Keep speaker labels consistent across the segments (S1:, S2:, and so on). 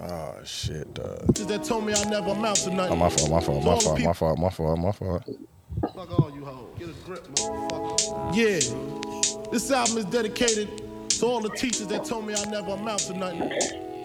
S1: Oh shit, dog.
S2: That told me I never amount to
S1: Oh,
S2: nothing.
S1: my fault, my fault, my fault, my fault, my fault, my fault.
S2: Fuck all you hoes. Get a grip, motherfucker. Yeah. This album is dedicated to all the teachers that told me I never amount to nothing.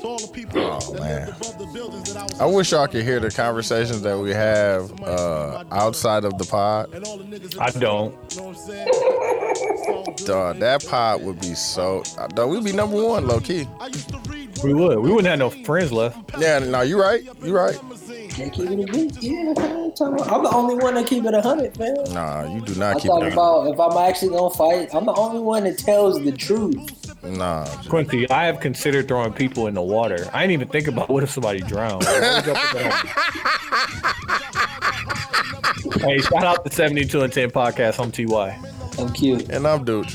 S2: To all the people that
S1: Oh, man.
S2: lived above the buildings that I was.
S1: I wish y'all could hear the conversations that we have uh, outside of the pod.
S2: And all the niggas. in
S3: I
S2: the-
S3: don't.
S2: You know what I'm saying? It's all good.
S1: Dog, that pod would be so. uh, Dog, we'd be number one, low key.
S2: I used to read
S3: We would. We wouldn't have no friends left.
S1: Yeah, no, you right, you right.
S4: They keep it a beat. Yeah, man, talking about- I'm the only one that keep it a hundred, man.
S1: Nah, you do
S4: I
S1: not keep
S4: talk
S1: it. on.
S4: about if I'm actually gonna fight, I'm the only one that tells the truth.
S1: Nah,
S3: Quincy, I have considered throwing people in the water. I didn't even think about what if somebody drowned. hey, shout out to 72 and 10 podcast. I'm TY.
S4: I'm cute.
S1: and I'm dude.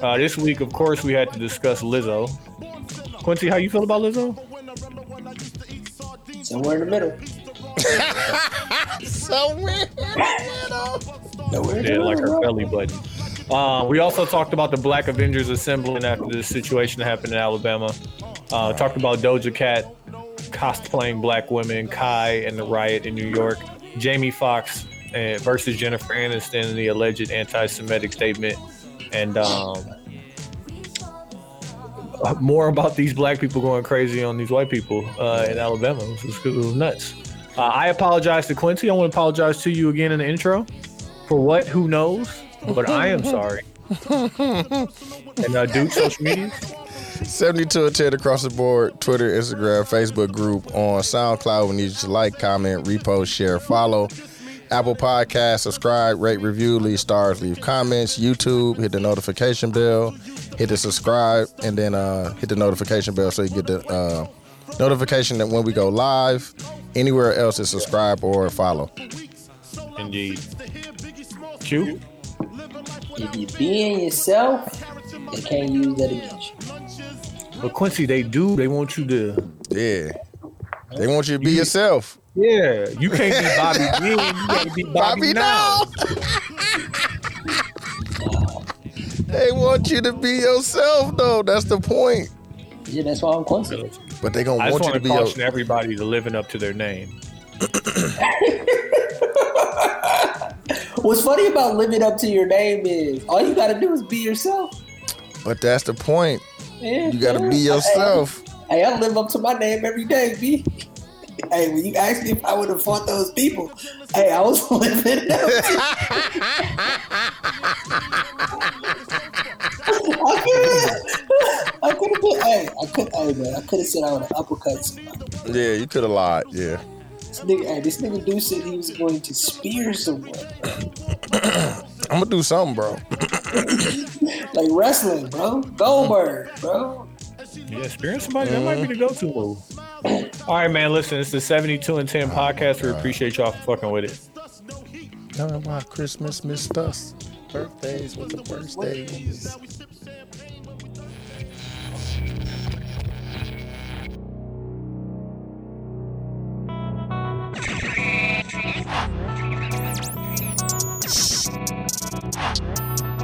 S3: Uh, this week, of course, we had to discuss Lizzo. Quincy, how you feel about Lizzo?
S4: Somewhere in the middle.
S1: Somewhere.
S4: Nowhere
S3: Yeah,
S4: in the middle.
S3: like her
S4: bro.
S3: belly button. Uh, we also talked about the Black Avengers assembling after this situation that happened in Alabama. Uh, talked about Doja Cat cosplaying black women, Kai and the riot in New York, Jamie Foxx uh, versus Jennifer Aniston and the alleged anti-Semitic statement, and um, uh, more about these black people going crazy on these white people uh, in Alabama. It was, it was nuts. Uh, I apologize to Quincy. I want to apologize to you again in the intro. For what? Who knows? But I am sorry. and uh, Duke, social media.
S1: 72 and 10 across the board Twitter, Instagram, Facebook group on SoundCloud. We need you to like, comment, repost, share, follow. Apple Podcast, subscribe, rate, review, leave stars, leave comments. YouTube, hit the notification bell, hit the subscribe, and then uh, hit the notification bell so you get the uh, notification that when we go live. Anywhere else is subscribe or follow.
S3: Indeed. Q.
S4: If you being yourself, they can't use that against you.
S3: But Quincy, they do. They want you to.
S1: Yeah. They want you to be yourself.
S3: Yeah, you can't be Bobby then. You gotta be Bobby,
S1: Bobby,
S3: now.
S1: no. they want you to be yourself, though. That's the point.
S4: Yeah, that's why I'm Quincy.
S1: But they gonna
S3: I just
S1: want you
S3: want
S1: to
S3: to
S1: be your.
S3: caution everybody to living up to their name.
S4: What's funny about living up to your name is all you gotta do is be yourself.
S1: But that's the point.
S4: Yeah,
S1: You gotta be
S4: yeah.
S1: yourself.
S4: Hey, I live up to my name every day, B. Hey, when you asked me if I would have fought those people, hey, I was living up. to- I could have been, hey, I could, hey, man, I could have said I would have uppercut somebody.
S1: Yeah, you could have lied. Yeah.
S4: This nigga, hey, this nigga dude said he was going to spear someone,
S1: I'm gonna do something, bro.
S4: like wrestling, bro. Goldberg, bro.
S3: Yeah, experience somebody that might be the go-to move. Mm-hmm. All right, man. Listen, it's the 72 and 10 podcast. We appreciate y'all for fucking with it.
S1: Tell them why Christmas missed us. Birthdays were the worst days.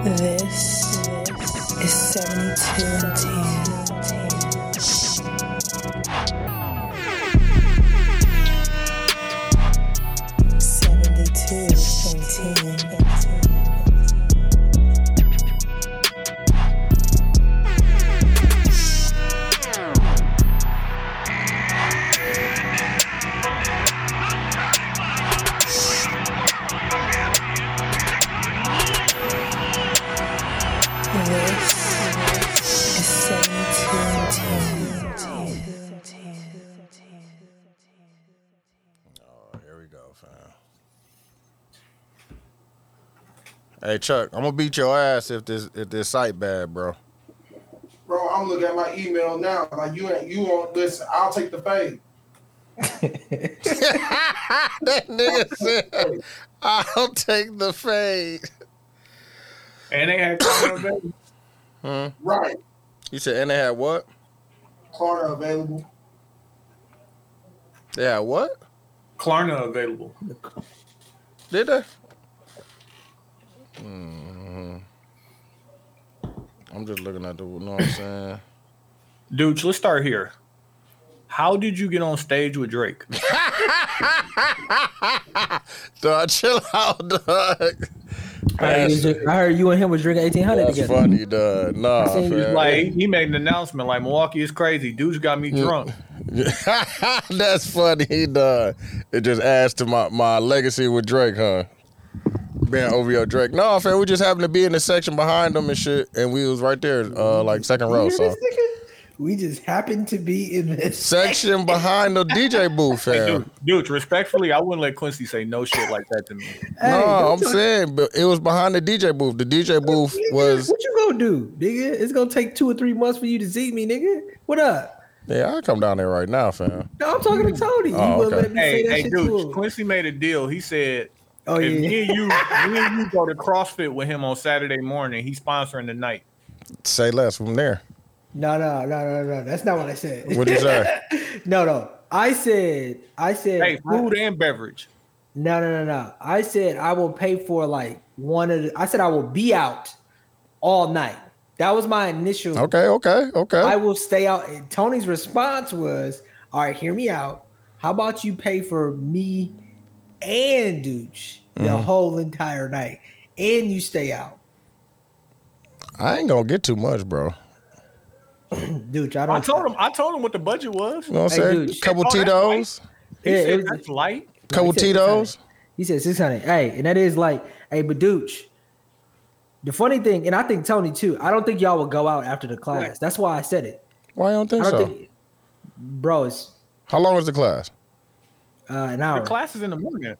S5: This is 72 and 10. Seventy-two and ten. This is seventy-two and ten.
S1: Oh, here we go, fam. Hey Chuck, I'm gonna beat your ass if this if this site bad, bro.
S6: Bro, I'm looking at my email now. Like you ain't you won't listen. I'll take the fade.
S1: That nigga said, "I'll take the fade."
S3: And they had
S6: Right.
S1: You said, and they had what?
S6: Carter available.
S1: They had what?
S3: Klarna available.
S1: Did they? I'm just looking at the. You know what I'm saying?
S3: Dudes, let's start here. How did you get on stage with Drake?
S1: Uh, Dog, chill out, dog.
S4: I heard, you, was- I heard you and him was drinking 1800
S1: That's
S4: together.
S1: funny, dog. Nah,
S4: seen you
S1: fam.
S3: Like he made an announcement, like Milwaukee is crazy. Dude's got me drunk.
S1: That's funny. He done. It just adds to my, my legacy with Drake, huh? Being OVO Drake. No, fam, we just happened to be in the section behind them and shit, and we was right there, uh, like second row. So
S7: We just happened to be in this.
S1: section behind the DJ booth,
S3: Dude,
S1: fam.
S3: dude, respectfully, I wouldn't let Quincy say no shit like that to me.
S1: No, I'm
S7: don't talk-
S1: saying, but it was behind the DJ booth. The DJ booth was.
S4: What you gonna do, nigga? It's gonna take two or three months for you to see me, nigga. What up?
S1: Yeah, I come down there right now, fam.
S4: No, I'm talking to Tony.
S1: Oh,
S4: you wouldn't
S1: okay.
S4: let me
S3: Hey,
S4: say that
S3: hey,
S4: shit
S3: dude,
S4: to him.
S3: Quincy made a deal. He said
S4: Oh
S3: if
S4: yeah.
S3: me and you, me and you go to CrossFit with him on Saturday morning, he's sponsoring the night.
S1: Say less from there.
S4: No, no, no, no, no. That's not what I said.
S1: What'd you say?
S4: no, no. I said, I said,
S3: Hey,
S4: I-
S3: food and beverage.
S4: No, no, no, no. I said I will pay for like one of the. I said I will be out all night. That was my initial.
S1: Okay, okay,
S4: I
S1: okay.
S4: will stay out. And Tony's response was, "All right, hear me out. How about you pay for me and Dooch the
S1: Mm-hmm.
S4: whole entire night, and you stay out,
S1: I ain't gonna get too much, bro.
S4: Dooch? I don't.
S3: I told him. I told him what the budget was.
S1: You know what I'm
S4: Hey,
S1: saying?
S4: dude.
S1: Couple
S3: Oh, that's
S1: Tito's,
S3: He
S4: Yeah,
S3: said
S4: it was-
S3: that's light.
S1: couple
S4: He said 600.
S1: Tito's.
S4: He said six hundred. Hey, and that is like, hey, but Dooch. The funny thing, and I think Tony too. I don't think y'all will go out after the class.
S3: Right.
S4: That's why I said it.
S1: Why you don't think
S4: I
S1: so?
S4: don't think, bro. It's
S1: How long is the class?
S4: uh, an
S3: The
S4: hour.
S3: class is in the morning.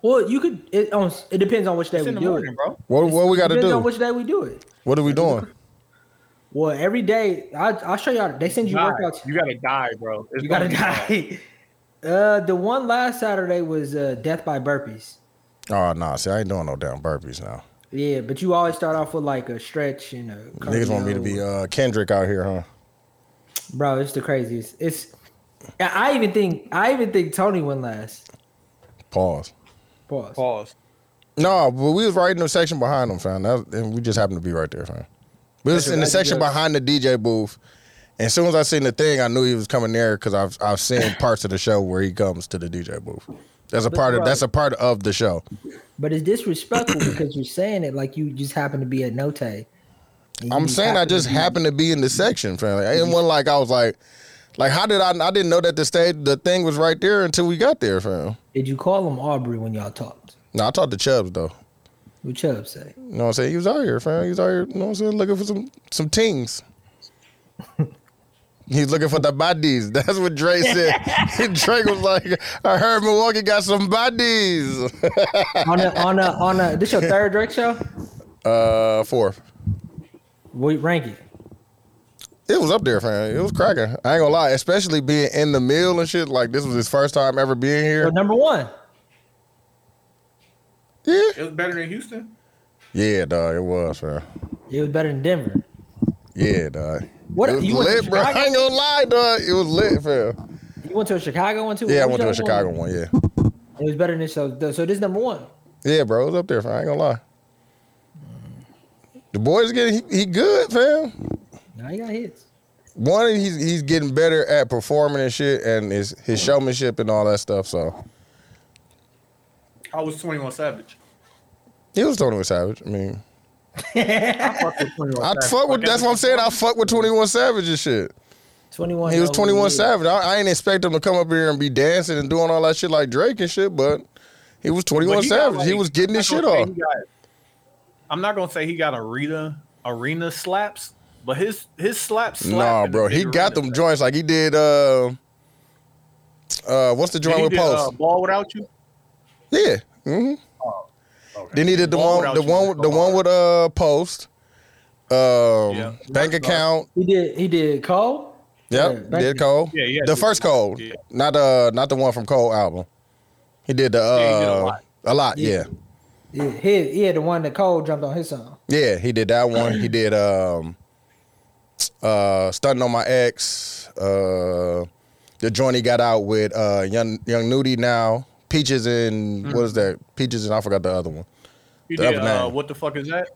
S4: Well, you could. It, on, it depends on which day
S3: It's
S4: we
S3: in the
S4: do
S3: morning,
S4: it.
S3: bro.
S1: What what we got to
S4: Depends on
S1: do?
S4: which day we do it.
S1: What are we doing?
S4: Well, every day I, I'll show y'all. They send you
S3: Die.
S4: workouts.
S3: You gotta die, bro. It's
S4: You gotta
S3: gonna be bad.
S4: die. Uh, the one last Saturday was uh, death by burpees.
S1: Oh nah, see, I ain't doing no damn burpees now.
S4: Yeah, but you always start off with like a stretch and a
S1: Niggas want me to
S4: cardio.
S1: be uh, Kendrick out here, huh?
S4: bro. It's the craziest. It's. I I even think I even think Tony went last.
S1: Pause.
S4: Pause.
S3: Pause.
S1: No, but we was right in the section behind them, fam. That, and we just happened to be right there, fam. We was
S4: That's-
S1: in the
S4: that's
S1: section
S4: good.
S1: behind the DJ booth. And as soon as I seen the thing, I knew he was coming there because I've I've seen parts of the show where he comes to the DJ booth. That's a part of that's a part of the show.
S4: But it's disrespectful because you're saying it like you just happen to be at Note. and you
S1: I'm saying I
S4: happen to
S1: just
S4: be-
S1: happened to be in the section, fam. Like, I didn't want like I was like, like how did I? I didn't know that the stage, the thing was right there until we got there, fam.
S4: Did you call him Aubrey when y'all talked?
S1: No, I talked to Chubbs though.
S4: What Chubb say?
S1: You know what I'm saying? He was out here, fam. He was out here. You know what I'm saying? Looking for some some tings. He's looking for the bodies. That's what Dre said. Drake was like, I heard Milwaukee got some bodies.
S4: on a on a on a this your third Drake show?
S1: Uh, fourth.
S4: We rank it.
S1: It was up there, fam. It was cracking. I ain't gonna lie, especially being in the mill and shit. Like this was his first time ever being
S4: So
S1: here.
S4: number one.
S1: Yeah,
S3: It was better than Houston.
S1: yeah, dog. It was, fam.
S4: It was better than Denver.
S1: Yeah, dog.
S4: What
S1: it was
S4: you went,
S1: lit,
S4: to
S1: bro.
S4: Chicago?
S1: I ain't gonna lie, dog. It was lit, fam.
S4: you went to a Chicago one too?
S1: Yeah, I went
S4: What
S1: to a
S4: was your
S1: Chicago
S4: one?
S1: one. Yeah,
S4: It was better than this show. So this number one.
S1: yeah, bro. It was up there, fam. I ain't gonna lie. The boy's getting he, he good, fam.
S4: Now you got hits.
S1: One, he's he's getting better at performing and shit, and his his showmanship and all that stuff. So
S3: I was 21 Savage.
S1: he was Tony Savage. I mean,
S3: I fuck with 21
S1: I
S3: Savage.
S1: fuck with. That's what I'm saying. I fuck with Twenty One Savage and shit.
S4: Twenty one.
S1: He was 21 Savage. I, I ain't expect him to come up here and be dancing and doing all that shit like Drake and shit, but he was 21
S3: But he got,
S1: Savage.
S3: like-
S1: he was getting his
S3: I'm
S1: shit
S3: not gonna
S1: off.
S3: say he got- I'm not gonna say he got arena arena slaps, but his his slaps.
S1: Nah, bro. He got them joints like he did uh uh what's the joint
S3: Joint
S1: with Post?
S3: ball without you.
S1: yeah. hmm
S3: Oh, Okay.
S1: Then he did the
S3: Ball
S1: one
S3: Without
S1: the
S3: You
S1: one
S3: was
S1: with the one with
S3: hard.
S1: uh Post. Um
S3: Yeah.
S1: bank account.
S4: He did he did Cole.
S1: Yep,
S4: Bank-
S1: did Cole.
S3: Yeah, yeah,
S1: The
S3: did-
S1: first Cole.
S3: yeah.
S1: Not uh not the one from Cole album. He did the uh
S3: Yeah, he did a lot.
S1: a lot,
S4: Yeah.
S1: yeah.
S4: Yeah, he, he had the one that Cole jumped on his song.
S1: Yeah, he did that one. he did um uh stunting on my ex. Uh the joint he got out with uh young young Nudie now. Peaches and
S3: Mm.
S1: what is that? Peaches and I forgot the other one.
S3: He
S1: The
S3: did.
S1: other
S3: Uh,
S1: name.
S3: what the fuck is that?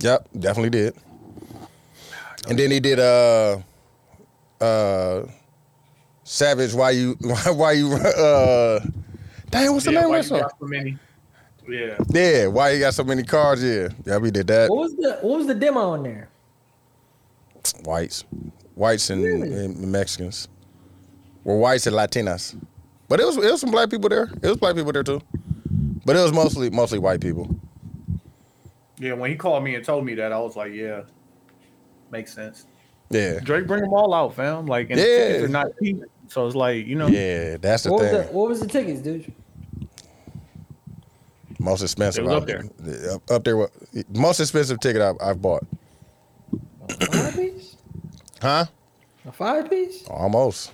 S1: Yep, definitely did. And then he did uh uh Savage, why you why you uh Dang, what's the
S3: yeah,
S1: name
S3: why
S1: of that
S3: you
S1: song?
S3: got so many? Yeah.
S1: Yeah, why you got so many cards? Yeah. Yeah, we did that.
S4: What was the what was the demo on there?
S1: Whites. Whites and,
S4: Really?
S1: and Mexicans. Well whites and Latinas. But it was it was some black people there. It was black people there too. But it was mostly mostly white people.
S3: Yeah, when he called me and told me that, I was like, yeah, makes sense.
S1: Yeah.
S3: Drake bring them all out, fam. Like, and the
S1: Yeah.
S3: tickets are not cheap. So it's like, you know,
S1: Yeah, that's the
S4: What was
S1: thing.
S4: the what was the tickets, dude?
S1: Most expensive.
S3: It was up
S1: I've- yeah, Up, up there. wa- Most expensive ticket I've, I've bought.
S4: A five piece?
S1: Huh?
S4: A five piece?
S1: Almost.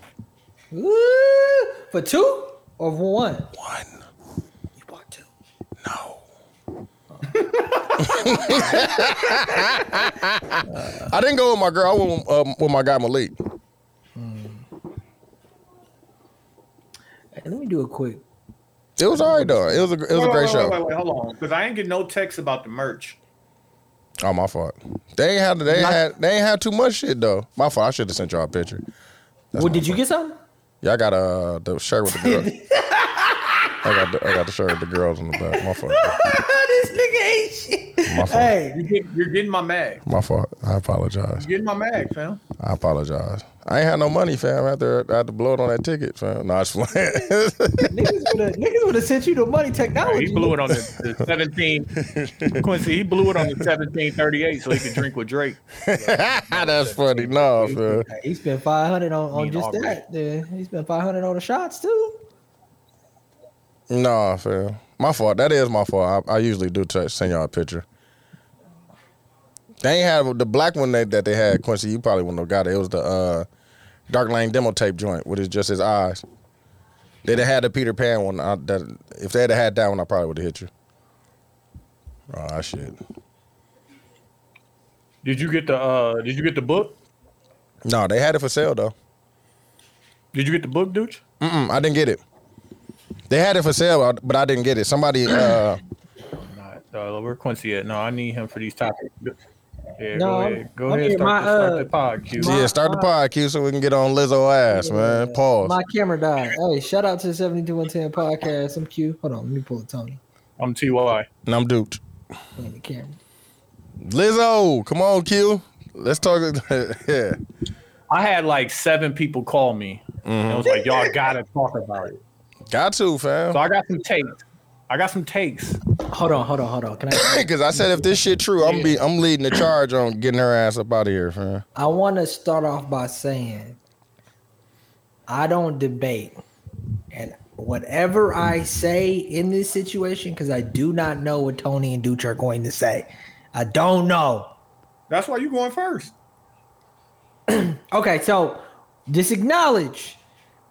S4: Ooh, for two or for one?
S1: One.
S4: You bought two.
S1: No. I didn't go with my girl. I went with, um, with my guy Malik.
S4: Hey, let me do a quick.
S1: It was all right though. It was a it was a great
S3: Wait, wait, wait, Wait,
S1: show.
S3: wait, hold on, because I ain't get no text about the merch.
S1: Oh my fault. They ain't had they ain't
S4: Not-
S1: had they ain't had too much shit though. My fault. I should have sent y'all a picture.
S4: Well, did you get something?
S1: Y'all got uh the shirt with the girls. I got the, I got the shirt with the girls on the back. My fault.
S4: this nigga ain't shit.
S1: My fault.
S4: Hey,
S3: You get, you're getting my mag.
S1: My fault. I apologize.
S3: You're getting my mag, fam.
S1: I apologize. I ain't had no money, fam. After I had to blow it on that ticket, fam. No, I just playing.
S4: niggas would have niggas would have sent you the money technology.
S3: He blew it on the, the 17. Quincy, he blew it on the 1738 so he could drink with Drake.
S1: That's funny. No, fam.
S4: Hey, He spent five hundred on,
S3: Me
S4: on
S3: and
S4: just
S3: Aubrey.
S4: that. Yeah, he spent five hundred on the shots too.
S1: No, fam. My fault. That is my fault. I, I usually do t- send y'all a picture. They ain't have the black one that, that they had, Quincy. You probably wouldn't have got it. It was the uh, Dark Lane demo tape joint, with his, just his eyes. They done had the Peter Pan one. I, that, if they had had that one, I probably would have hit you. Oh, shit.
S3: Did you get the uh did you get the book?
S1: No, they had it for sale, though.
S3: Did you get the book, dude?
S1: Mm-mm, I didn't get it. They had it for sale, but I didn't get it. Somebody, uh,
S3: Not uh, where Quincy at? No, I need him for these topics. Yeah,
S4: No,
S3: go
S4: I'm-
S3: ahead. Go
S4: I
S3: ahead.
S4: need
S3: Start,
S4: my,
S3: the, start
S4: uh,
S3: the pod, Q.
S1: yeah, start the pod, Q, so we can get on Lizzo ass, man. Pause.
S4: My camera died. Hey, shout out to the seventy two one ten podcast. I'm Q. Hold on, let me pull a Tony
S3: I'm TY.
S1: and I'm duped.
S4: on the camera.
S1: Lizzo, come on, Q. Let's talk. yeah,
S3: I had like seven people call me. And I was like, y'all gotta talk about it.
S1: got to, fam.
S3: So I got some takes. I got some takes.
S4: Hold on, hold on, hold on. Can I?
S1: Because I said if this shit true, I'm be I'm leading the charge on getting her ass up out of here, fam.
S4: I want to start off by saying I don't debate, and whatever I say in this situation, because I do not know what Tony and Dooch are going to say. I don't know.
S3: That's why you going first.
S4: Okay, so just acknowledge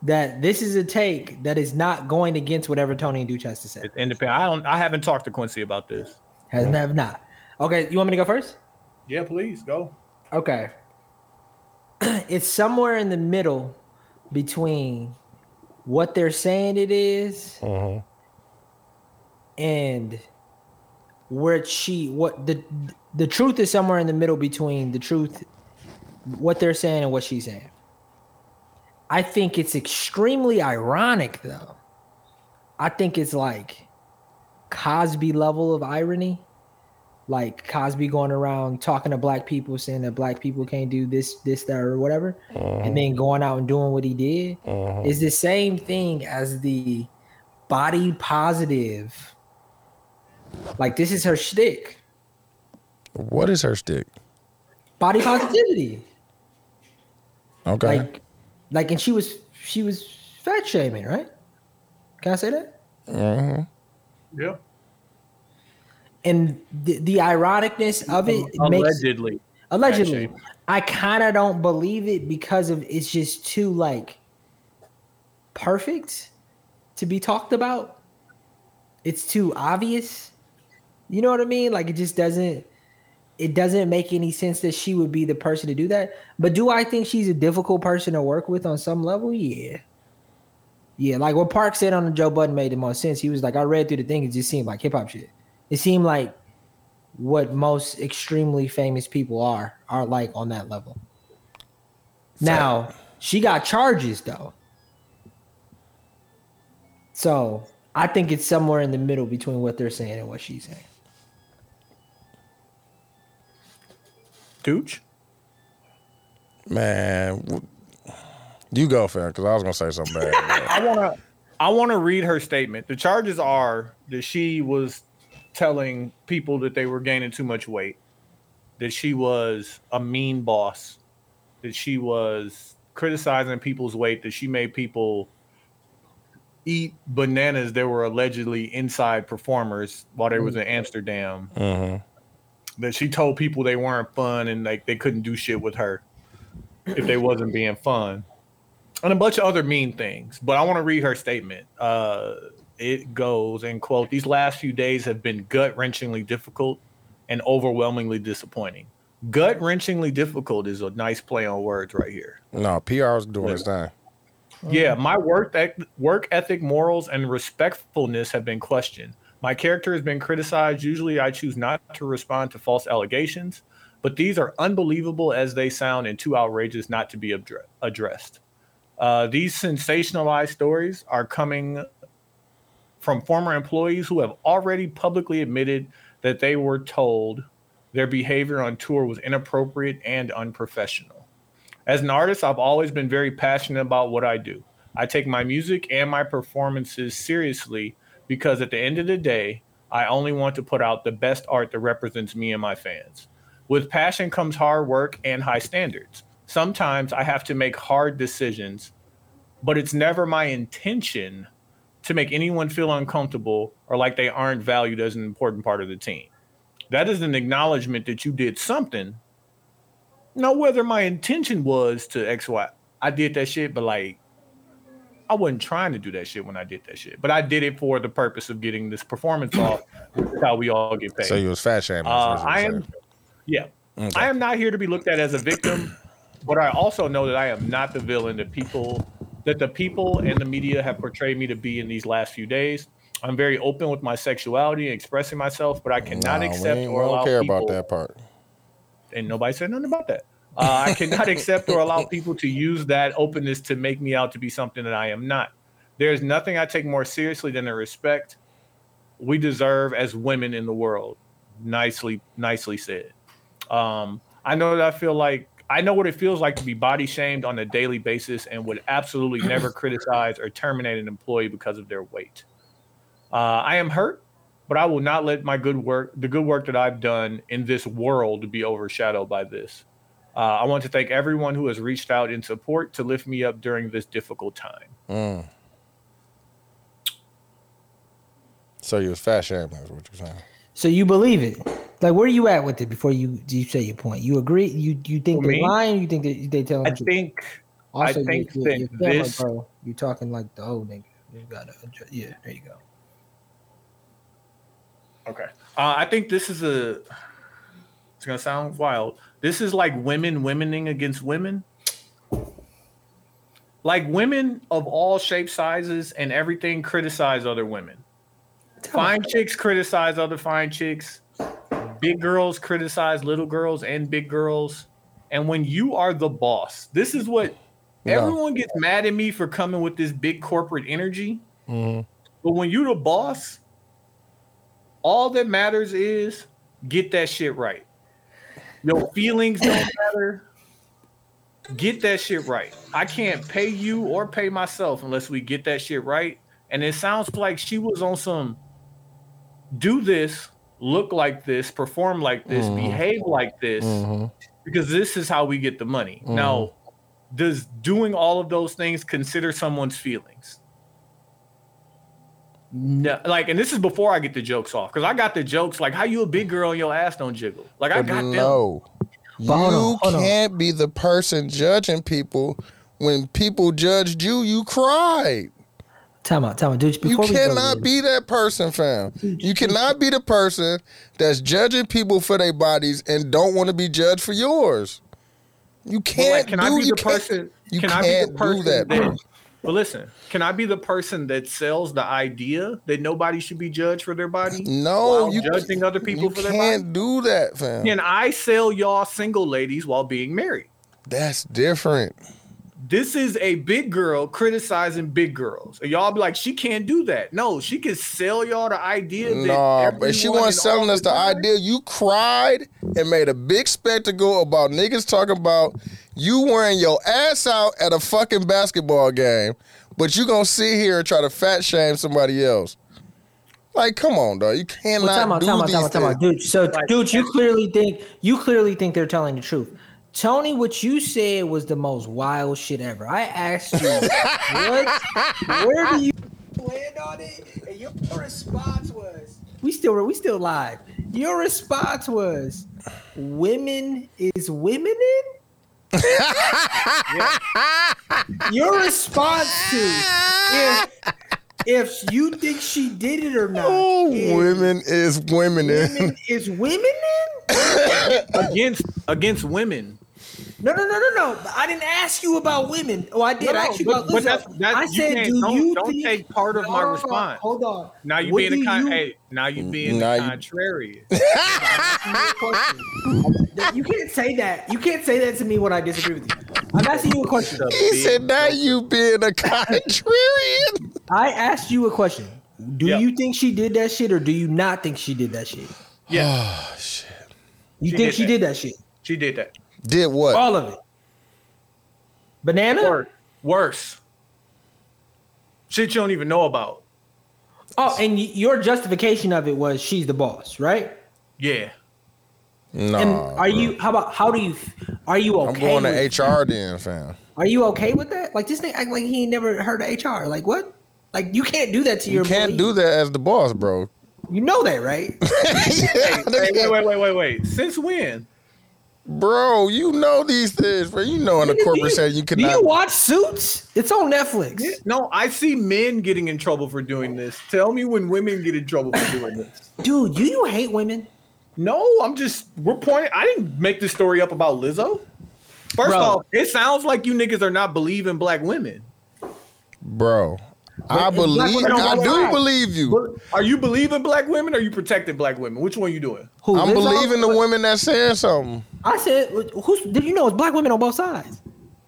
S4: that this is a take that is not going against whatever Tony and Duch has to say.
S3: It's independent. I don't I haven't talked to Quincy about this.
S4: Has have not. Okay, you want me to go first?
S3: Yeah, please go.
S4: Okay. it's somewhere in the middle between what they're saying it is and where she what the the truth is somewhere in the middle between the truth what they're saying and what she's saying. I think it's extremely ironic though. I think it's like Cosby level of irony like Cosby going around talking to black people, saying that black people can't do this, this, that, or whatever, and then going out and doing what he did is the same thing as the body positive. Like this is her shtick,
S1: What is her stick?
S4: body positivity.
S1: Okay.
S4: Like, like, and she was she was fat shaming, right? Can I say that?
S1: Mhm.
S3: Yeah.
S4: And the, the ironicness of it makes
S3: Allegedly.
S4: allegedly
S3: Actually.
S4: i kind of don't believe it because of it's just too like perfect to be talked about it's too obvious you know what i mean like it just doesn't it doesn't make any sense that she would be the person to do that but do i think she's a difficult person to work with on some level yeah yeah like what park said on the joe budden made the most sense he was like i read through the thing it just seemed like hip-hop shit it seemed like what most extremely famous people are are like on that level. Now she got charges though, So I think it's somewhere in the middle between what they're saying and what she's saying.
S3: Gooch?
S1: Man, w- you go, fam, because I was gonna say something bad.
S3: I want to. I want to read her statement. The charges are that she was telling people that they were gaining too much weight, that she was a mean boss, that she was criticizing people's weight, that she made people eat bananas that were allegedly inside performers while they was in Amsterdam. That she told people they weren't fun and like they couldn't do shit with her if they wasn't being fun and a bunch of other mean things. But I want to read her statement. Uh, it goes and quote: "These last few days have been gut wrenchingly difficult and overwhelmingly disappointing. Gut wrenchingly difficult is a nice play on words right here.
S1: no, PR's doing his thing.
S3: Yeah, my work ec- work ethic, morals, and respectfulness have been questioned. My character has been criticized. Usually, I choose not to respond to false allegations, but these are unbelievable as they sound and too outrageous not to be abdre- addressed. Uh, these sensationalized stories are coming from former employees who have already publicly admitted that they were told their behavior on tour was inappropriate and unprofessional. As an artist, I've always been very passionate about what I do. I take my music and my performances seriously because at the end of the day, I only want to put out the best art that represents me and my fans. With passion comes hard work and high standards. Sometimes I have to make hard decisions, but it's never my intention to make anyone feel uncomfortable or like they aren't valued as an important part of the team. That is an acknowledgement that you did something know whether my intention was to X Y. I did that shit, but like, I wasn't trying to do that shit when I did that shit. But I did it for the purpose of getting this performance off. which is how we all get paid.
S1: So you was fat shaming. is what
S3: Uh,
S1: you was
S3: I
S1: saying.
S3: am, yeah,
S1: Okay.
S3: I am not here to be looked at as a victim, but I also know that I am not the villain that people, that the people and the media have portrayed me to be in these last few days. I'm very open with my sexuality and expressing myself, but I cannot
S1: Nah, we
S3: accept
S1: ain't-
S3: or
S1: we
S3: allow
S1: don't care
S3: people
S1: about that part.
S3: and nobody said nothing about that. Uh, I cannot accept or allow people to use that openness to make me out to be something that I am not. There's nothing I take more seriously than the respect we deserve as women in the world. Nicely, nicely said. Um, I know that I feel like I know what it feels like to be body shamed on a daily basis and would absolutely never criticize or terminate an employee because of their weight. Uh, I am hurt, but I will not let my good work, the good work that I've done in this world, be overshadowed by this. Uh, I want to thank everyone who has reached out in support to lift me up during this difficult time.
S1: Mm. So you was fat shaming. Is what you're saying?
S4: So you believe it? Like, where are you at with it before you you say your point? You agree? You you think
S3: For
S4: they're
S3: me?
S4: lying? You think they they telling
S3: I
S4: the truth?
S3: think I think
S4: you,
S3: that
S4: camera,
S3: this-
S4: bro, you talking like the old nigga. You gotta, adjust. yeah. There you go.
S3: Okay. Uh, I think this is a. It's gonna sound wild. This is like women womening against women. Like women of all shapes, sizes, and everything criticize other women. Fine chicks criticize other fine chicks. Big girls criticize little girls and big girls. And when you are the boss, this is what
S1: No.
S3: everyone gets mad at me for coming with this big corporate energy. But when you the boss, all that matters is get that shit right. Your feelings don't matter. Get that shit right. I can't pay you or pay myself unless we get that shit right. And it sounds like she was on some do this, look like this, perform like this, behave like this, because this is how we get the money. Now, does doing all of those things consider someone's feelings? No, like, and this is before I get the jokes off because I got the jokes like, "How you a big girl and your ass don't jiggle?" Like, I got them.
S1: no, you
S4: But hold on, hold on.
S1: can't be the person judging people. When people judged you, you cried.
S4: Time out, time out, dude.
S1: You
S4: Before we go
S1: cannot
S4: there,
S1: be that person, fam. You cannot be the person that's judging people for their bodies and don't want to be judged for yours. You
S3: But,
S1: can't
S3: Like, can
S1: do
S3: I be
S1: you
S3: the
S1: can't-
S3: person?
S1: You
S3: can
S1: can't
S3: I be the person
S1: do that. bro.
S3: But listen, can I be the person that sells the idea that nobody should be judged for their body?
S1: No,
S3: while
S1: you
S3: judging other people
S1: you
S3: for their body.
S1: can't do that, fam.
S3: Can I sell y'all single ladies while being married?
S1: That's different.
S8: this is a big girl criticizing big girls. And y'all be like, she can't do that. No, she can sell y'all the idea. that
S1: No, but she
S8: everyone
S1: wasn't
S8: in
S1: selling
S8: all
S1: us the idea. You cried and made a big spectacle about niggas talking about you wearing your ass out at a fucking basketball game, but you gonna sit here and try to fat shame somebody else. Like, come on, dog. You cannot
S4: Well, time out,
S1: do
S4: time out,
S1: these
S4: time out, time out,
S1: things.
S4: dude. So, dude, you clearly think you clearly think they're telling the truth. Tony, what you said was the most wild shit ever. I asked you, what? Where do you?
S9: Land on it, and your response was,
S4: We still, we still live. Your response was, "Women is women in." Your response to if, if you think she did it or not?
S1: Oh,
S4: is
S1: women is women.
S4: women is women in.
S8: against against women.
S4: No, no, no, no, no. I didn't ask you about women. Oh, I did
S8: No,
S4: ask you
S8: but-
S4: about
S8: but
S4: Lizzo.
S8: that's- that's-
S4: I
S8: you
S4: said,
S8: can't-
S4: do
S8: don't-
S4: you
S8: don't
S4: think-
S8: take part of my
S4: Hold on,
S8: response.
S4: Hold on.
S8: Now you
S4: What
S8: being a
S4: do
S8: con-
S4: you-
S8: hey, now you being
S1: now
S8: the
S1: you-
S8: contrary.
S4: You can't say that. You can't say that to me when I disagree with you. I'm asking you a question.
S1: He said, now you being a contrarian.
S4: I asked you a question. Do
S8: Yep.
S4: you think she did that shit, or do you not think she did that shit?
S8: Yeah,
S4: You
S8: She
S4: think
S8: did
S4: she
S8: that.
S4: did that shit?
S8: she did that.
S1: Did what?
S4: All of it. Banana.
S8: Worse. Worse. Shit you don't even know about.
S4: Oh, and y- your justification of it was she's the boss, right?
S8: Yeah.
S1: no.
S4: And are you? How about? How do you? Are you okay?
S1: I'm going
S4: with-
S1: to HR then, fam.
S4: Are you okay with that? Like this thing act like he ain't never heard of HR. Like what? Like you can't do that to
S1: You
S4: your
S1: can't do that as the boss, bro.
S4: You know that, right?
S8: Hey, hey, wait, wait, wait, wait, wait. Since when?
S1: Bro, you know these things, bro. You know in the corporate setting you
S4: Do
S1: cannot.
S4: you watch Suits? It's on Netflix.
S8: No, I see men getting in trouble for doing this. Tell me when women get in trouble for doing this.
S4: Dude, you you hate women?
S8: No, I'm just we're pointing. I didn't make this story up about Lizzo. First
S4: Bro.
S8: off, it sounds like you niggas are not believing black women.
S1: bro. I believe,
S8: women don't
S1: I
S8: go
S1: do
S8: around.
S1: believe you.
S8: Are you believing black women? Or are you protecting black women? Which one you doing?
S4: Who,
S1: I'm
S4: Lizzo?
S1: believing the women that saying something.
S4: I said, who's? Did you know it's black women on both sides?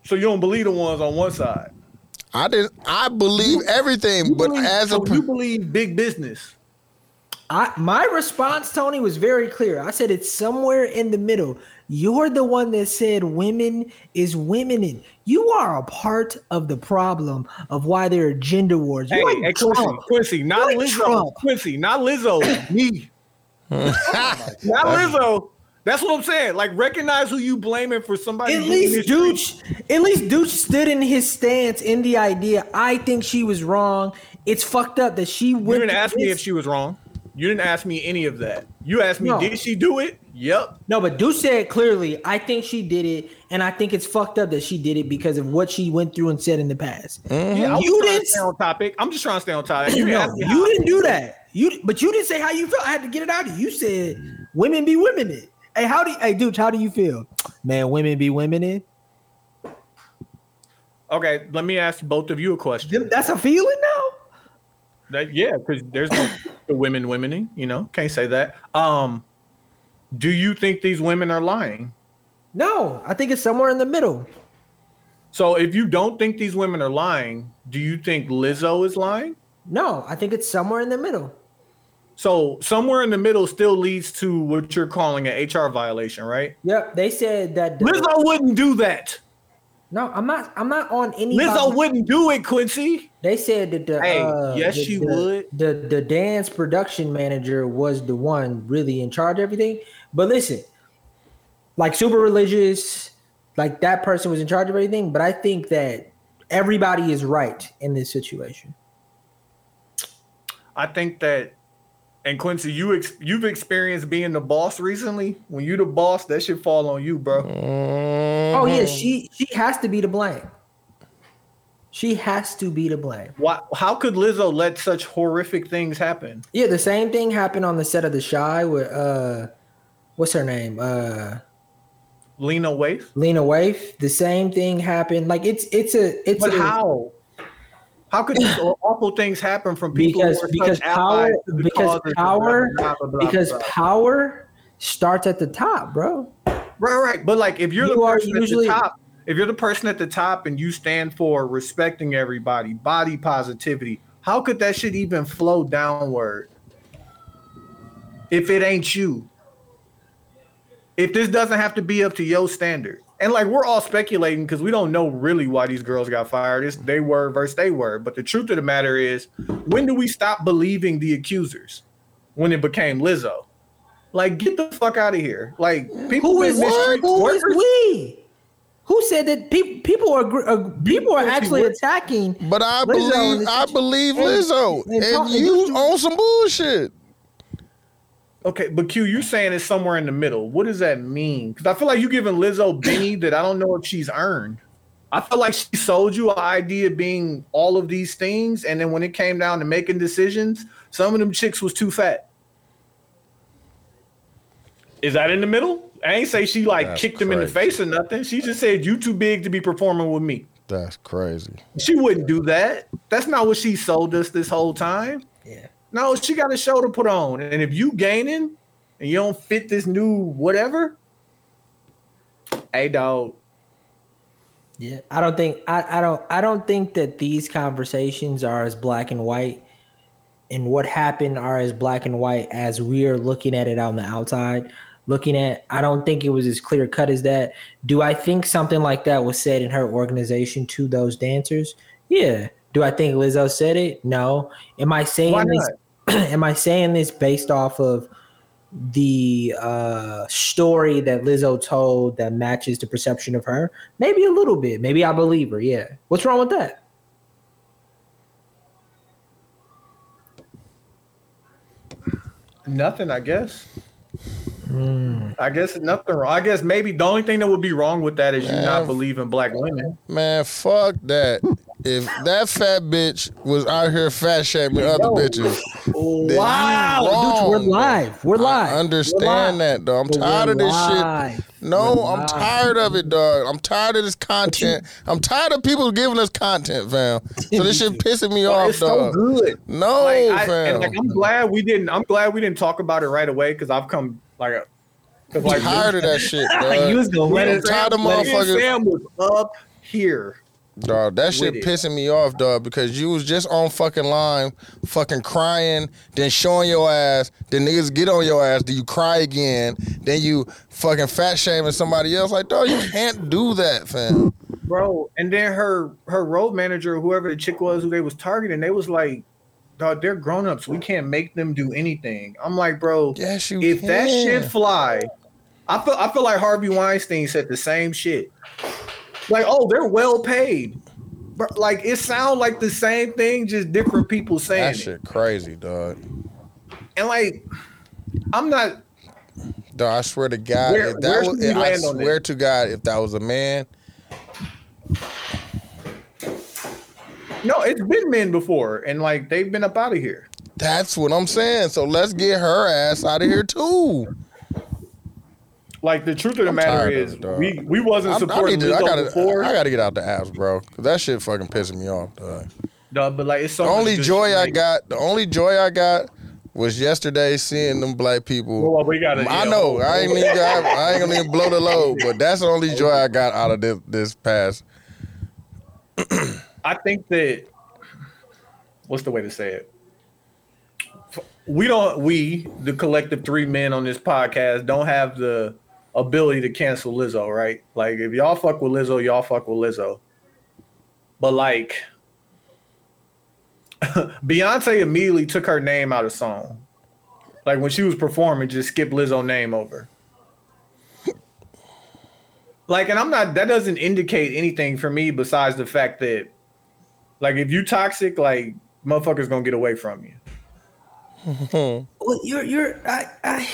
S8: So you don't believe the ones on one side.
S1: I did. I believe everything,
S8: You
S1: but
S8: believe-
S1: as a
S8: so you believe big business.
S4: I my response, Tony, was very clear. I said it's somewhere in the middle. You're the one that said women is women in. You are a part of the problem of why there are gender wars.
S8: Hey,
S4: You're like
S8: hey, Quincy,
S4: Trump.
S8: Quincy, not
S4: You're like
S8: Lizzo.
S4: Trump.
S8: Quincy, not Lizzo. Me. not Lizzo. That's what I'm saying. Like, recognize who you blaming for somebody.
S4: At
S8: getting
S4: least
S8: this treatment.
S4: Dooch, at least Dooch stood in his stance in the idea. I think she was wrong. It's fucked up that she
S8: You
S4: went.
S8: didn't
S4: through
S8: ask me
S4: this-
S8: if she was wrong. You didn't ask me any of that. You asked me,
S4: No.
S8: did she do it? Yep.
S4: No, but Dooch said clearly, I think she did it, and I think it's fucked up that she did it because of what she went through and said in the past.
S8: Yeah, I was
S4: You
S8: trying to
S4: didn't-
S8: stay on topic. I'm just trying to stay on topic. You,
S4: No,
S8: asked me
S4: you didn't do that. You but you didn't say how you felt. I had to get it out of you. You said women be women in. Hey, how do you, hey Dooch, how do you feel? Man, women be women in.
S8: how- okay, let me ask both of you a question.
S4: Them- That's a feeling now.
S8: That, yeah, because there's no the women womening, you know, can't say that. Um, do you think these women are lying?
S4: No, I think it's somewhere in the middle.
S8: So if you don't think these women are lying, do you think Lizzo is lying?
S4: No, I think it's somewhere in the middle.
S8: So somewhere in the middle still leads to what you're calling an HR violation, right?
S4: Yep, they said that.
S8: Lizzo wouldn't do that.
S4: No, I'm not. I'm not on any.
S8: Lizzo wouldn't do it, Quincy.
S4: They said that the.
S8: Hey,
S4: uh,
S8: yes,
S4: the-
S8: she
S4: the-
S8: would.
S4: The the dance production manager was the one really in charge of everything. But listen, like super religious, like that person was in charge of everything. But I think that everybody is right in this situation.
S8: I think that, and Quincy, you ex- you've experienced being the boss recently. When you the boss, that should fall on you, bro.
S4: Mm. Oh yeah,
S8: Mm-hmm.
S4: she she has to be to blame. She has to be to blame.
S8: Why? How could Lizzo let such horrific things happen?
S4: Yeah, the same thing happened on the set of The Shy with uh, what's her name? Uh,
S8: Lena Waif.
S4: Lena Waif. The same thing happened. Like it's it's a it's
S8: But
S4: a,
S8: how? How could these awful things happen from people
S4: because
S8: who are
S4: because
S8: such allies
S4: power
S8: to the
S4: because
S8: cause of-
S4: power
S8: blah, blah, blah,
S4: because
S8: blah.
S4: power starts at the top, bro.
S8: right, right. But like, if you're
S4: You
S8: the
S4: are
S8: person
S4: usually-
S8: at the top, if you're the person at the top and you stand for respecting everybody, body positivity, how could that shit even flow downward if it ain't you? If this doesn't have to be up to your standard. And like we're all speculating because we don't know really why these girls got fired. It's they were versus they were. But the truth of the matter is, when do we stop believing the accusers? When it became Lizzo. Like, get the fuck out of here. Like people
S4: Who
S8: been
S4: is we?
S8: mistreating
S4: Who is
S8: workers.
S4: we? Who said that peop people are gr- uh, people are
S8: Guilty
S4: actually
S8: work.
S4: attacking?
S1: But I believe
S4: Lizzo in this
S1: I
S4: situ-
S1: believe
S4: and-
S1: Lizzo,
S4: and talk-
S1: and
S4: and
S1: you
S4: you-
S1: on some bullshit.
S8: Okay, but Q, you're saying it's somewhere in the middle. What does that mean? Because I feel like you're giving Lizzo Benny that I don't know if she's earned. I feel like she sold you an idea of being all of these things, and then when it came down to making decisions, some of them chicks was too fat. Is that in the middle? I ain't say she like
S1: That's
S8: kicked him in the
S1: crazy.
S8: face or nothing. She just said you too big to be performing with me.
S1: That's crazy.
S8: She wouldn't do that. That's not what she sold us this whole time.
S4: Yeah.
S8: No, she got a show to put on. And if you gaining and you don't fit this new whatever, hey dog.
S4: Yeah, I don't think I, I don't I don't think that these conversations are as black and white and what happened are as black and white as we're looking at it on the outside. Looking at I don't think it was as clear cut as that. Do I think something like that was said in her organization to those dancers? Yeah. Do I think Lizzo said it? No. Am I saying
S8: Why
S4: this am I saying this based off of the uh, story that Lizzo told that matches the perception of her. Maybe a little bit. Maybe I believe her. Yeah. What's wrong with that?
S8: Nothing, I guess.
S1: Hmm.
S8: I guess nothing wrong. I guess maybe the only thing that would be wrong with that is you
S1: Man.
S8: not believing black women.
S1: Man, fuck that. If that fat bitch was out here fat shaming other bitches, then
S4: Wow,
S1: you
S4: dude,
S1: wrong,
S4: we're
S1: bro.
S4: live. We're live.
S1: I understand that, though. I'm tired of this shit. No,
S4: We're
S1: I'm
S4: live.
S1: tired of it, dog. I'm tired of this content. I'm tired of people giving us content, fam. So this shit pissing me off,
S8: It's so
S1: dog.
S8: good.
S1: No,
S8: like, I,
S1: Oh, fam.
S8: and like, I'm glad we didn't. I'm glad we didn't talk about it right away because I've come like, a- 'cause,
S1: I'm
S8: like
S1: tired of that shit,
S4: Like, you
S1: dog.
S4: was gonna let
S1: I'm
S4: it.
S1: tired of
S8: Like, me and
S1: motherfuckers.
S8: Sam was up here.
S1: Dog, that shit
S8: it.
S1: pissing me off, dog, because you was just on fucking line, fucking crying, then showing your ass, then niggas get on your ass, then you cry again, then you fucking fat shaming somebody else. Like, dog, you can't do that, fam.
S8: bro. And then her her road manager, whoever the chick was who they was targeting, they was like, "Dog, they're grown ups. We can't make them do anything." I'm like, bro,
S1: Yes, you
S8: if
S1: can.
S8: that shit fly, I feel I feel like Harvey Weinstein said the same shit. Like, oh, they're well paid. Bro, like it sounds like the same thing, just different people saying
S1: that
S8: it.
S1: shit crazy, dog.
S8: And like, I'm not.
S1: Dog, I swear to God,
S8: Where-
S1: if
S8: where
S1: that
S8: should
S1: was,
S8: we
S1: if- I
S8: land on
S1: swear to God, if that was a man,
S8: No, it's been men before, and like they've been up out of here.
S1: that's what I'm saying. So let's get her ass out of here too.
S8: Like the truth of the
S1: I'm
S8: matter
S1: tired of
S8: is,
S1: it, dog.
S8: we we wasn't
S1: I'm- I,
S8: supporting
S1: need to, I
S8: Lizzo
S1: gotta,
S8: before.
S1: I gotta get out the apps, bro. 'cause that shit fucking pissing me off, dog.
S8: No, but like it's so
S1: The
S8: much
S1: only
S8: good
S1: joy
S8: shit,
S1: I
S8: like-
S1: got, the only joy I got was yesterday seeing them black people.
S8: Well, we got to.
S1: I know I ain't even got, I ain't gonna even blow the load, but that's the only joy I got out of this this past.
S8: I think that. What's the way to say it? We don't. We the collective three men on this podcast don't have the ability to cancel Lizzo, right? Like if y'all fuck with Lizzo, y'all fuck with Lizzo. But like, Beyonce immediately took her name out of song. Like when she was performing, just skip Lizzo name over. Like, and I'm not that doesn't indicate anything for me besides the fact that like if you toxic, like motherfuckers gonna get away from you.
S4: Well, you're you're I, I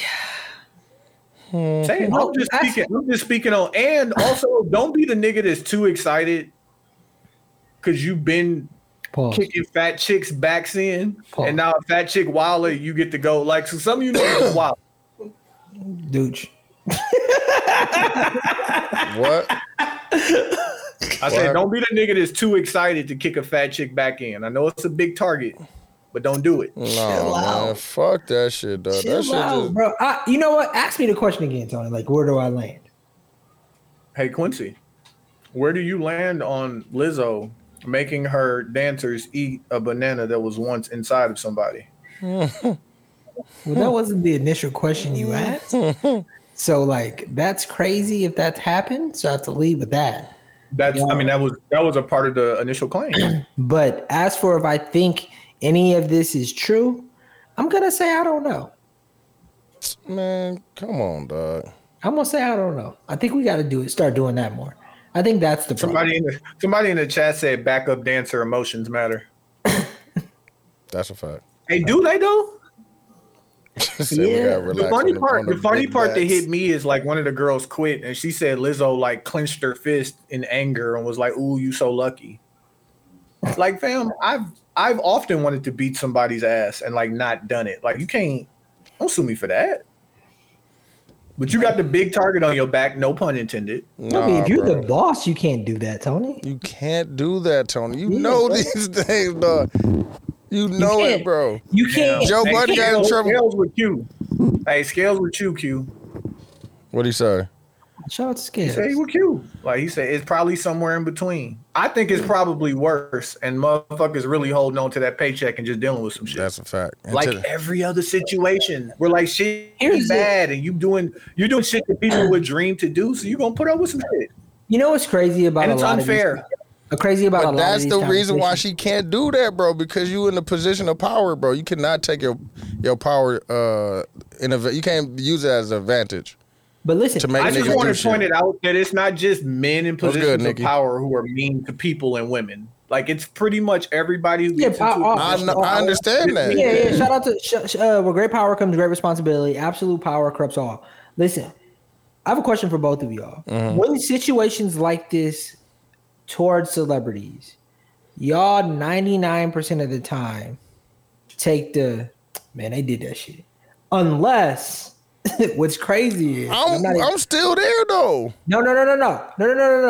S8: Say it.
S4: No,
S8: I'm just
S4: that's-
S8: speaking, I'm just speaking on and also don't be the nigga that's too excited because you've been
S4: pause.
S8: kicking fat chicks backs in
S4: Pause.
S8: and now a fat chick wilder, you get to go like so some of you niggas wild.
S4: Dooch.
S1: What?
S8: I said,
S1: Word.
S8: don't be the nigga that's too excited to kick a fat chick back in. I know it's a big target, but don't do it.
S1: No man,
S4: out.
S1: fuck that shit, dog. That
S4: Chill
S1: shit
S4: out,
S1: just
S4: bro. I, you know what? Ask me the question again, Tony. Like, where do I land?
S8: Hey Quincy, where do you land on Lizzo making her dancers eat a banana that was once inside of somebody?
S4: Well, that wasn't the initial question you asked. So, like, that's crazy if that's happened. So I have to leave with that.
S8: That's I mean that was that was a part of the initial claim.
S4: But as for if I think any of this is true, I'm gonna say I don't know.
S1: Man, come on, dog.
S4: I'm gonna say I don't know. I think we got to do it. Start doing that more. I think that's the problem.
S8: Somebody in the somebody in the chat said backup dancer emotions matter.
S1: That's a fact.
S8: Hey, do they though?
S1: Said we
S4: Yeah.
S1: gotta
S4: The
S1: relax
S8: The funny
S1: on
S8: part,
S1: on
S8: the funny
S1: big
S8: part that
S1: backs.
S8: hit me is like one of the girls quit and she said Lizzo like clenched her fist in anger and was like, "Ooh, you so lucky." Like, fam, I've I've often wanted to beat somebody's ass and like not done it. Like, you can't don't sue me for that. But you got the big target on your back, no pun intended.
S4: I mean,
S1: Nah,
S4: if you're
S1: bro.
S4: the boss, you can't do that, Tony.
S1: You can't do that, Tony. You
S4: Yeah,
S1: know
S4: bro.
S1: these things, dog. You know it,
S4: can't.
S1: bro.
S4: You can't.
S1: Joe
S8: Hey,
S1: Budden got in
S8: Scales-
S1: trouble.
S8: Scales with you. Hey, scales with you, Q.
S1: What do you say?
S4: Shout out to
S8: He said he
S4: Scales.
S8: was cute. Like he said, it's probably somewhere in between. I think it's probably worse, and motherfuckers really holding on to that paycheck and just dealing with some shit.
S1: That's a fact. And
S8: like
S1: to the-
S8: every other situation, we're like shit
S4: Here's
S8: is
S4: the-
S8: bad, and you doing you're doing shit that people would dream to do, so you're gonna put up with some shit,
S4: You know what's crazy about
S8: and
S4: a
S8: it's
S4: lot
S8: unfair.
S4: of these, crazy about a
S1: but
S4: lot
S1: that's
S4: of these
S1: the reason why
S4: conversations-
S1: she can't do that, bro. Because you in the position of power, bro. You cannot take your your power uh in a, you can't use it as an advantage
S4: But listen,
S1: to make
S8: I just
S1: niggas
S8: want
S1: do
S8: to point
S1: shit.
S8: it out that it's not just men in
S1: What's good,
S8: positions of
S1: Nikki?
S8: power who are mean to people and women. Like it's pretty much everybody who
S4: Yeah,
S8: gets
S4: pow-
S8: into a
S4: off-
S1: I, kn- I understand that.
S4: yeah, yeah. Shout out to sh- sh- uh, where great power comes great responsibility. Absolute power corrupts all. Listen, I have a question for both of y'all. When situations like this towards celebrities, y'all ninety nine percent of the time take the man. They did that shit. Unless what's crazy is
S1: I'm
S4: I'm not even-
S1: I'm still there though.
S4: no, no, no, no, no, no, no, no, no,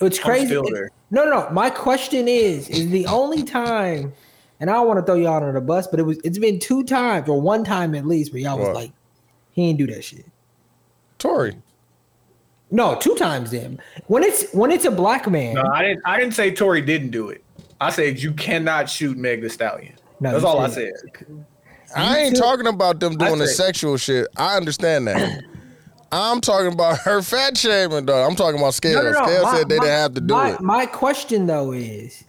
S4: no. It's crazy.
S8: still there.
S4: No, no, no. My question is: is the only time, and I don't want to throw y'all under the bus, but it was it's been two times or one time at least where y'all
S1: What?
S4: was like, he ain't do that shit.
S1: Tori.
S4: No, two times then. When it's when it's a black man,
S8: No, I didn't. I didn't say Tory didn't do it. I said you cannot shoot Meg The Stallion.
S4: No,
S8: That's
S4: you
S8: all I said.
S4: said-
S1: I ain't
S4: too.
S1: talking about them doing the
S8: said-
S1: sexual shit. I understand that. I'm talking about her fat shaming, dog. I'm talking about Scales. Scales
S4: My-
S1: said they
S4: my-
S1: didn't have to do
S4: my,
S1: it.
S4: My question though is,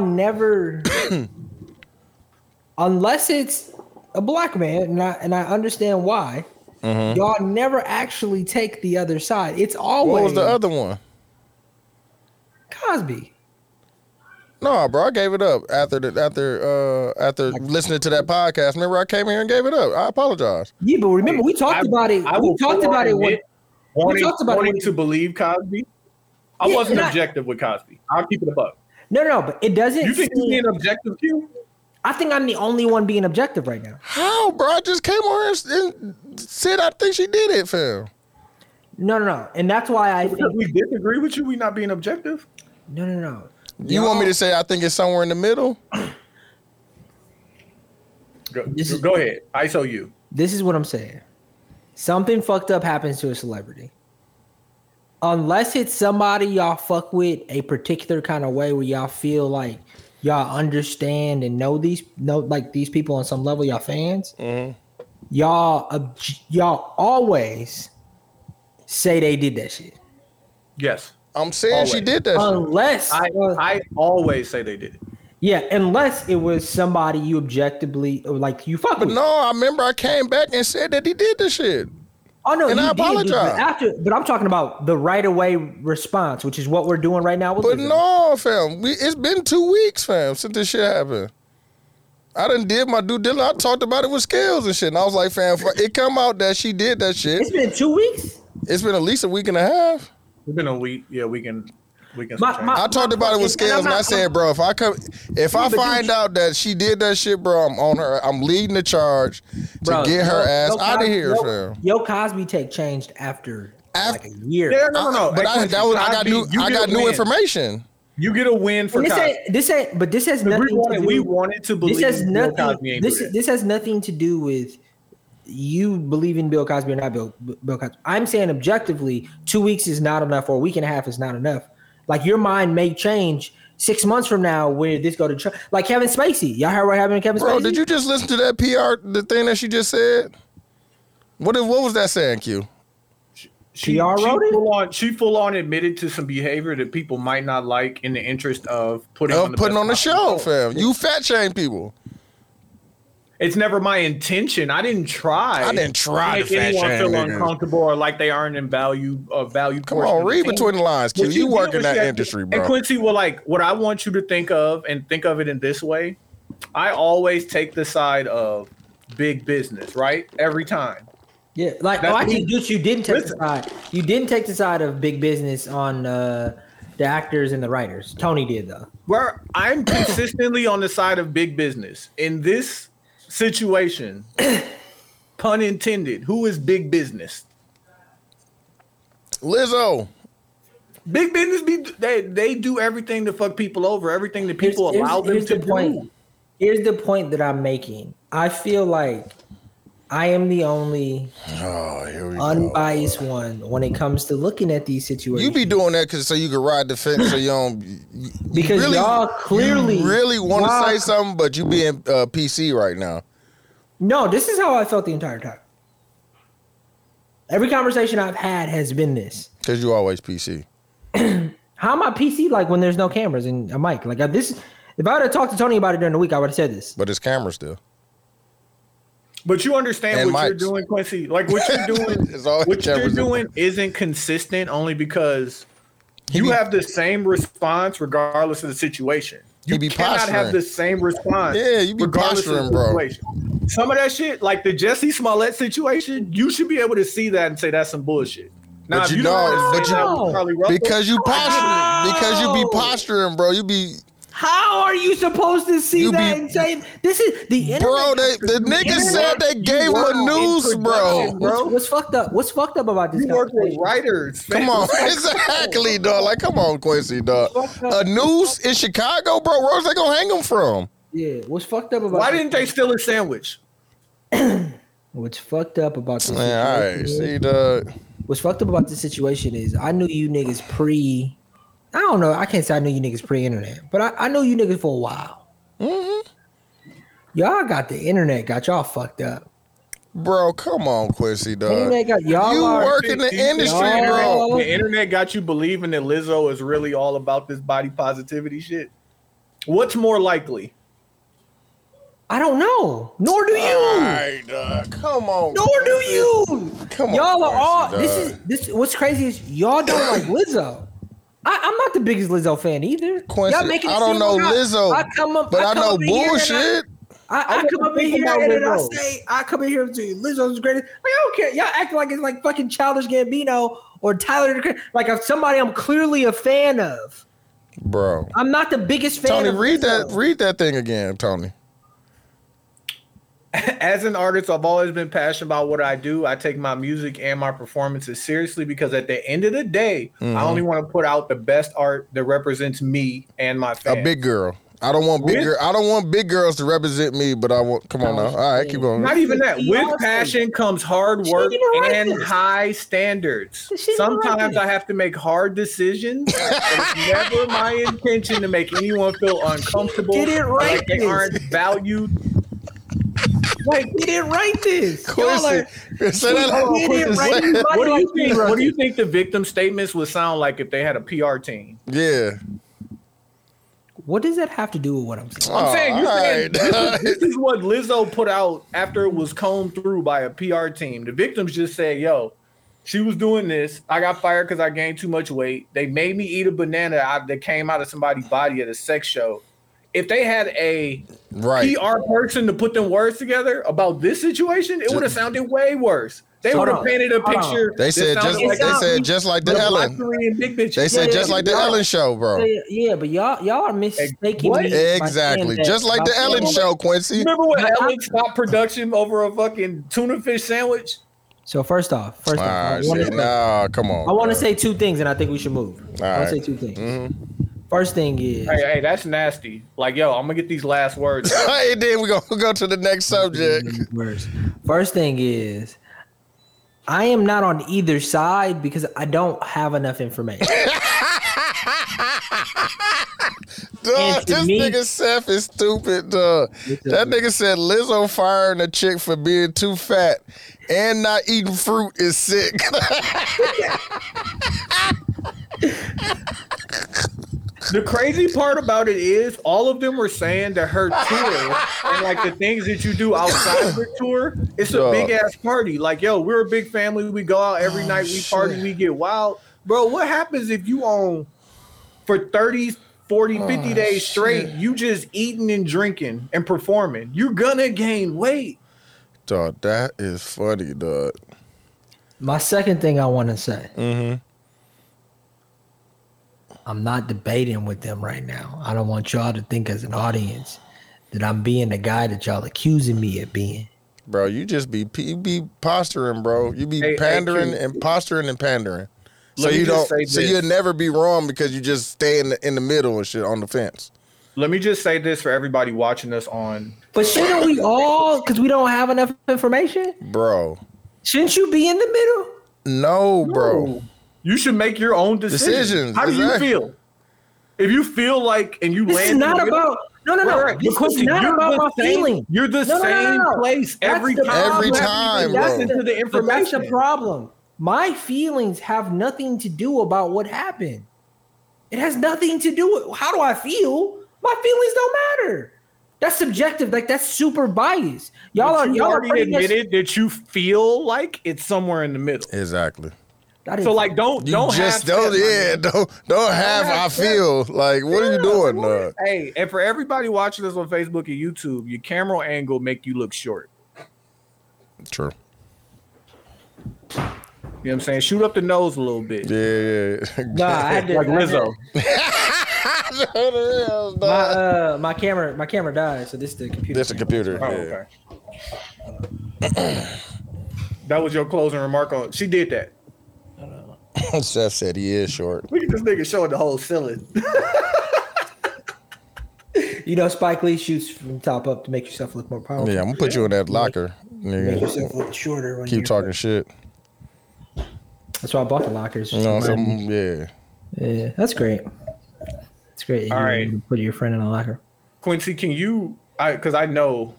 S4: never, unless it's a black man, and I, and I understand why, y'all never actually take the other side. It's always
S1: Mm-hmm. What was the other one?
S4: Cosby.
S1: No, bro, I gave it up after the, after uh after listening to that podcast. Remember, I came here and gave it up. I apologize.
S4: Yeah, but remember we talked
S8: I-
S4: about it.
S8: I
S4: we
S8: will
S4: talked
S8: full
S4: about it. When,
S8: admit wanting,
S4: talked about it
S8: wanting
S4: when-
S8: to believe Cosby. I
S4: Yeah,
S8: wasn't
S4: and I-
S8: objective with Cosby. I'll keep it above.
S4: no, no, no, but it doesn't.
S8: You think you're
S4: seem-
S8: being objective, Q?
S4: I think I'm the only one being objective right now.
S1: How, bro? I just came on here and and said I think she did it, fam.
S4: No, no, no, and that's why I
S8: Because
S4: think
S8: we disagree with you. We not being objective.
S4: no, no, no.
S1: You want me to say I think it's somewhere in the middle?
S8: Go,
S4: This is-
S8: go ahead. ISO you.
S4: This is what I'm saying. Something fucked up happens to a celebrity. Unless it's somebody y'all fuck with a particular kind of way where y'all feel like y'all understand and know these know like these people on some level, y'all fans.
S8: Mm-hmm.
S4: Y'all obj- y'all always say they did that shit.
S8: Yes.
S1: I'm saying she
S8: Always.
S1: did that. shit.
S4: Unless
S8: I,
S4: uh,
S8: I always say they did it.
S4: yeah, unless it was somebody you objectively or like you fuck
S1: But
S4: with.
S1: no, I remember I came back and said that he did the shit.
S4: Oh no,
S1: And
S4: you
S1: I
S4: did, but
S1: apologize.
S4: after, but I'm talking about the right away response, which is what we're doing right now. With
S1: But
S4: Lizzo.
S1: no, fam. We, it's been two weeks, fam, since this shit happened. I done did my due diligence. I talked about it with Scales and shit. And I was like, fam, it come out that she did that shit.
S4: it's been two weeks.
S1: It's been at least a week and a half.
S8: We've been a week. Yeah, we can. We can.
S4: My-
S8: change.
S4: my-
S1: I talked about it with
S4: And I'm
S1: Scales, and I
S4: not-
S1: said, bro, if I come, if I
S4: but you-
S1: find out that she did that shit, bro, I'm on her. I'm leading the charge
S4: Bro,
S1: to get her
S4: yo-
S1: ass
S4: yo
S1: out of
S4: Cos-
S1: here,
S4: yo,
S1: fam.
S4: Yo, Cosby take changed after,
S1: After-
S4: like a year.
S8: yeah, no, no, no.
S1: But
S8: Hey,
S1: I,
S8: Quincy,
S1: that was, I got
S8: Cosby,
S1: new.
S8: you
S1: I
S8: get a
S1: got new
S8: win.
S1: information.
S8: You get a win for
S4: And this
S8: Cosby.
S4: ain't this ain't, but this has nothing.
S8: We
S4: to
S8: wanted,
S4: do,
S8: we wanted to believe
S4: this has
S8: Bill
S4: nothing.
S8: Cosby ain't do
S4: this
S8: that.
S4: this has nothing to do with you believe in Bill Cosby or not Bill Bill Cosby. I'm saying objectively, two weeks is not enough, or a week and a half is not enough Like your mind may change six months from now where this go to tr- like Kevin Spacey. Y'all heard what happened to Kevin
S1: Bro,
S4: Spacey?
S1: did you just listen to that PR, the thing that she just said? What if, What was that saying, Q?
S8: She,
S4: PR
S8: she
S4: wrote it?
S8: full on she full on admitted to some behavior that people might not like in the interest of putting
S1: Of
S8: on the
S1: putting
S8: best Oh,
S1: on the
S8: possible
S1: show, fam. You fat shame people.
S8: It's never my intention. I didn't try.
S1: I didn't try to
S8: make
S1: fat
S8: anyone
S1: shame
S8: feel
S1: niggas.
S8: uncomfortable or like they aren't in value uh, value.
S1: Come
S8: portion of
S1: on,
S8: the
S1: read
S8: team.
S1: between the lines, Q.
S8: What she
S1: You
S8: did
S1: work in
S8: was
S1: that
S8: she had-
S1: industry,
S8: And
S1: bro.
S8: Quincy will like what I want you to think of and think of it in this way. I always take the side of big business, right? Every time.
S4: Yeah, like oh,
S8: That's
S4: I
S8: me.
S4: think Deuce, you didn't take
S8: Listen.
S4: the side. You didn't take the side of big business on uh, the actors and the writers. Tony did though.
S8: Where I'm consistently on the side of big business. In this situation, pun intended, who is big business?
S1: Lizzo.
S8: Big business be they they do everything to fuck people over, everything that
S4: Here's-
S8: people
S4: here's-
S8: allow them
S4: here's
S8: to
S4: the
S8: do.
S4: point. Here's the point that I'm making. I feel like I am the only
S1: Oh, here we go.
S4: unbiased one when it comes to looking at these situations.
S1: You be doing that cause so you can ride the fence so you don't. you- you
S4: Because y'all clearly-
S1: you really want to
S4: y'all-
S1: say something, but you being uh, PC right now.
S4: no, this is how I felt the entire time. Every conversation I've had has been this.
S1: Cause you always PC.
S4: How am I PC like when there's no cameras and a mic? Like I, this, if I would have talked to Tony about it during the week, I would have said this.
S1: But it's camera still.
S8: But you understand
S1: And
S8: what you're
S1: mics.
S8: doing, Quincy. Like what you're doing,
S1: It's always
S8: what you're
S1: cameras in-
S8: doing isn't consistent only because
S1: He
S8: you
S1: be-
S8: have the same response regardless of the situation.
S1: You be
S8: cannot have
S1: posturing.
S8: the same response.
S1: Yeah, you be
S8: regardless
S1: posturing,
S8: of the
S1: bro.
S8: situation. Some of that shit, like the Jesse Smollett situation, you should be able to see that and say that's some bullshit. Now,
S1: But
S8: if
S1: you
S8: you don't
S1: don't,
S8: understand
S1: but you-
S8: that with Charlie Russell,
S1: Because you posturing. Because you be
S4: Wow.
S1: posturing, bro. You be
S4: How are you supposed to see
S1: You
S4: that
S1: be-
S4: and say this is the internet?
S1: Bro, they, the niggas said they gave her
S8: in
S1: news, bro.
S8: production, bro.
S4: What's, what's fucked up? What's fucked up about this?
S8: you work with
S4: conversation?
S8: writers.
S1: Come
S8: man.
S1: on, exactly, dog. Like, come on, Quincy, dog. A noose in Chicago, bro. Where's they gonna hang him from?
S4: Yeah, what's fucked up about?
S8: Why
S4: this-
S8: didn't they steal a sandwich?
S4: What's fucked up about this?
S1: Yeah, all
S4: situation
S1: right,
S4: is-
S1: see, dog.
S4: What's fucked up about this situation is I knew you niggas pre. I don't know. I can't say I knew you niggas pre-internet, but I, I knew you niggas for a while.
S1: Mm-hmm.
S4: Y'all got the internet, got y'all fucked up.
S1: Bro, come on, Quincy, dog.
S4: internet got y'all.
S1: You
S4: are-
S1: work in the industry, bro.
S4: Y'all-
S8: The internet got you believing that Lizzo is really all about this body positivity shit. What's more likely?
S4: I don't know. Nor do you.
S1: All right, dog. Come on.
S4: Nor do
S1: Quincy.
S4: you.
S1: Come on,
S4: y'all are all.
S1: Quincy,
S4: This
S1: dog.
S4: is this. What's crazy is y'all don't like Lizzo. I, I'm not the biggest Lizzo fan either.
S1: Quincy,
S4: y'all making it
S1: I don't
S4: seem
S1: know
S4: like
S1: Lizzo,
S4: I, I come up,
S1: But I,
S4: come
S1: know
S4: up in here and
S1: bullshit.
S4: I, I,
S8: I
S4: come up in
S8: think
S4: here
S8: about
S4: and then I
S8: Lizzo.
S4: say I come in here to Lizzo's the greatest. Like, I don't care. Y'all acting like it's like fucking Childish Gambino or Tyler. the Cre- Like if somebody I'm clearly a fan of.
S1: Bro.
S4: I'm not the biggest fan.
S1: Tony,
S4: of
S1: read that
S4: Lizzo.
S1: read that thing again, Tony.
S8: As an artist, I've always been passionate about what I do. I take my music and my performances seriously because at the end of the day,
S1: Mm-hmm.
S8: I only want to put out the best art that represents me and my fans.
S1: A big girl. I don't want big
S8: With-
S1: girl. I don't want big girls to represent me, but I want. Come on
S4: Oh,
S1: now. All right, keep going.
S8: Not even that.
S4: She also-
S8: With passion comes hard
S4: She
S8: work
S4: didn't write
S8: and
S4: this.
S8: high standards.
S4: She didn't write
S8: Sometimes
S4: this.
S8: I have to make hard decisions. it's never my intention to make anyone feel uncomfortable.
S4: She didn't write
S8: like they
S4: this.
S8: aren't valued.
S4: Like he didn't write this. Y'all
S1: Quincy,
S4: are,
S1: say that
S4: Hold on,
S1: again.
S4: Quincy, right?
S1: Say-
S4: Why
S8: What do you
S4: you
S8: think?
S4: write
S8: What do you
S4: this?
S8: think the victim statements would sound like if they had a PR team?
S1: Yeah.
S4: What does that have to do with what I'm saying?
S8: I'm saying, you're
S1: Oh, All
S8: saying
S1: right.
S8: this, is, this is what Lizzo put out after it was combed through by a PR team. The victims just said, "Yo, she was doing this. I got fired because I gained too much weight. They made me eat a banana out, that came out of somebody's body at a sex show." If they had a
S1: right.
S8: PR person to put them words together about this situation, it would have sounded way worse. They
S4: Hold
S8: would have
S4: on,
S8: painted a
S4: hold on.
S8: picture.
S1: They
S8: that
S1: said just
S8: sounded
S1: like they
S4: out.
S1: said just like the
S8: the
S1: Ellen.
S8: Black Korean big bitch.
S1: They said
S4: Yeah,
S1: just
S4: yeah,
S1: like the
S4: yeah.
S1: Ellen show, bro.
S4: Yeah, yeah, but y'all y'all are mistaking
S8: What?
S4: me by
S1: Exactly.
S4: saying that.
S1: Just like
S4: By
S1: the
S4: saying
S1: Ellen
S4: that.
S1: show, Quincy.
S8: Remember when
S4: Nah.
S8: Ellen stopped production over a fucking tuna fish sandwich?
S4: So first off, first off,
S1: Ah,
S4: I want
S1: shit.
S4: to say,
S1: Nah, come on.
S4: I wanna
S1: bro.
S4: say two things, and I think we should move. I want
S1: Alright.
S4: to say two things.
S1: Mhm.
S4: First thing is,
S8: Hey, hey, that's nasty. Like, yo, I'm gonna get these last words. out.
S1: Hey, then we're gonna go to the next
S4: Mm-hmm.
S1: subject.
S4: Words. First thing is, I am not on either side because I don't have enough information.
S1: Dog,
S4: And to
S1: this
S4: me-
S1: nigga Seth is stupid, dog. That nigga said Lizzo firing a chick for being too fat and not eating fruit is sick.
S8: The crazy part about it is all of them were saying that her tour and like the things that you do outside of her tour, it's a
S1: Dog.
S8: big ass party. Like, yo, we're a big family. We go out every night, we party, we get wild. Bro, what happens if you on for 30, 40, 50 days straight, you just eating and drinking and performing? You're gonna gain weight.
S1: dog, that is funny, dog.
S4: My second thing I want to say. I'm not debating with them right now. I don't want y'all to think as an audience that I'm being the guy that y'all accusing me of being.
S1: Bro, you just be you be posturing, bro. You be
S8: Hey, hey,
S1: pandering
S8: Q.
S1: and posturing and pandering. so
S8: Let me
S1: you don't.
S8: just say
S1: So
S8: this.
S1: you'll never be wrong because you just stay in the in the middle and shit on the fence.
S8: Let me just say this for everybody watching us on
S4: But shouldn't we all, because we don't have enough information,
S1: Bro.
S4: shouldn't you be in the middle?
S1: No, bro.
S8: You should make your own decisions.
S1: Decisions,
S8: How do
S1: exactly.
S8: you feel? If you feel like and you
S4: This
S8: land
S4: is
S8: in
S4: not
S8: the middle-
S4: about, no, no, no.
S8: Right, right.
S4: This
S8: Because
S4: is not
S8: you're
S4: about
S8: the
S4: my
S8: same-
S4: feeling.
S8: You're the
S4: No, no, no,
S8: same
S4: no.
S8: place
S4: That's
S8: every
S4: the
S8: time.
S1: Every
S4: problem.
S1: time,
S4: That's
S1: bro.
S8: Listen
S4: but
S8: to the
S4: That's the
S8: information.
S4: problem. My feelings have nothing to do about what happened. It has nothing to do with how do I feel. My feelings don't matter. That's subjective. Like that's super biased. Y'all
S8: But
S4: are
S8: you
S4: y'all are
S8: already
S4: pretty much-
S8: admitted that you feel like it's somewhere in the middle.
S1: Exactly.
S4: I didn't-
S8: So like, don't
S1: You
S8: don't
S1: just
S8: have
S1: don't.
S8: that, my
S1: Yeah,
S8: man.
S1: don't don't have. I
S8: have that.
S1: feel like what are you doing, dog?
S8: Hey, and for everybody watching this on Facebook and YouTube, your camera angle make you look short.
S1: True.
S8: You know what I'm saying? Shoot up the nose a little bit,
S1: Yeah,
S4: Nah,
S1: yeah.
S4: I had to,
S8: like
S4: I had-
S8: Lizzo.
S1: Hell,
S4: My
S1: dog.
S4: uh, my camera my camera died. So this is the computer.
S1: This a computer.
S8: Oh,
S1: yeah.
S8: okay. that was your closing remark on. She did that.
S1: Seth said he is short.
S8: Look at this nigga showing the whole ceiling.
S4: You know, Spike Lee shoots from top up to make yourself look more powerful.
S1: Yeah, I'm gonna put you in that locker,
S4: Make
S1: nigga.
S4: yourself look shorter. When
S1: Keep
S4: you're-
S1: talking shit.
S4: That's why I bought the lockers.
S1: You know what I'm saying? Yeah.
S4: Yeah, that's great. That's great.
S8: All
S4: you
S8: right.
S4: you Put your friend in a locker.
S8: Quincy, can you? I because I know.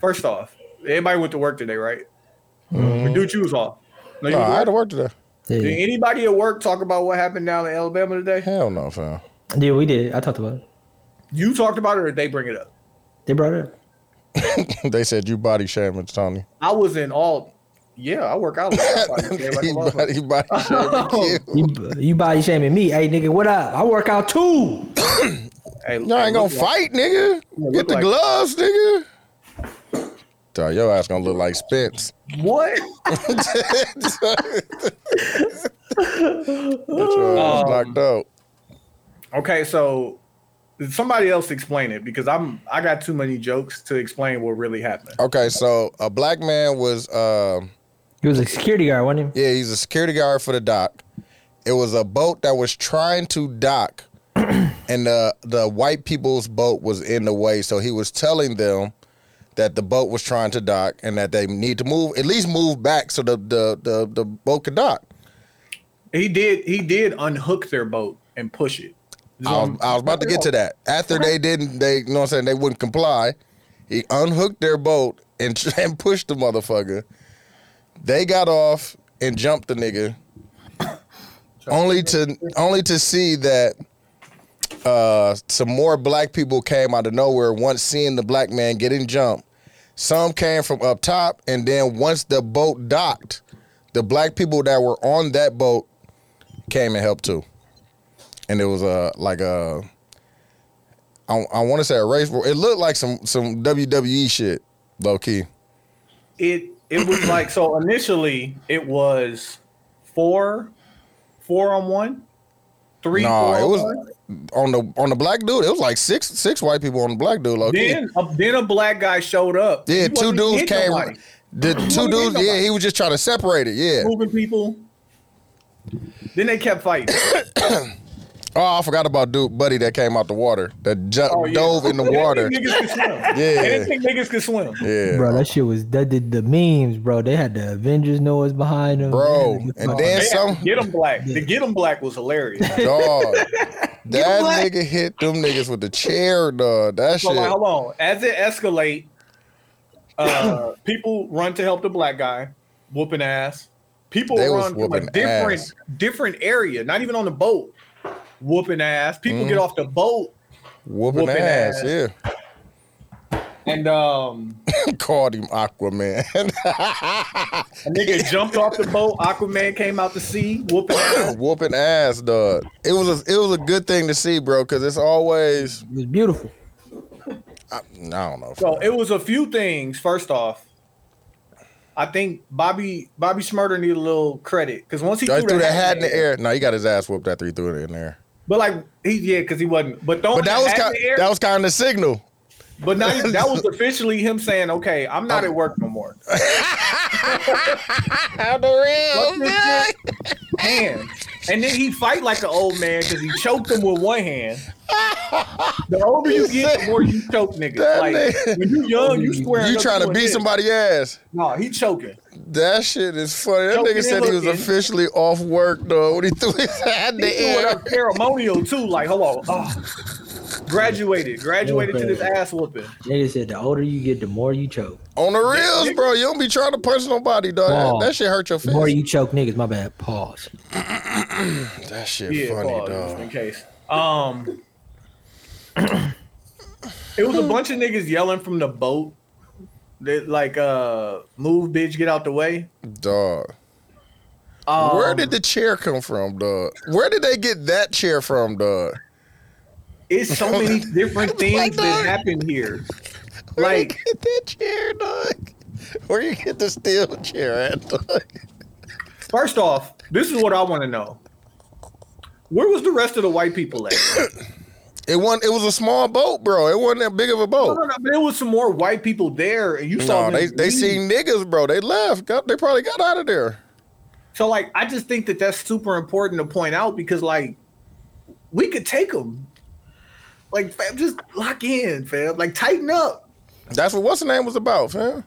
S8: First off, everybody went to work today, right? We do choose off. No, you
S1: Mm-hmm. Nah, I had
S8: went to
S1: to
S8: work.
S1: work today.
S4: Yeah.
S8: Did anybody at work talk about what happened down in Alabama today?
S1: Hell no, fam.
S4: Yeah, we did. I talked about it.
S8: You talked about it, or did they bring it up?
S4: They brought it up.
S1: they said you body shaming, Tony.
S8: I was in all. Yeah, I work out. Like, I fucking care like a
S1: he
S8: motherfucker. Oh.
S1: body, he body shaming you.
S4: You, you body shaming me. Hey, nigga, what up? I work out too.
S1: Y'all
S8: Hey,
S1: ain't gonna
S8: look like-
S1: fight, nigga.
S8: look
S1: Get the
S8: like-
S1: gloves, nigga. Dog, your ass gonna look like Spence.
S8: What?
S1: Get your
S8: Um,
S1: ass knocked out.
S8: Okay, so somebody else explain it because I'm I got too many jokes to explain what really happened.
S1: Okay, so a black man was, um,
S4: He was a security guard, wasn't
S1: yeah, he's a security guard for the dock. It was a boat that was trying to dock, and the the white people's boat was in the way. So he was telling them that the boat was trying to dock and that they need to move, at least move back so the the the, the boat could dock.
S8: He did he did unhook their boat and push it.
S1: I was, I was about to get to that. After they didn't, they you know what I'm saying they wouldn't comply. He unhooked their boat and and pushed the motherfucker. They got off and jumped the nigga, only to only to see that uh, some more black people came out of nowhere. Once seeing the black man getting jumped, some came from up top, and then once the boat docked, the black people that were on that boat came and helped too and it was a like a I, I want to say a race war. It looked like some some WWE shit, low key.
S8: It it was like so initially it was four four on one, three
S1: No,
S8: four
S1: it
S8: on
S1: was
S8: one.
S1: on the on the black dude. It was like six six white people on the black dude, low key.
S8: Then a, then a black guy showed up.
S1: Yeah,
S8: He
S1: two
S8: wasn't
S1: dudes
S8: hitting
S1: came.
S8: nobody.
S1: The two
S8: wasn't
S1: dudes,
S8: hitting
S1: yeah,
S8: nobody.
S1: he was just trying to separate it. Yeah,
S8: moving people. Then they kept fighting.
S1: Oh, I forgot about dude, buddy that came out the water that jumped,
S8: Oh,
S1: dove in the water.
S8: Niggas can swim.
S1: Yeah,
S8: Anything niggas can swim.
S1: yeah,
S4: Bro, that shit was that did the memes, bro. They had the Avengers noise behind them.
S1: Bro,
S4: They had the-
S1: and then-
S8: They
S1: So-
S8: had to get them black. The get them black was hilarious.
S1: dog. That nigga hit them niggas with the chair, dog. That
S8: So
S1: shit.
S8: like, hold on. As it escalate, uh, people run to help the black guy, whooping ass. People
S1: They was
S8: run from a
S1: whooping
S8: different
S1: ass.
S8: different area, not even on the boat, whooping ass. People
S1: Mm.
S8: get off the boat
S1: Whooping,
S8: Whooping
S1: ass,
S8: ass.
S1: yeah.
S8: and um,
S1: Called him Aquaman.
S8: a nigga jumped off the boat. Aquaman came out to sea, whooping ass.
S1: whooping ass, dog. It was a, it was a good thing to see, bro, because it's always
S4: it was beautiful.
S1: I, I don't know.
S8: So it was a few things. First off, I think Bobby Bobby Smurder needed a little credit because once he
S1: I
S8: threw,
S1: threw
S8: the
S1: that hat in the air. No, he got his ass whooped after he threw it in there.
S8: but like he yeah, because he wasn't. But throwing
S1: But that was
S8: hat
S1: kind
S8: in the air,
S1: that was kind of the signal.
S8: But not even, that was officially him saying, "Okay, I'm not at work no more."
S1: How the
S8: Fuck this shit. Hand, and then he fight like an old man because he choked him with one hand. The older you get, the more you choke niggas.
S1: That
S8: Like
S1: nigga-
S8: when you young, you swearing.
S1: You
S8: up
S1: trying to
S8: a
S1: beat
S8: nigga.
S1: somebody ass?
S8: No, he choking.
S1: That shit is funny. That
S8: Yo,
S1: nigga
S8: man,
S1: said he was
S8: look,
S1: officially off work though when he threw his hat in
S8: He
S1: the
S8: doing
S1: air.
S8: up ceremonial too. Like, hold on. Oh. Graduated, graduated to this ass whooping.
S4: They said the older you get, the more you choke.
S1: On the reels, bro. You don't be trying to punch nobody, dog. That-
S4: Wow.
S1: That, shit hurt your
S4: The more
S1: face.
S4: you choke niggas, my bad. Pause.
S1: That shit
S8: Yeah,
S1: funny,
S8: pause, just in
S1: dog.
S8: case. Um, it was a bunch of niggas yelling from the boat. That like, uh, move, bitch, get out the way.
S1: Dog.
S8: Um,
S1: Where did the chair come from, dog? Where did they get that chair from, dog?
S8: it's so many different things
S1: dog.
S8: that happen here?
S1: Where
S8: Like,
S1: you get that chair, dog? Where you get the steel chair at, dog?
S8: first off, this is what I want to know. Where was the rest of the white people at?
S1: It was it was a small boat, bro. It wasn't that big of a
S8: No,
S1: boat.
S8: no, no, there was some more white people there, and you saw
S1: No,
S8: them
S1: they they
S8: leave.
S1: seen niggas, bro. They left. Got, they probably got out of there.
S8: So like, I just think that that's super important to point out because like, we could take them. Like, fam, just lock in, fam. Like, tighten up,
S1: That's what what's the name was about, fam.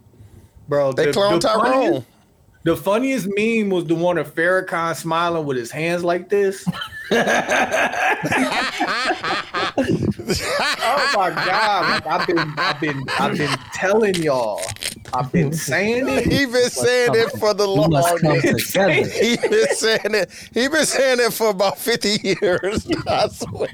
S8: bro.
S1: They cloned Tyrone.
S8: Funniest, the funniest meme was the one of Farrakhan smiling with his hands like this. oh my god! Like, I've been, I've been, I've been telling y'all. I've been saying it.
S1: He been saying it for the
S4: We must come
S1: longest.
S4: together.
S1: He been saying it. He been saying it for about fifty years. I swear.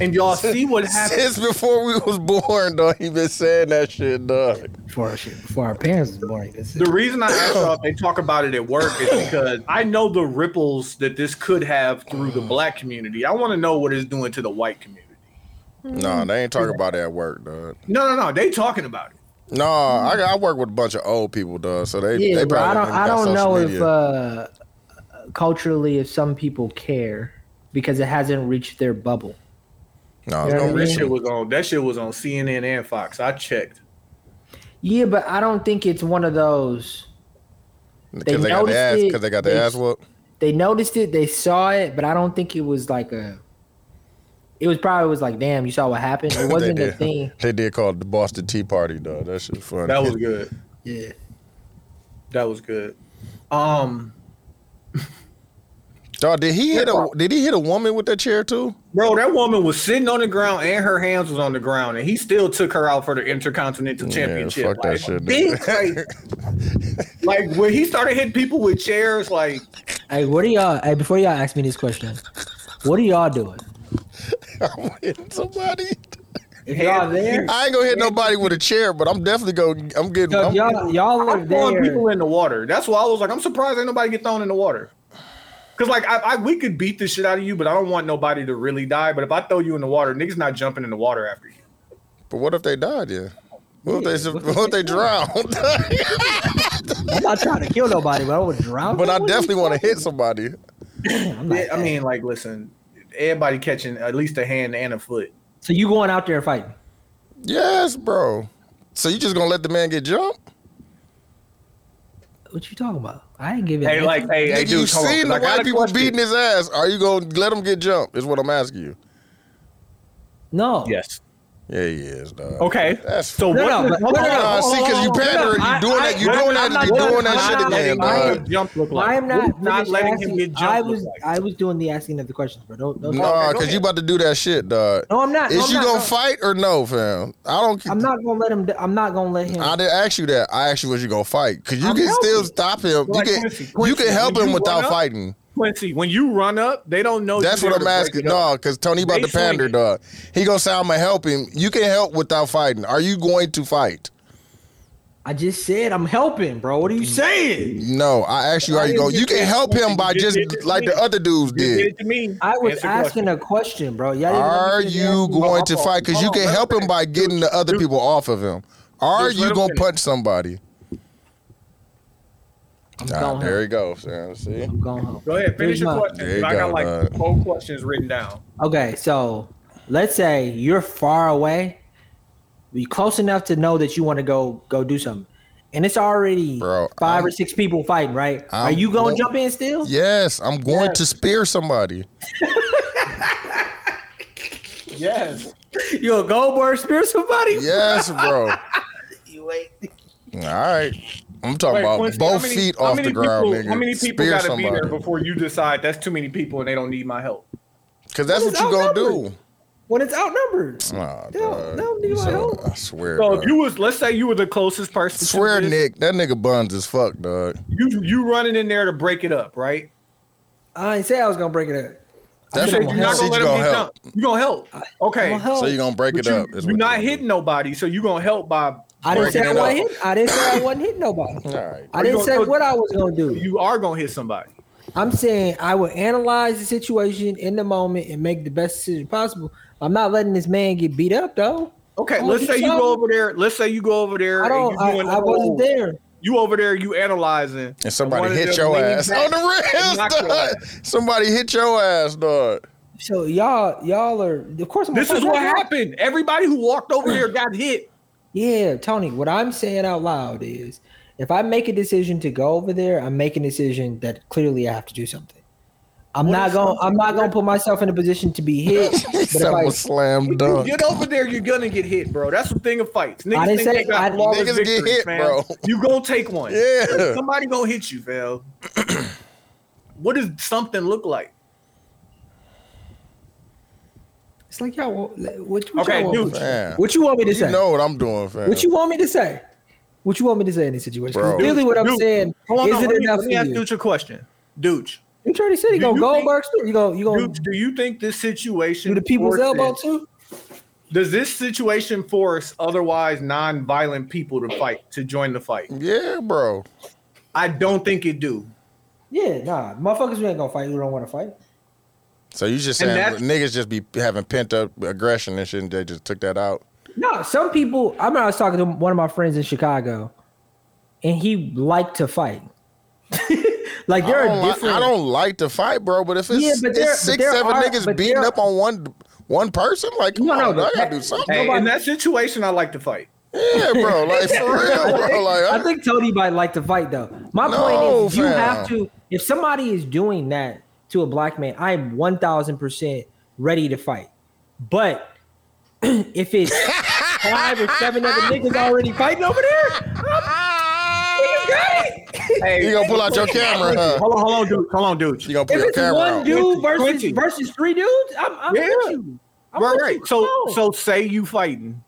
S8: And y'all see what happened.
S1: Since before we was born, dog. He been saying that shit, dog.
S4: Before our, shit, before our parents was born. That's it.
S8: The reason I asked y'all if they talk about it at work is because I know the ripples that this could have through the black community. I want to know what it's doing to the white community.
S1: No, they ain't talking about that at work, dog.
S8: No, no, no. They talking about it.
S1: No, I, I work with a bunch of old people, dog. So they,
S4: Yeah,
S1: they
S4: bro. I
S1: probably
S4: don't.
S1: ain't
S4: I
S1: got social
S4: don't know if
S1: media.
S4: uh, culturally, if some people care because it hasn't reached their bubble.
S1: no,
S4: you know what I
S8: That
S4: mean?
S1: it's
S8: shit was on. That shit was on CNN and Fox. I checked.
S4: Yeah, but I don't think it's one of those. They
S1: because they, got the
S4: noticed
S1: ass
S4: it,
S1: because they got the
S4: they-
S1: ass whoop.
S4: They noticed it. They saw it, but I don't think it was like a. It was probably was like, damn, you saw what happened. It wasn't
S1: they
S4: a
S1: did.
S4: thing.
S1: They did call it the Boston Tea Party, dog. That shit funny.
S8: That was good.
S4: Yeah.
S8: That was good. Um,
S1: dog. Did he hit a Did he hit a woman with that chair too?
S8: bro, that woman was sitting on the ground and her hands was on the ground, and he still took her out for the Intercontinental Championship.
S1: fuck that
S8: like,
S1: shit,
S8: bitch, like, like when he started hitting people with chairs, like.
S4: Hey, what do y'all? Hey, before y'all ask me this question, what are y'all doing?
S1: I'm hitting somebody.
S4: If y'all there,
S1: I ain't gonna hit nobody with a chair, but I'm definitely going. to I'm getting.
S4: so if
S1: I'm,
S4: y'all y'all are
S8: I'm throwing people
S4: there.
S8: in the water. That's why I was like, I'm surprised ain't nobody get thrown in the water. Cause like I, I we could beat the shit out of you, but I don't want nobody to really die. But if I throw you in the water, niggas not jumping in the water after you.
S1: but what if they died? Yeah. What if they
S4: Yeah, what
S1: What if they drowned?
S4: I'm not trying to kill nobody, but I would drown.
S1: but I
S4: someone.
S1: definitely want to hit somebody.
S4: I'm not-
S8: I mean, like, listen, everybody catching at least a hand and a foot.
S4: So you going out there and fighting?
S1: Yes, bro. So you just gonna let the man get jumped?
S4: What you talking about? I ain't giving.
S8: Hey,
S4: nothing.
S8: like, hey, hey,
S1: Nigga, you
S8: dude, hold on,
S1: seen
S8: 'cause I
S1: the
S8: got
S1: white
S8: a
S1: people
S8: question.
S1: beating his ass. Are you gonna let him get jumped? Is what I'm asking you.
S4: no.
S8: Yes.
S1: Yeah, he is, dog.
S8: Okay.
S1: That's
S8: So
S4: No,
S8: what?
S4: no, but-
S8: hold
S4: no,
S8: on,
S4: no,
S8: hold
S1: Nah,
S8: on,
S1: see, because you
S8: hold on, hold on.
S1: pandering,
S4: I-
S1: you doing
S4: I-
S1: that, you doing
S8: I'm
S1: that,
S8: not
S1: you doing
S8: letting-
S1: that
S8: I'm
S1: shit
S8: not
S1: again,
S8: letting him
S1: dog.
S8: get Jump look like.
S4: I'm not,
S8: We're not
S4: finished
S8: letting him
S4: asking-
S8: get jumped.
S4: I
S8: look
S4: was
S8: like.
S4: I was doing the asking of the questions, bro. Don't don't.
S1: Nah,
S8: Okay, go
S1: because you
S8: ahead.
S1: about to do that shit, dog.
S4: No, I'm not.
S1: Is
S4: no, I'm
S1: you
S4: not,
S1: gonna
S4: no.
S1: fight or no, fam? I don't.
S4: I'm not gonna let him. d- I'm not gonna let him.
S1: I didn't ask you that. I asked you was you gonna fight because you
S4: I'm
S1: can still
S4: helping.
S1: stop him.
S8: Like
S1: you can
S8: Quincy,
S1: you
S8: Quincy,
S1: can help
S8: when
S1: him
S8: you
S1: without
S8: run up, Oh,
S1: fighting.
S8: Quincy, when you run up, they don't know.
S1: That's
S8: you're
S1: what I'm
S8: there to break
S1: asking.
S8: it up.
S1: No, because Tony about
S8: They
S1: to pander,
S8: swinging.
S1: dog. He gonna say I'm gonna help him. You can help without fighting. Are you going to fight?
S4: I just said I'm helping, bro. What are
S8: Mm,
S4: you saying?
S1: No, I asked you how you
S8: didn't
S1: going. You
S8: get
S1: can
S8: that
S1: help him
S8: question.
S1: by
S8: You
S1: just
S8: did it to
S1: like
S8: me.
S1: the other dudes
S8: You did
S1: did.
S8: it to me.
S4: I was
S8: Answer
S4: asking
S8: question.
S4: a question, bro. Y'all didn't let me
S1: Are
S4: finish
S1: you
S4: asking-
S1: going to fight? Because
S8: Hold
S1: you
S8: on,
S1: can
S8: let him
S1: help him
S8: finish.
S1: by getting the other people off of him. Are
S8: Dude, let
S1: you
S8: him
S1: gonna
S8: finish.
S1: punch somebody?
S4: I'm
S1: Nah,
S4: going
S1: there
S4: home.
S1: he goes, fam. See.
S4: I'm going home.
S8: Go ahead, finish
S4: Here's
S8: your
S4: my-
S8: question.
S1: There you
S8: I
S1: go,
S8: got like
S1: dog.
S8: four questions written down.
S4: Okay, so let's say you're far away, you close enough to know that you want to go go do something, and it's already
S1: Bro,
S4: 5 or
S1: I'm-
S4: six people fighting. Right? Are
S1: I'm
S4: you going
S1: going-
S4: to jump in still?
S1: Yes, I'm going to spear somebody.
S10: Yes.
S4: You a Goldberg spear somebody?
S1: Yes, bro.
S11: You ain't.
S1: All right. I'm talking
S8: Wait,
S1: about
S8: Quincy, how
S1: both
S8: many-
S1: feet
S8: how
S1: off
S8: many
S1: the ground,
S8: people,
S1: nigga.
S8: How many people
S1: Spear
S8: gotta be
S1: somebody.
S8: there before you decide that's too many people and they don't need my help?
S1: Because that's what
S4: What is
S1: you going to
S4: outnumbered? When it's outnumbered.
S1: do. Nah,
S4: They don't-
S1: dog.
S4: they don't need my
S1: So,
S4: help.
S1: I swear.
S8: So
S1: dog.
S8: if you was, let's say you were the closest person.
S1: swear,
S8: to this,
S1: Nick, that nigga buns as fuck, dog.
S8: You you running in there to break it up, right?
S4: I ain't say I was gonna break it up.
S1: That's
S4: said
S1: what you
S4: you're
S8: You're
S4: Help.
S8: not
S1: said. You
S8: gonna let him
S1: gonna
S8: get
S1: help.
S8: jumped. You gonna help? Okay.
S4: I'm gonna help.
S1: So you gonna break
S8: But
S1: it
S8: you,
S1: up. is
S8: You're
S1: what
S8: not
S1: gonna
S8: hitting nobody, so you gonna help by.
S4: I didn't say
S1: breaking
S4: I
S1: it
S4: wasn't
S1: up.
S4: hitting. I didn't say I wasn't hitting nobody.
S1: do. All right.
S4: I didn't
S8: you
S4: say
S8: gonna-
S4: what I was gonna do.
S8: You are gonna hit somebody.
S4: I'm saying I will analyze the situation in the moment and make the best decision possible. I'm not letting this man get beat up though.
S8: Okay,
S4: Oh,
S8: let's
S4: you
S8: say you go
S4: saw-
S8: over there. Let's say you go over there.
S4: I don't.
S8: And
S4: I,
S8: you doing
S4: I
S8: the whole-
S4: wasn't there.
S8: You over there. You analyzing.
S1: And
S8: one
S1: somebody
S8: of
S1: hit
S8: them
S1: your
S8: leaned
S1: ass
S8: back
S1: on the
S8: and
S1: rails,
S8: knocked your
S1: dog.
S8: ass.
S1: Somebody hit your ass, dog.
S4: So y'all, y'all are. Of course, I'm
S8: This
S4: gonna
S8: is
S4: fight
S8: what
S4: back.
S8: happened. Everybody who walked over there got hit.
S4: Yeah, Tony. What I'm saying out loud is, if I make a decision to go over there, I'm making a decision that clearly I have to do something. I'm not going. to I'm not going to put myself in a position to be hit. but if
S1: That
S4: I-
S1: was slam
S8: You
S1: dunk.
S8: get over there, you're gonna get hit, bro. That's the thing of fights. Niggas
S4: I didn't
S8: think
S4: say-
S8: they got
S4: I-
S8: flawless
S1: Niggas get
S8: victories,
S1: hit,
S8: man.
S1: bro.
S8: You gonna take one.
S1: Yeah.
S8: Somebody gonna hit you, Val. what does something look like?
S4: it's like y'all. want- What, what
S8: Okay,
S4: y'all want,
S8: dude.
S1: Fam.
S4: what you want me to say?
S1: You know what I'm doing, fam.
S4: What you want me to say? What you want me to say in this situation? 'Cause
S1: Bro.
S4: Really, what I'm
S8: Dude,
S4: saying
S8: Hold on,
S4: is it
S8: let me,
S4: enough
S8: let me
S4: for
S8: ask
S4: you?
S8: Dooch a question. Dooch,
S4: You already said you
S8: Do
S4: gonna
S8: you think-
S4: Goldberg Stewart. You gonna you gonna
S8: Dooch, do you think this situation
S4: do the people's
S8: forces-
S4: elbow too?
S8: Does this situation force otherwise non-violent people to fight to join the fight?
S1: Yeah, bro.
S8: I don't think it do.
S4: Yeah, nah, motherfuckers, we ain't gonna fight. We don't want to fight.
S1: So you just
S8: And
S1: saying
S8: that's-
S1: niggas just be having pent up aggression and shit, and they just took that out.
S4: No, some people. I remember I was talking to one of my friends in Chicago, and he liked to fight. like there
S1: Oh I
S4: are
S1: don't, li-
S4: different.
S1: I don't like to fight, bro. But if it's,
S4: Yeah, but there-
S1: it's six,
S4: but there
S1: seven
S4: are-
S1: niggas
S4: but
S1: beating
S4: there-
S1: up on one one person, like come
S4: No,
S1: on,
S4: no, but
S1: I gotta
S4: that-
S1: do something.
S8: Hey, in
S4: Nobody-
S8: that situation, I like to fight.
S1: Yeah, bro. Like for real, bro. Like I,
S4: I think Tony might like to fight though. My
S1: No,
S4: point is, you
S1: fam.
S4: have to. If somebody is doing that to a black man, I am one thousand percent ready to fight. But if it's five or seven other niggas already fighting over there,
S1: ah,
S4: I'm, got it.
S8: Hey,
S1: you gonna pull out your camera, huh?
S8: hold on, hold on, dude. Hold on, dude.
S1: You gonna pull
S4: if
S1: your
S4: it's
S1: camera
S4: one
S1: out?
S4: dude versus
S8: Quincy.
S4: versus three dudes, I'm, I'm
S8: Yeah.
S4: with you. I'm
S8: right,
S4: with
S8: right.
S4: you.
S8: So,
S4: Come on.
S8: so say you fighting.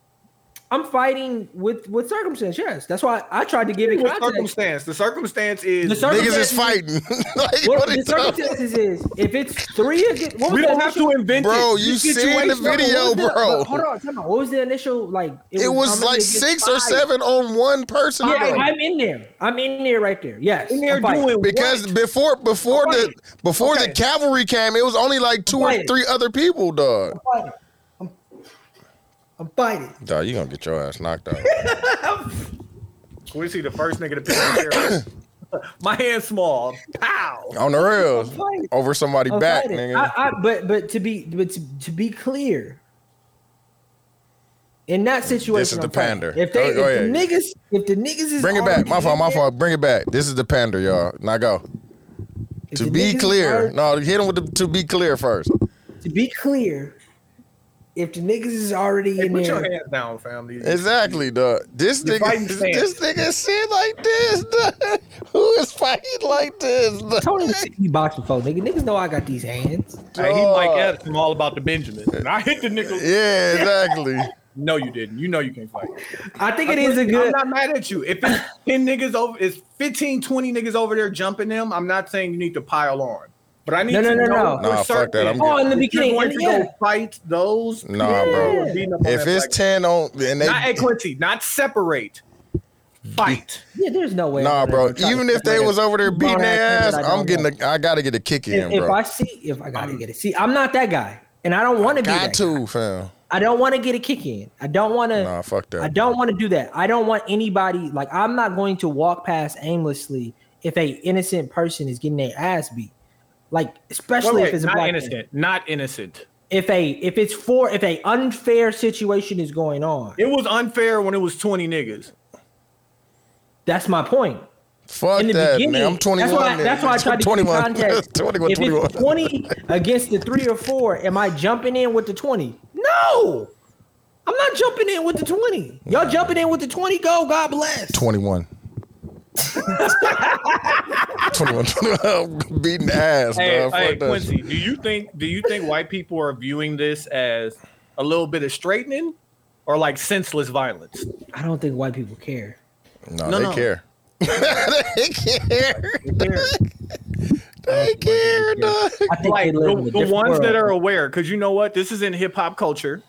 S4: I'm fighting with with circumstance. Yes, that's why I tried to give it
S8: What
S4: context.
S8: circumstance? The circumstance is
S4: The circum-
S1: Niggas is fighting. like,
S4: What
S1: what are
S4: the
S1: you talking?
S4: circumstances is if it's three against what was
S8: we
S4: the
S8: don't have
S4: initial-
S8: to invent
S1: Bro,
S8: it.
S1: you
S8: This
S1: seen the
S8: situation-
S4: No,
S1: video,
S4: what was the-
S1: bro.
S4: but Hold on, time out. What was the initial like?
S1: It
S4: how
S1: was
S4: many
S1: like
S4: against
S1: six or
S4: five?
S1: seven on one person.
S4: Yeah,
S1: bro.
S4: I'm in there. I'm in there right there. Yes,
S8: And they're
S4: I'm fighting.
S8: doing
S1: Because before before the before
S8: Okay.
S1: the cavalry came, it was only like two or
S4: Right.
S1: three other people, dog.
S4: I'm fighting. I'm, I'm fighting.
S1: Dog, you gonna get your ass knocked out.
S8: Quincy, the first nigga to pick up here. My hand's small. Pow.
S1: On the rails.
S4: fighting.
S1: Over somebody
S4: I'm
S1: back,
S4: fighting.
S1: nigga.
S4: I, I, but but to be but to, to be clear, In that
S1: is
S4: situation,
S1: the
S4: I'm fine.
S1: pander. Oh,
S4: If they,
S1: Go- go
S4: if the
S1: ahead.
S4: niggas, if the niggas is
S1: Bring it
S4: already
S1: back. My fault.
S4: in
S1: My
S4: there,
S1: fault. Bring it back. This is the pander, y'all. Now go.
S4: if
S1: To
S4: the
S1: be
S4: niggas is
S1: clear,
S4: already-
S1: no, hit him with the to be clear first.
S4: to be clear, if the niggas is already
S8: Hey,
S4: in
S8: put your
S4: there,
S8: hands down, family.
S1: Exactly, dog. This
S8: You're
S1: nigga,
S8: fighting
S1: this,
S8: fans.
S1: nigga shit like this. Dog. Who is fighting like this? Dog?
S4: Tony was me boxing for nigga. Niggas know I got these hands.
S8: Hey, he Mike
S1: Dog.
S8: Epps from All About the Benjamin. And I hit the nickel.
S1: Yeah, exactly.
S8: No, you didn't. You know you can't fight.
S4: I think it is a good.
S8: I'm not mad at you. If it's 10 niggas over, it's 15, 20 niggas over there jumping them, I'm not saying you need to pile on. But I need
S4: No, no,
S8: to
S4: no, no.
S8: know
S1: Nah,
S8: for
S1: fuck
S8: certain
S1: that. I'm
S4: oh, in the
S8: if you're
S4: beginning,
S8: going
S4: and
S8: to
S4: yeah.
S8: go fight those.
S1: Nah, bro.
S8: people beating up on
S1: If
S8: that
S1: it's
S8: black-
S1: ten on and they
S8: not at Quincy, not separate, fight.
S4: yeah, there's no way.
S1: Nah,
S4: I'm
S1: bro.
S4: gonna try to
S1: Even if they
S4: separate
S1: was over there beating
S4: grown-ass
S1: their
S4: niggas
S1: ass,
S4: that I don't
S1: I'm getting.
S4: want.
S1: A, I gotta get a kick in,
S4: If, if
S1: bro.
S4: I see, if I gotta get it, see, I'm not that guy, and I don't want to be
S1: Got
S4: that. guy.
S1: to, fam.
S4: I don't want to get a kick in. I don't want to.
S1: Nah, fuck that.
S4: I don't want to do that. I don't want anybody like I'm not going to walk past aimlessly if a innocent person is getting their ass beat. Like especially if
S8: Wait, wait,
S4: it's a
S8: not
S4: black man.
S8: innocent. Not innocent.
S4: If a if it's for if a unfair situation is going on.
S8: It was unfair when it was 20 niggas.
S1: Uh,
S4: That's my point.
S1: Fuck
S4: In the
S1: that,
S4: beginning,
S1: man. I'm 21.
S4: That's why, that's why I tried to
S1: 21.
S4: give you context.
S1: 21,
S4: if
S1: 21.
S4: it's 20 against the three or four, am I jumping in with the 20? No, I'm not jumping in with the 20. Y'all jumping in with the 20? Go, God bless.
S1: 21. 21. 21. Beating the ass,
S8: Hey,
S1: dog. Fuck
S8: hey
S1: that
S8: Quincy,
S1: shit.
S8: do you think do you think white people are viewing this as a little bit of straightening or like senseless violence?
S4: I don't think white people care.
S1: No,
S8: No,
S1: they
S8: no.
S1: care. they care. They care, dog.
S4: I think
S8: Like
S4: they live in
S8: the,
S4: a
S8: the
S4: different
S8: ones
S4: world.
S8: that are aware, because you know what, this is in hip hop culture,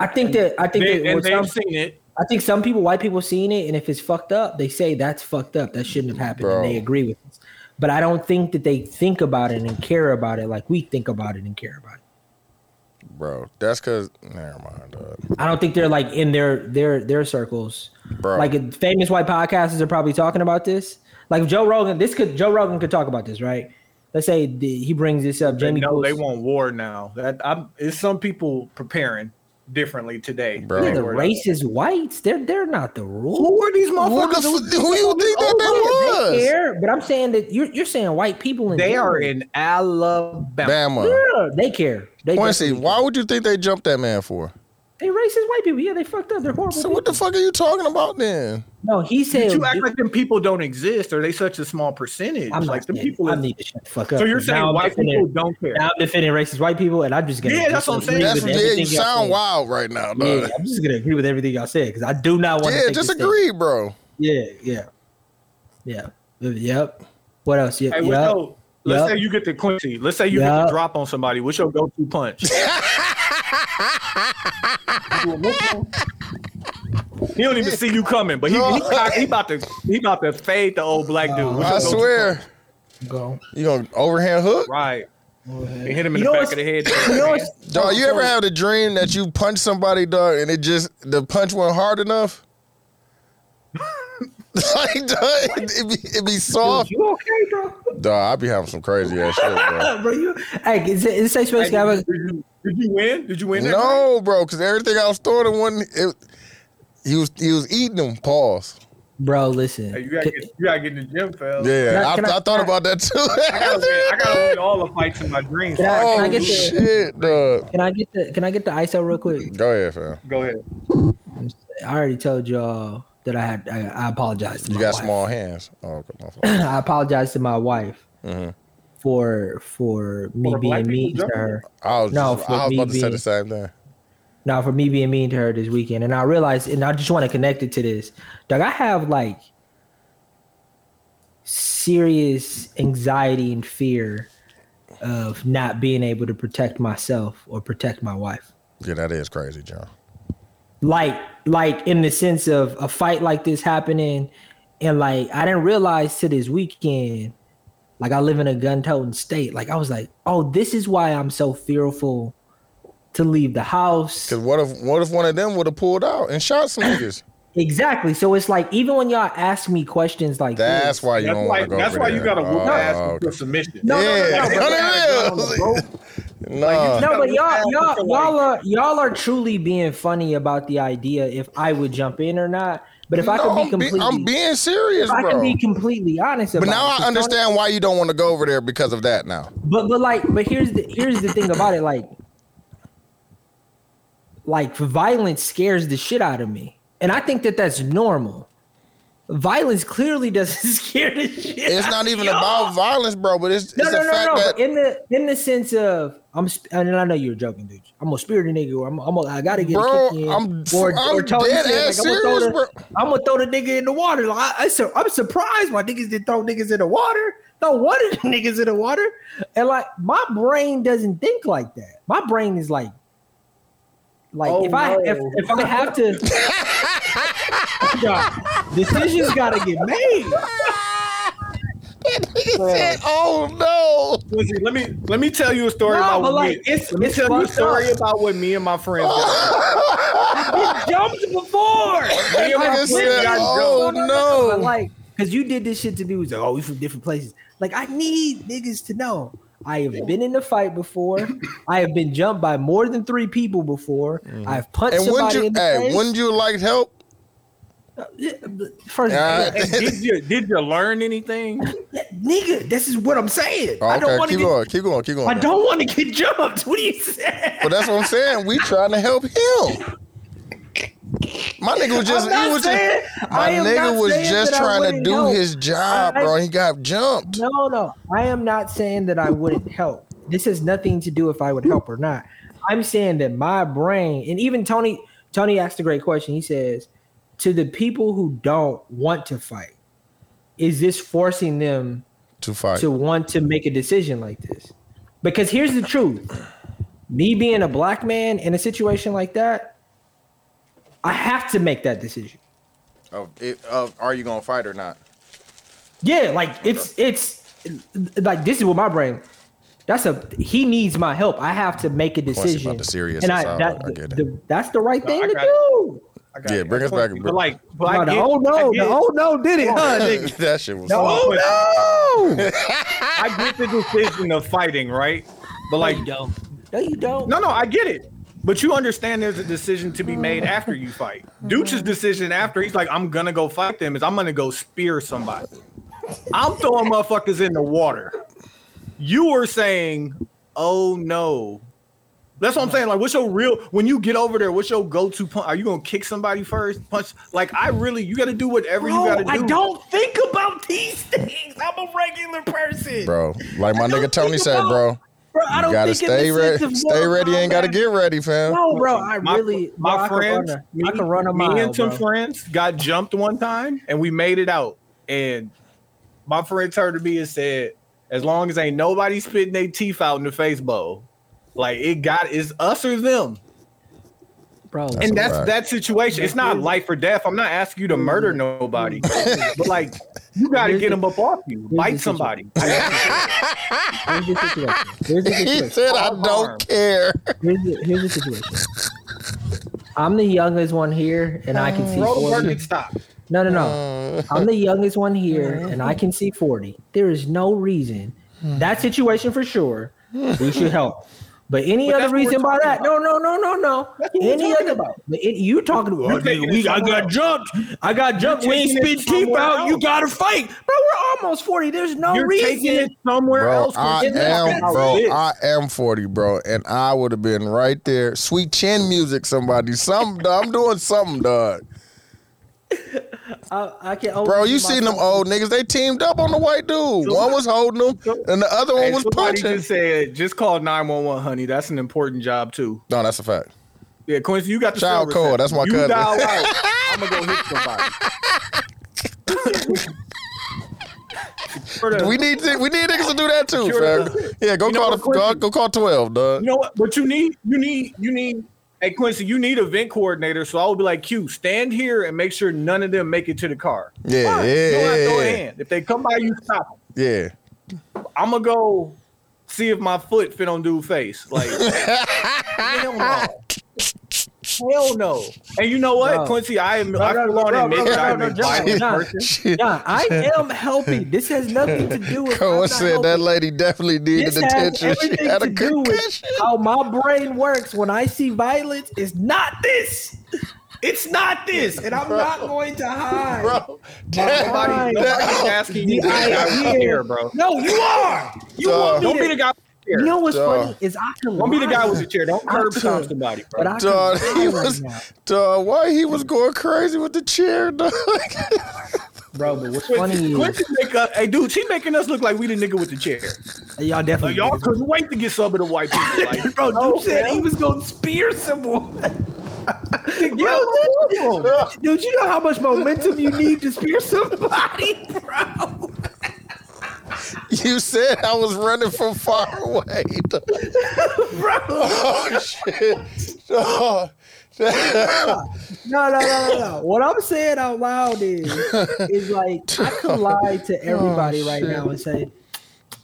S4: I think that I think
S8: They-
S4: that
S8: and
S4: with
S8: they've
S4: some,
S8: seen it.
S4: I think some people, white people, seeing it, and if it's fucked up, they say that's fucked up. That shouldn't have happened,
S1: Bro.
S4: and they agree with us. But I don't think that they think about it and care about it like we think about it and care about it.
S1: Bro, that's because. Never mind, dog.
S4: I don't think they're like in their their their circles.
S1: Bro.
S4: Like famous white podcasters are probably talking about this. Like Joe Rogan, this could Joe Rogan could talk about this, right? Let's say the, he brings this up.
S8: They
S4: Jamie
S8: know they
S4: Foxx-
S8: want war now. That I'm it's some people preparing differently today.
S1: Bro.
S4: Yeah,
S1: They're
S4: the
S8: Word up.
S4: racist whites, they're they're not the rule.
S8: Who are these
S1: Who, the,
S8: motherfuckers?
S1: f- who you think that that
S4: Oh, They
S1: was?
S4: care, but I'm saying that you're you're saying white people in
S8: They
S4: general.
S8: are in Alabama.
S1: Bama.
S4: Yeah, they care. They
S1: Quincy,
S4: definitely
S1: why would you think they jumped that man for?
S4: care. they racist white people. Yeah, they fucked up. They're horrible.
S1: So what the
S4: people.
S1: fuck are you talking about then?
S4: No, he said.
S8: But you act like them people don't exist, or they such a small percentage.
S4: I'm
S8: like
S4: like
S8: the people.
S4: I
S8: is-
S4: need to shut the fuck up.
S8: so you're
S4: because
S8: saying
S4: now I'm
S8: white
S4: defending-
S8: people don't care?
S4: Now I'm defending racist white people, and I'm just gonna
S8: Yeah, that's what I'm saying.
S4: disagree
S1: That's
S4: with
S1: yeah, you
S4: everything y'all
S1: sound
S4: said.
S1: wild right now,
S4: Yeah,
S1: dog.
S4: I'm just gonna agree with everything y'all said because I do not want. to
S1: Yeah,
S4: take
S1: just
S4: this
S1: agree, bro.
S4: Yeah, yeah, yeah, yep. What else? Yep,
S8: Hey, what's
S4: yep.
S8: your- let's
S4: Yup.
S8: say you get the Quincy. Let's say you get
S4: Yup.
S8: the drop on somebody. What's your go-to punch? he don't even see you coming, but he, he, cock- he about to he about to fade the old black dude. What's
S1: I
S8: your go-to
S1: swear.
S4: Go.
S1: You gonna overhand hook?
S8: punch? Right. And hit him
S4: You
S8: in the
S4: know
S8: back
S4: what's-
S8: of the head.
S4: You know what's-
S1: Dog, you ever
S4: so-
S1: have the dream that you punch somebody, dog, and it just the punch went hard enough? like, dog, it be, it be soft.
S4: You okay, bro?
S1: Dog, I be having some crazy ass shit, bro.
S4: bro, you. Hey, is it, is it safe space?
S8: Hey,
S4: to have a-
S8: did, you, did you win? Did you win? that round?
S1: No, bro, because everything I was throwing at one, it, he was he was eating them. Pause.
S4: Bro,
S8: Hey,
S4: listen.
S8: you, gotta get, you gotta get in the gym, fell.
S1: Yeah,
S4: Can I-
S1: I,
S4: can I-
S1: I, thought about that
S8: I gotta, win, I
S1: too.
S8: gotta win all the fights in my dreams.
S4: Can I-
S1: oh
S4: can I get the-
S1: shit, dog.
S4: Can I get the Can I get the ISO real quick?
S1: Go ahead, fam.
S8: Go ahead.
S4: I already told y'all that I had. I, I apologize. To
S1: You
S4: my
S1: got
S4: wife.
S1: small hands. Oh, okay, my fault.
S4: I apologize to my wife
S1: Mm-hmm.
S4: for for me
S8: For black
S4: being mean
S8: people
S4: to her.
S1: I was,
S4: No,
S1: just,
S4: for
S1: I was
S4: me
S1: about to say
S4: being-
S1: the same thing.
S4: Now for me being mean to her this weekend, and I realized, and I just want to connect it to this. Like I have like serious anxiety and fear of not being able to protect myself or protect my wife.
S1: Yeah, that is crazy, John.
S4: Like, like in the sense of a fight like this happening, and like I didn't realize to this weekend, like I live in a gun-toting state. Like I was like, oh, this is why I'm so fearful to leave the house.
S1: Because what if what if one of them would have pulled out and shot some niggas?
S4: Exactly. So it's like even when y'all ask me questions like
S1: That's
S4: this,
S1: why you
S8: That's
S1: don't
S8: why.
S1: want to go
S8: That's
S1: over
S8: why
S1: there.
S8: you gotta whoop
S1: Oh,
S8: ass
S1: okay.
S8: with your submission.
S4: No, no, no,
S1: yeah,
S4: no, but-
S1: on the real. No,
S4: No, but
S8: Yeah,
S4: y'all,
S8: it's
S4: y'all,
S8: a white-
S4: y'all are y'all are truly being funny about the idea if I would jump in or not. But if I
S1: No,
S4: could be
S1: I'm, be-
S4: completely,
S1: I'm being serious,
S4: if I can
S1: bro.
S4: be completely honest about
S1: But now
S4: it.
S1: I
S4: because y'all-
S1: understand why you don't want to go over there because of that. Now,
S4: But but like but here's the here's the thing about it like like violence scares the shit out of me. And I think that that's normal. Violence clearly doesn't scare the shit.
S1: it's
S4: out
S1: not
S4: of
S1: even
S4: y'all.
S1: about violence, bro. But it's,
S4: No,
S1: it's
S4: no,
S1: a
S4: no,
S1: fact
S4: no.
S1: that
S4: But in the in the sense of I'm sp- and I know you're joking, dude. I'm a spirited nigga. Or I'm I'm a, I gotta get
S1: Bro,
S4: a kick in.
S1: I'm- I'm
S4: Tony
S1: dead
S4: said,
S1: ass
S4: I'm gonna throw
S1: serious,
S4: the,
S1: bro.
S4: I'm gonna throw the nigga in the water. Like, I, I sur- I'm surprised why niggas didn't throw niggas in the water. No wonder niggas in the water. And like my brain doesn't think like that. My brain is like. Like
S8: Oh,
S4: if I
S8: no.
S4: if, if I have to, decisions gotta get made.
S1: oh no,
S8: Listen, let me let me tell you a story
S4: No,
S8: about
S4: but,
S8: what
S4: like,
S8: me-
S4: it's-
S8: let me
S4: it's
S8: tell you a
S4: fucked
S8: story
S4: up.
S8: about what me and my friends got.
S4: Jumped before.
S1: that
S8: and my
S1: nigga
S8: friend
S1: said,
S8: got
S1: oh
S4: But
S1: no.
S4: like, cause you did this shit to me was like, oh, we from different places. Like, I need niggas to know. I have been in a fight before. I have been jumped by more than three people before.
S8: Mm-hmm.
S4: I've punched
S1: And wouldn't
S4: somebody
S1: you?
S4: in the
S1: Hey,
S4: face.
S1: wouldn't you like help?
S4: First,
S1: Nah.
S8: And did you did you learn anything?
S4: nigga, this is what I'm saying.
S1: Oh,
S4: I don't
S1: okay,
S4: want to
S1: keep
S4: get.
S1: going, keep going, keep going.
S4: I don't want to get jumped. What do you say?
S1: But that's what I'm saying. We trying to help him. My nigga was just,
S4: I'm not
S1: he was
S4: saying-
S1: just,
S4: I
S1: my
S4: am
S1: nigga
S4: not
S1: was
S4: saying
S1: just
S4: that I
S1: trying to
S4: wouldn't
S1: do
S4: help.
S1: his job,
S4: I-
S1: bro. He got jumped.
S4: No, no. I am not saying that I wouldn't help. This has nothing to do if I would help or not. I'm saying that my brain, and even Tony, Tony asked a great question. He says, to the people who don't want to fight, is this forcing them
S1: To fight.
S4: to want to make a decision like this? Because here's the truth. Me being a black man in a situation like that, I have to make that decision.
S1: Of, Oh, it, of are you gonna fight or not?
S4: Yeah, like it's it's like this is what my brain. That's a he needs my help. I have to make a
S1: about
S4: decision.
S1: the seriousness
S4: and I,
S1: of it,
S4: that,
S1: I get it.
S4: the- that's the right thing
S8: I
S4: to
S8: got it.
S4: do.
S8: I got
S1: Yeah,
S8: it.
S1: bring us back, bro.
S8: But like, but
S4: No,
S8: I
S4: the
S8: get-
S4: oh no,
S8: I get-
S4: the oh no did it, huh? nigga?
S1: that shit was.
S4: The
S1: funny.
S4: oh no.
S8: I get the decision of fighting, right? But like, no,
S4: No, you don't.
S8: no, I get it. But you understand there's a decision to be made after you fight. Dooch's decision after he's like, I'm gonna go fight them is I'm gonna go spear somebody. I'm throwing motherfuckers in the water. You were saying, oh no. That's what I'm saying. Like, what's your real when you get over there? What's your go-to punch? Are you gonna kick somebody first? Punch? Like, I really, you got to do whatever you got to do.
S4: I don't think about these things. I'm a regular person, bro.
S1: bro. Like my
S4: I don't
S1: nigga Tony
S4: think
S1: said,
S4: about-
S1: bro.
S4: I
S1: You
S4: don't
S1: gotta
S4: think in the
S1: stay
S4: sense
S1: ready.
S4: of
S1: Stay
S4: moral
S1: ready. Ain't gotta
S4: combat.
S1: get ready, fam.
S4: No, bro. I
S8: My-
S4: really,
S8: my
S4: bro, I could run
S8: friends,
S4: a- I can run a mile.
S8: me and some
S4: bro.
S8: friends got jumped one time and we made it out. And my friend turned to me and said, "As long as ain't nobody spitting their teeth out in the face bowl, like it got is us or them."
S4: bro.
S1: That's a
S8: and that's
S1: fact.
S8: that situation. It's not life or death. I'm not asking you to murder nobody, but like you got to
S4: Here's
S8: get
S4: the-
S8: them up off you,
S4: the
S8: bite
S4: situation.
S8: somebody.
S4: Here's the situation. Here's the
S1: He
S4: situation.
S1: said, I
S8: Arm arm.
S1: don't care.
S4: Here's the, here's the situation. I'm the youngest one here, and I can see
S8: Uh, Roll the
S4: 40.
S8: burger, stop. Uh. Uh-huh.
S4: No, no, no. I'm the youngest one here, and I can see 40. There is no reason.
S8: Hmm.
S4: That situation for sure, we should help. But any
S8: But that's
S4: other
S8: what we're
S4: reason by
S8: talking
S4: that? No, no, no, no, no.
S8: what we're
S4: Any
S8: talking
S4: other?
S8: about.
S4: But it, you talking about?
S8: You're taking it
S4: I
S8: somewhere
S4: got
S8: else.
S4: jumped. I got jumped. We ain't
S8: taking
S4: spit
S8: it
S4: teeth
S8: somewhere
S4: out. You
S8: else.
S4: gotta fight, bro. We're almost 40. There's no
S8: You're taking
S4: reason.
S8: it somewhere
S1: Bro,
S8: else.
S1: I
S4: It's not
S1: am,
S4: about
S1: bro.
S8: this.
S1: I am 40, bro. And I would have been right there. Sweet chin music, somebody. Something, dog. I'm doing something, dog.
S4: Uh, I, I can
S1: Bro, you seen them
S4: old.
S1: old niggas. They teamed up on the white dude. One was holding him, and the other one
S8: Hey,
S1: was
S8: somebody
S1: punching.
S8: just said, just call 911, honey. That's an important job, too.
S1: No, that's a fact.
S8: Yeah, Quincy, you got the
S1: Child
S8: silver
S1: code,
S8: set.
S1: that's my
S8: you
S1: cousin.
S8: dial out. I'm gonna go hit somebody. For the-
S1: We need to, we need niggas to do that too,
S8: Sure.
S1: fam. Yeah, go
S8: You know
S1: call
S8: what,
S1: the, go,
S8: Quincy?
S1: go call 12, dog.
S8: you know what? But you need, you need, you need. Hey Quincy, you need event coordinator. So I would be like, Q, stand here and make sure none of them make it to the car.
S1: Yeah, yeah,
S8: You don't have to throw a
S1: yeah, yeah.
S8: hand. If they come by, you stop. 'em.
S1: Yeah.
S8: I'm gonna go see if my foot fit on dude face. Like, hell no. Hell no. And you know what,
S4: Bro.
S8: Quincy? I am. I
S4: no,
S8: full on
S4: no,
S8: admit
S4: no,
S8: that
S4: no,
S8: I'm
S4: no,
S8: a
S4: no,
S8: violent
S4: no.
S8: person.
S1: Shit.
S4: Nah, I am healthy. This has nothing to do with. I'm
S1: Cohen
S4: not
S1: said that
S4: healthy.
S1: lady definitely needed
S4: This has
S1: attention. She
S4: everything
S1: had a
S4: to do with
S1: concussion.
S4: how my brain works. When I see violence, it's not this. It's not this, and I'm not going to hide.
S1: Bro, that,
S8: Nobody, nobody's
S1: that,
S8: asking you. to
S4: The
S8: be the guy with
S4: idea-
S8: hair, bro.
S4: No, you are. You
S1: Dog.
S4: want me
S8: Don't
S4: to-
S8: be the guy. With the
S4: You
S8: chair.
S4: know what's
S1: Dog.
S4: funny is I can.
S8: Don't be the guy with the
S4: chair,
S8: chair. Don't
S4: I
S8: curb
S4: could,
S8: stomp somebody,
S4: but
S8: bro.
S4: I can
S1: dog,
S4: lie
S1: he
S4: right
S1: was,
S4: now.
S1: dog, why he was going crazy with the chair, dog?
S4: bro. But what's funny
S8: Quincy,
S4: is
S8: Quincy make us, hey dude, she making us look like we the nigga with the chair.
S4: y'all
S8: Like,
S4: definitely.
S8: y'all couldn't wait to get some of the white people. Like,
S4: bro, dude
S8: no,
S4: said
S8: man.
S4: he was gonna spear someone. Yo, dude, dude, you know how much momentum you need to spear somebody, bro.
S1: you said I was running from far away. dog.
S4: bro.
S1: Oh, shit. Dog.
S4: No, no, no, no, no. What I'm saying out loud is, is like I
S1: Oh,
S4: could lie to everybody right now and say,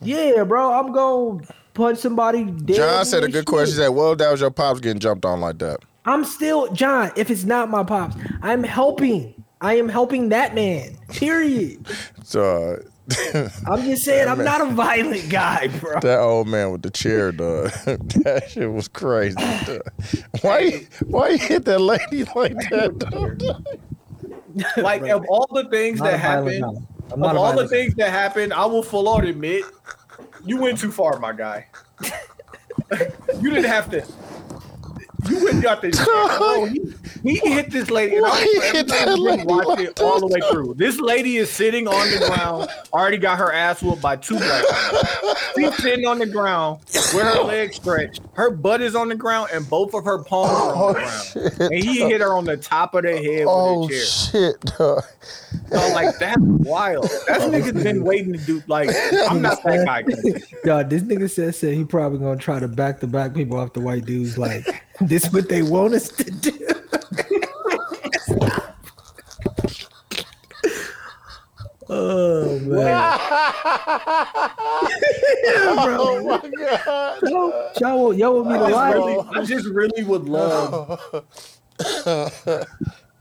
S4: "Yeah, bro, I'm gonna punch somebody." Dead
S1: John
S4: in
S1: said a
S4: the
S1: good
S4: shit."
S1: question. He said, well, that was your pops getting jumped on like that.
S4: I'm still John. If it's not my pops, I'm helping. I am helping that man. Period.
S1: So
S4: I'm just saying, I'm not a violent guy, bro.
S1: that old man with the chair, dog. that shit was crazy. Dog. Why you- why you hit that lady like that? Dog?
S8: like of all the things
S4: Not a
S8: that
S4: violent
S8: happened,
S4: guy. I'm not
S8: of
S4: a
S8: all the
S4: violent guy.
S8: things that happened, I will full on admit, you went too far, my guy. you didn't have to. You went got this. Bro, he, he hit this lady. And
S1: Why
S8: I
S1: he
S8: forever
S1: hit that lady
S8: watched
S1: like
S8: it all the way
S1: that?
S8: through. This lady is sitting on the ground. Already got her ass whooped by two black. men. She's sitting on the ground with her legs stretched. Her butt is on the ground, and both of her palms are on the ground. And he hit her on the top of the head
S1: Oh
S8: with a chair.
S1: shit, dog.
S8: So like that's wild. That's niggas been waiting to do like I'm not that guy.
S4: Dog, this nigga said said he probably gonna try to back the black people off the white dudes. Like this, what they want us to do. oh man,
S1: Oh my god.
S4: y'all, y'all want y'all want me to
S8: I
S4: lie?
S8: really, I just really would love.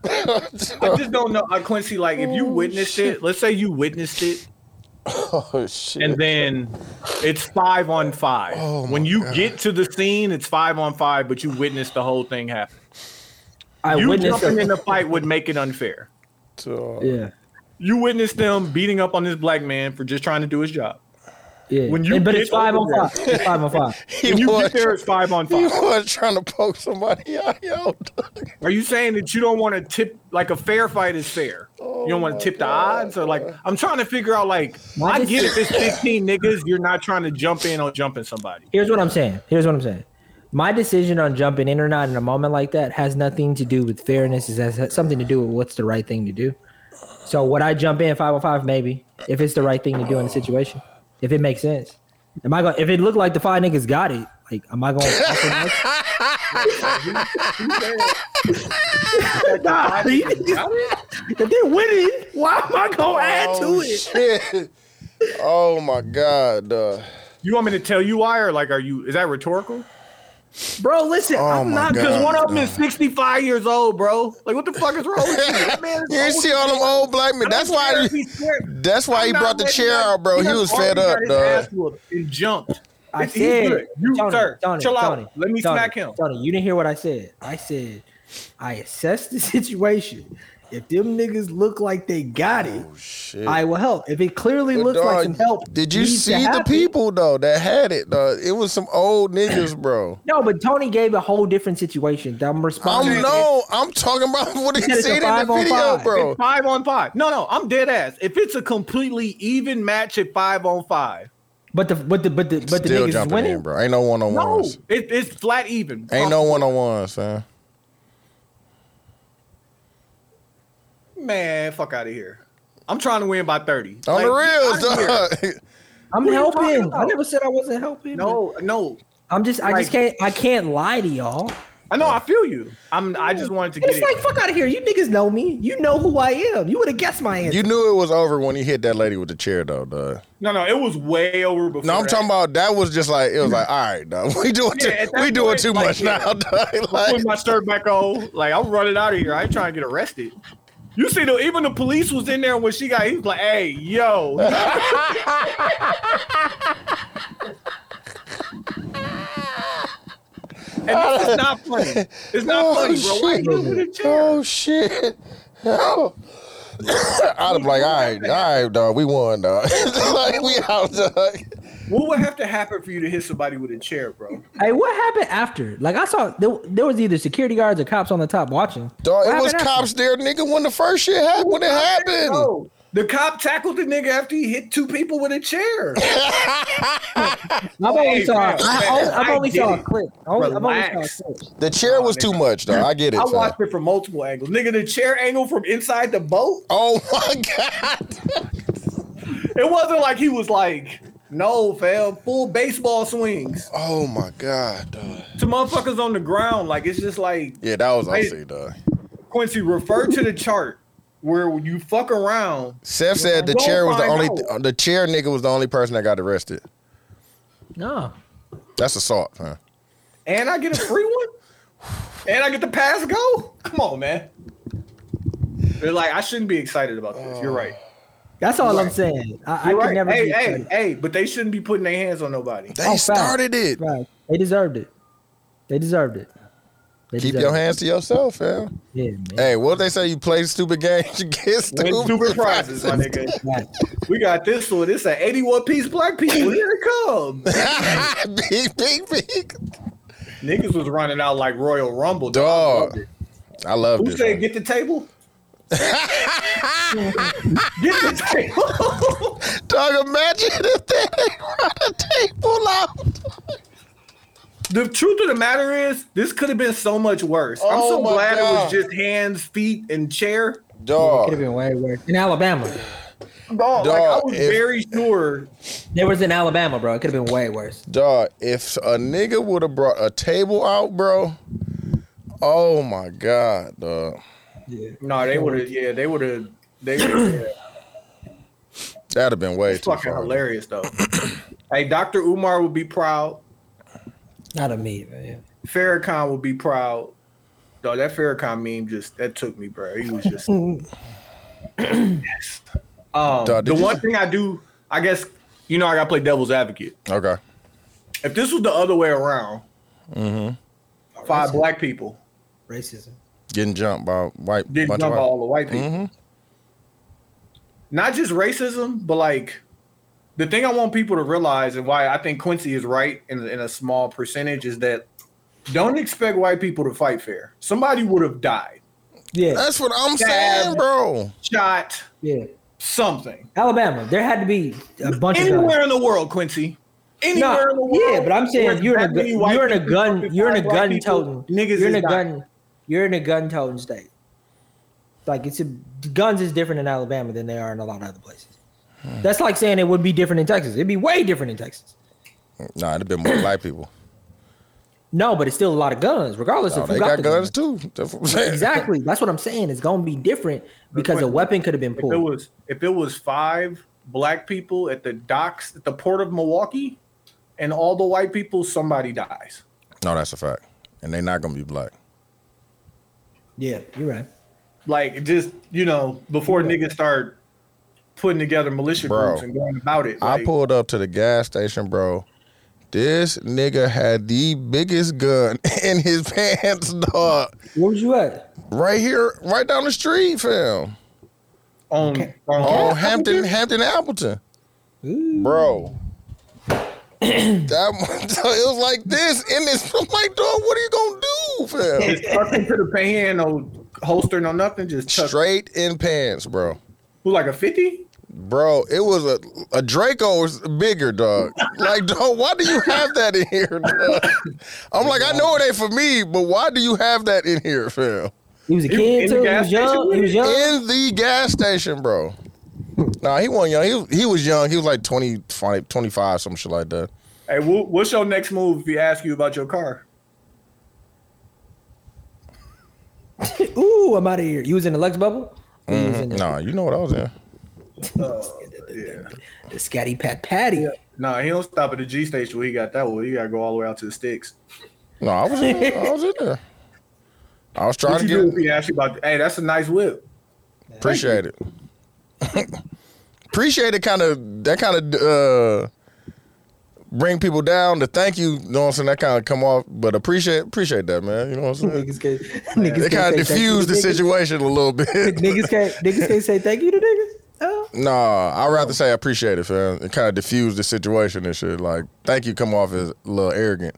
S8: I just don't know, uh, Quincy. Like, if you witnessed it, let's say you witnessed it,
S1: Oh shit.
S8: and then it's five on five.
S1: Oh,
S8: when
S1: my
S8: you
S1: God.
S8: get to the scene, it's five on five, but you witnessed the whole thing happen.
S4: I
S8: You
S4: witnessed
S8: jumping in
S4: it.
S8: the fight would make it unfair.
S1: Dog.
S4: Yeah,
S8: You witnessed them beating up on this black man for just trying to do his job.
S4: yeah.
S8: When you
S4: And- but
S8: get
S4: it's five on
S8: over
S4: five. It's five on five.
S1: He
S8: When you
S1: was
S8: get there, it's five on
S1: he
S8: five.
S1: was trying to poke somebody out, yo. dog.
S8: Are you saying that you don't want to tip like a fair fight is fair? you don't want to tip the odds or like I'm trying to figure out like
S4: I
S8: I
S4: just-
S8: get if it's 15 niggas, you're not trying to jump in on jumping somebody.
S4: Here's what I'm saying. Here's what I'm saying. My decision on jumping in or not in a moment like that has nothing to do with fairness. It has something to do with what's the right thing to do. So would I jump in 505? Maybe if it's the right thing to do in the situation, if it makes sense. Am I going? to If it looked like the five niggas got it, like am I going? to Nah, if they're winning, why am I gonna add to
S1: Oh
S4: it?
S1: shit. Oh my god, dog.
S8: You want me to tell you why or like are you is that rhetorical?
S4: Bro, listen,
S1: Oh
S4: I'm
S1: my
S4: not
S1: God.
S8: Because one of them is 65 years old, bro. Like what the fuck is wrong with you? That man is
S1: You ain't
S8: old.
S1: see all them old black men.
S8: I
S1: That's
S8: don't care
S1: why
S8: if he's square.
S1: that's why he
S8: I'm
S1: brought
S8: not
S1: the
S8: letting
S1: chair
S8: that-
S1: out, bro. He
S8: done
S1: was fed up,
S8: already got his
S1: dog.
S8: ass whooped And jumped.
S4: I
S8: He's good.
S4: said,
S8: you
S4: Tony,
S8: sir,
S4: Tony,
S8: chill out.
S4: Tony,
S8: Let me
S4: Tony,
S8: smack him.
S4: Tony, you didn't hear what I said. I said, I assessed the situation. If them niggas look like they got it,
S1: Oh, Shit.
S4: I will help. If it clearly
S1: But
S4: looks like
S1: dog,
S4: some help,
S1: Did you
S4: needs to
S1: see the
S4: happen-
S1: people though that had it? Though it was some old niggas, bro.
S4: No, but Tony gave a whole different situation. I'm
S1: I
S4: responding.
S1: don't know. I'm talking about what he
S4: said it's a
S1: seen in the
S4: five on
S1: video,
S4: five.
S1: bro.
S8: It's five on five. No, no, I'm dead ass. If it's a completely even match at five on five,
S4: But the but the but the but the
S1: Still
S4: niggas is
S1: jumping
S4: winning.
S1: in, bro. Ain't no one on
S8: no,
S1: ones.
S8: it, it's flat even.
S1: Ain't no one on ones, man.
S8: man. Fuck out of here. I'm trying to win by thirty.
S1: On
S8: Like, outta here.
S1: the real, dog.
S4: I'm
S8: What are you talking
S4: helping. I
S8: about?
S4: never said I wasn't helping.
S8: No, no.
S4: I'm just I just
S8: Like-
S4: can't I can't lie to y'all.
S8: I know. I feel you. I'm. I just wanted to
S4: And
S8: get
S4: it's like,
S8: it.
S4: fuck out of here. You niggas know me. You know who I am. You would have guessed my answer.
S1: You knew it was over when he hit that lady with the chair, though. Duh.
S8: No, no. It was way over before.
S1: No, I'm
S8: that.
S1: talking about that was just like it was like all right, dog. We doing
S8: Yeah, at
S1: too,
S8: that
S1: we doing
S8: point,
S1: too
S8: like,
S1: much
S8: yeah.
S1: now, dog. Like,
S8: Put my shirt back on. Like I'm running out of here. I ain't trying to get arrested. You see, though, even the police was in there when she got. He was like, "Hey, yo." and this is not funny. It's not funny, bro. Why you with a chair?
S1: Oh shit! Oh. I'd be like, all right, all right, dog. We won, dog. like we out, dog.
S8: What would have to happen for you to hit somebody with a chair, bro?
S4: Hey, what happened after? Like I saw there, there was either security guards or cops on the top watching.
S1: Dog,
S4: What
S1: it was
S4: happened after?
S1: cops there, nigga. When the first shit happened, when it happened,
S8: No. The cop tackled the nigga after he hit two people with a chair.
S4: I've only
S8: Hey,
S4: saw
S8: bro,
S4: I, have
S8: man, I
S4: only
S8: get
S4: saw a
S8: it.
S4: clip. I only, I've only saw a
S8: Relax.
S4: clip.
S1: the chair was too much, dog. I get it.
S8: I
S1: fam.
S8: watched it from multiple angles. Nigga, the chair angle from inside the boat,
S1: Oh my god!
S8: it wasn't like he was like, no, fam, full baseball swings.
S1: Oh my god, dog.
S8: To motherfuckers on the ground, like, it's just like,
S1: Yeah, that was
S8: Hey.
S1: OC, dog.
S8: Quincy, refer to the chart where you fuck around.
S1: Seth said the
S8: Go
S1: chair was the
S8: find
S1: only
S8: out.
S1: the chair nigga was the only person that got arrested.
S4: No.
S1: That's assault, man.
S8: And I get a free one? And I get the pass go? Come on, man. They're like, I shouldn't be excited about this. You're right.
S4: That's all I'm saying. I, I
S8: You're
S4: could
S8: right.
S4: never
S8: hey,
S4: be
S8: hey,
S4: excited.
S8: hey, but they shouldn't be putting their hands on nobody.
S1: They
S4: Oh, fact.
S1: started it.
S4: Right. They deserved it. They deserved it. They
S1: Keep
S4: deserved
S1: your
S4: it.
S1: hands to yourself, fam.
S4: Yeah, man.
S1: Hey, what they say? You play stupid games, you get stupid,
S8: Win stupid prizes, my nigga.
S4: Right.
S8: We got this one. It's an 81 piece black people. Here it comes.
S1: big, big, big.
S8: Niggas was running out like Royal Rumble.
S1: Dog. I love
S8: Who
S1: this.
S8: said
S1: one.
S8: get the table? get the table.
S1: Dog, imagine if they run the table out.
S8: the truth of the matter is, this could have been so much worse. I'm
S1: Oh
S8: so
S1: my
S8: glad it
S1: God.
S8: was just hands, feet, and chair.
S4: Could have
S1: Dog.
S4: been way worse. In Alabama.
S8: Dog, like I
S1: Dog,
S8: was
S1: if-
S8: very sure.
S4: There was in Alabama, bro. It could have been way worse.
S1: Dog, if a nigga would have brought a table out, bro. Oh my god, dog.
S8: No, they would have. Yeah, they would have. They would have.
S1: That'd have been way
S8: It's
S1: too
S8: fucking
S1: far.
S8: hilarious though. hey, Dr. Umar would be proud.
S4: Not a me, man.
S8: Farrakhan would be proud. Though that Farrakhan meme just that took me, bro. He was just Yes. Um,
S1: Dog,
S8: the
S1: did you-
S8: one thing I do, I guess, you know, I gotta play devil's advocate.
S1: Okay.
S8: If this was the other way around,
S1: Mm-hmm.
S8: five black people
S4: Racism.
S1: Getting jumped by a white
S8: did
S1: bunch
S8: jump
S1: of white.
S8: all the white people,
S1: Mhm.
S8: not just racism, but like the thing I want people to realize and why I think Quincy is right in, in a small percentage is that don't expect white people to fight fair. Somebody would have died,
S4: Yeah.
S1: That's what I'm
S8: Yeah.
S1: saying, bro.
S8: shot,
S4: Yeah.
S8: something.
S4: Alabama. There had to be a bunch of guns.
S8: Anywhere in the world, Quincy. Anywhere in the world.
S4: Yeah, but I'm
S8: where
S4: saying you're in a
S8: that
S4: gu-
S8: many white
S4: you're in a
S8: people
S4: gun
S8: fucking
S4: you're in a
S8: fight black
S4: gun
S8: people,
S4: toting
S8: Niggas
S4: you're in a
S8: is dying.
S4: gun you're in a gun toting state. Like it's a, guns is different in Alabama than they are in a lot of other places.
S8: Hmm.
S4: That's like saying it would be different in Texas. It'd be way different in Texas.
S1: Nah, it'd have been more black people.
S4: No, but it's still a lot of guns, regardless
S1: Oh,
S4: of who
S1: they
S4: got,
S1: got
S4: the
S1: guns
S4: guns.
S1: too. That's what I'm saying.
S4: Exactly. That's what I'm saying. It's gonna be different because a
S8: question.
S4: weapon could have been
S8: If it
S4: pulled.
S8: was if it was five black people at the docks at the port of Milwaukee, and all the white people, somebody dies.
S1: No, that's a fact. And they're not gonna be black.
S4: Yeah, you're right.
S8: Like just you know before niggas start putting together militia
S1: Bro.
S8: groups and going about it.
S1: I
S8: Like,
S1: pulled up to the gas station, bro. This nigga had the biggest gun in his pants, dog.
S4: Where was you at?
S1: Right here, right down the street, fam.
S8: on, on
S1: Oh, Hampton, Hampton, Appleton, bro. that one- so it was like this in this. I'm like, dog, what are you gonna do, fam?
S8: just tucked into the pan, no holster, no nothing, just tucked.
S1: Straight in pants, bro.
S8: Who, like a fifty.
S1: Bro, it was a a Draco was bigger, dog. Like, dog, why do you have that in here, dog? I'm like, I know it ain't for me, but why do you have that in here, fam?
S4: He was a
S8: He was
S4: kid
S8: in the
S4: too. He
S8: gas
S4: was young.
S8: station
S4: He was
S8: with
S4: young.
S1: In the gas station, bro. Nah, he wasn't young. He was, he was young. He was like 20, 20, 25, some shit like that.
S8: Hey, wha- what's your next move if he ask you about your car?
S4: Ooh, I'm out of here. You was in the Lux bubble? Or
S8: Mm-hmm.
S4: You was in the,
S1: Nah, you know what I was in.
S4: the Scatty Pat Patty.
S8: Nah, he don't stop at the G station where he got that one. He gotta go all the way out to the sticks.
S1: No, I was in, I was in there. I was trying
S8: What
S1: to
S8: you do if
S1: get
S8: he ask you about? Hey, that's a nice whip.
S1: appreciate it. appreciate it kind of that kind of uh bring people down to thank you, you know what I'm saying? That kind of come off, but appreciate appreciate that, man. You know what I'm saying?
S4: Niggas can't, niggas
S1: They kind of
S4: can't say thank you
S1: diffuse
S4: to
S1: the
S4: niggas.
S1: situation a little bit.
S4: Niggas can't, niggas can't say thank you to niggas. Oh.
S1: Nah, I'd rather say I appreciate it, fam. It kind of diffused the situation and shit. Like, thank you come off as a little arrogant.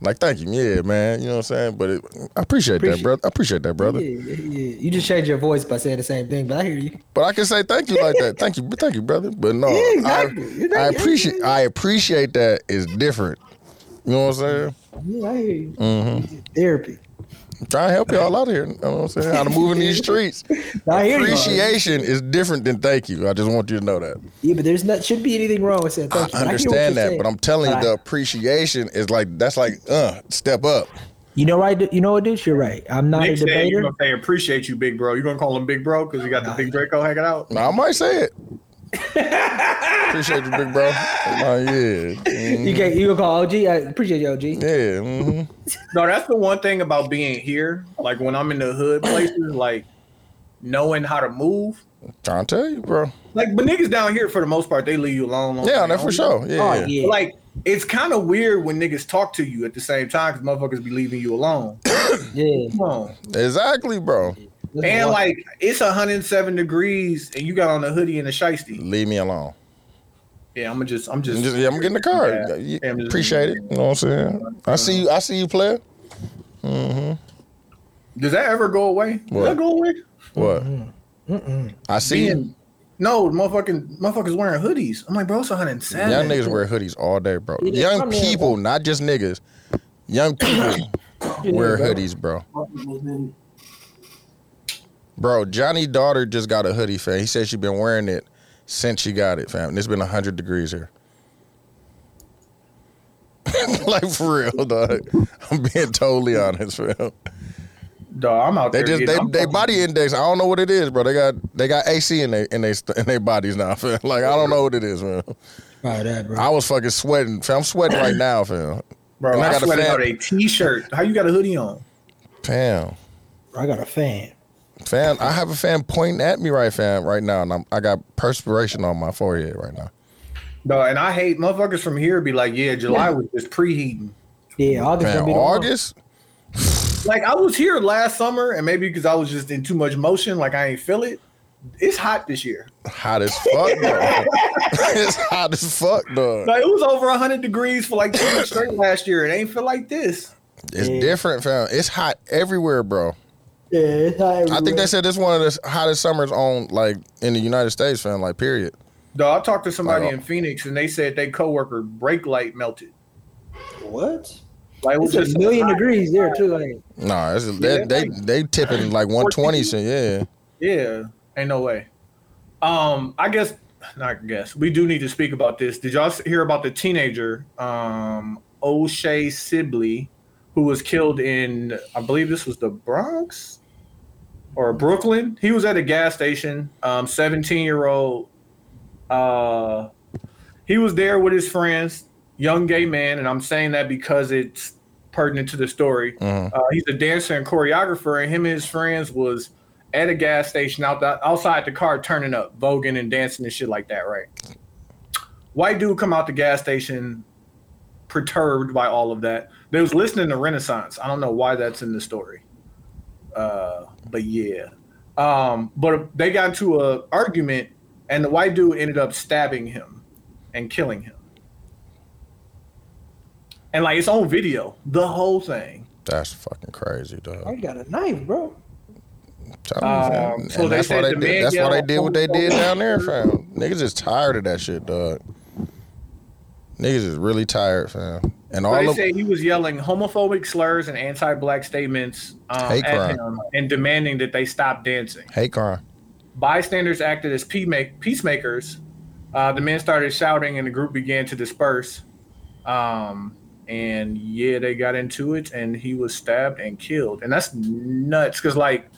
S1: Like, thank you, yeah, man. You know what I'm saying? But it, I appreciate, that,
S4: Appreciate-
S1: brother. I appreciate that, brother.
S4: Yeah, yeah, yeah. You just changed your voice by saying the same thing, but I hear you.
S1: But I can say thank you like that. Thank you, thank you, brother. But no,
S4: Yeah, exactly.
S1: I-
S4: You know,
S1: I,
S4: yeah,
S1: appreciate.
S4: yeah, yeah.
S1: I appreciate that is different. You know what I'm saying?
S4: Yeah, I hear you.
S1: Mm-hmm.
S4: Therapy.
S1: I'm trying to help y'all out here. You know what I'm saying? How to move in these streets.
S4: I hear you.
S1: Appreciation is different than thank you. I just want you to know that.
S4: Yeah, but there's not should be anything wrong with saying
S1: I
S4: thank you. hear what
S1: understand
S4: you're
S1: that,
S4: saying.
S1: but I'm telling you,
S4: But
S1: the
S4: I-
S1: appreciation is like that's like uh step up.
S4: You know right? You know what, dude? You're right. I'm not
S8: Nick
S4: a
S8: said you
S4: debater.
S8: gonna say appreciate you, big bro. You gonna call him big bro because he got the big Draco hanging out.
S1: Nah, I might say it. appreciate you, big bro. Nah, yeah, Mm,
S4: You can you gonna call OG? I appreciate you, OG.
S1: yeah. mhm.
S8: No, that's the one thing about being here. Like when I'm in the hood places, like knowing how to move.
S1: Trying to tell you, bro.
S8: Like, but niggas down here for the most part, they leave you alone. on
S1: Yeah,
S8: their
S1: that for
S8: own.
S1: sure.
S4: Oh
S1: Yeah, yeah.
S4: yeah.
S8: Like, it's kind of weird when niggas talk to you at the same time because motherfuckers be leaving you alone.
S4: yeah.
S8: Come on.
S1: exactly, bro.
S8: And like, it's 107 degrees and you got on a hoodie and a shiesty.
S1: Leave me alone.
S8: Yeah, I'm just, I'm
S1: I'm
S8: just,
S1: just, yeah, I'm getting the car.
S8: Yeah.
S1: Yeah,
S8: Yeah, I'm just-
S1: appreciate it. You know what I'm saying? I see you. I see you, player.
S8: Does that ever go away?
S1: What?
S8: Does that go away?
S1: What? I see you.
S8: Being, no, motherfucking motherfuckers wearing hoodies. I'm like, bro, it's 107.
S1: Young niggas wear hoodies all day, bro.
S4: Yeah,
S1: Young
S4: come here,
S1: people, not just niggas. Young people wear
S4: bro.
S1: hoodies, bro. Bro, Johnny daughter just got a hoodie, fam. He said she been wearing it since she got it, fam. And it's been hundred degrees here. like for real, dog. I'm being totally honest, fam.
S8: Dog, I'm out
S1: They
S8: there.
S1: just
S8: getting-
S1: they,
S8: I'm
S1: they
S8: fucking-
S1: body index. I don't know what it is, bro. They got they got AC in they in they in their bodies now, fam. Like I don't know what it is, man.
S4: Try that, bro.
S1: I was fucking sweating, fam. I'm sweating right now, fam.
S8: Bro,
S1: and I
S8: I,
S1: got a
S8: swear to
S1: fan.
S8: God, a t-shirt. How you got a hoodie on?
S1: Fam.
S4: I got a fan.
S1: Fan, I have a fan pointing at me right, fam, right now, and I'm, I got perspiration on my forehead right now.
S8: No, and I hate motherfuckers from here be like, yeah, July was just preheating.
S4: Yeah, August.
S1: Fam,
S4: gonna be the month.
S1: August,
S8: Like I was here last summer, and maybe because I was just in too much motion, like I ain't feel it. It's hot this year.
S1: hot as fuck, dog. it's hot as fuck, dog.
S8: Like it was over hundred degrees for like two weeks straight last year. It ain't feel like this.
S1: It's different, fam. It's hot everywhere, bro.
S4: Yeah, it's hot
S1: I think
S4: everywhere.
S1: they said it's one of the hottest summers on, like, in the United States, fam. Like, period.
S8: Though I talked to somebody
S1: Like,
S8: in Phoenix, and they said their coworker brake light melted.
S4: what?
S8: Like it was
S4: It's a
S8: just
S4: million degrees there too. Like
S1: Nah, it's, they, they they tipping like 120, so yeah.
S8: Yeah, ain't no way. Um, I guess not. Guess we do need to speak about this. Did y'all hear about the teenager, um, O'Shea Sibley, who was killed in? I believe this was the Bronx or Brooklyn. He was at a gas station. Um, seventeen-year-old. Uh, he was there with his friends, young gay man, and I'm saying that because it's pertinent to the story.
S1: Mhm.
S8: Uh, he's a dancer and choreographer, and him and his friends was at a gas station out the, outside the car turning up, voguing and dancing and shit like that, right? White dude come out the gas station perturbed by all of that. They was listening to Renaissance. I don't know why that's in the story. Uh, but yeah. Um, but they got into a argument and the white dude ended up stabbing him and killing him. And like it's on video, the whole thing.
S1: That's fucking crazy, dog.
S4: I got a knife, bro.
S1: Telling you, fam.
S8: Um,
S1: and
S8: so they
S1: that's why
S8: said
S1: they
S8: the man
S1: did. That's why they
S8: yelled,
S1: did what they did
S8: "Oh,
S1: down there, fam. Niggas is tired of that shit, dog. Niggas is really tired, fam. And
S8: So
S1: all
S8: they
S1: of
S8: say he was yelling homophobic slurs and anti-black statements um,
S1: Hate
S8: at
S1: crime.
S8: him and demanding that they stop dancing.
S1: hate crime.
S8: Bystanders acted as pea- make- peacemakers. Uh, the men started shouting, and the group began to disperse. Um, and yeah, they got into it, and he was stabbed and killed, and that's nuts. Cause like,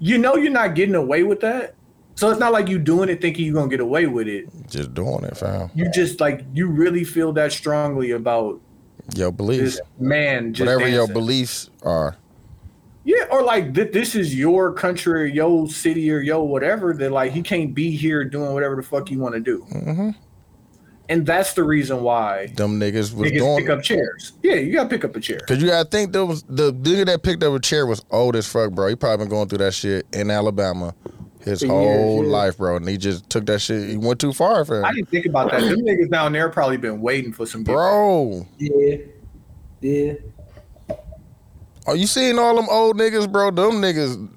S8: you know, you're not getting away with that. So it's not like you doing it thinking you're gonna get away with it.
S1: Just doing it, fam.
S8: You just like you really feel that strongly about
S1: Your beliefs,
S8: this man. Just
S1: whatever your
S8: dancing.
S1: beliefs are.
S8: Yeah, or like th- this is your country or your city or your whatever that like he can't be here doing whatever the fuck you want to do.
S1: Mm-hmm.
S8: And that's the reason why
S1: Them niggas was
S8: niggas
S1: doing
S8: pick up chairs. Yeah, you gotta pick up a chair.
S1: Cause you gotta think there was the nigga that picked up a chair was old as fuck, bro. He probably been going through that shit in Alabama his
S8: For years,
S1: whole
S8: yeah.
S1: life, bro. And he just took that shit. He went too far for
S8: I
S1: him.
S8: didn't think about that. Them niggas down there probably been waiting for some
S1: bro.
S4: Yeah. Yeah.
S1: Are you seeing all them old niggas, bro? Them niggas,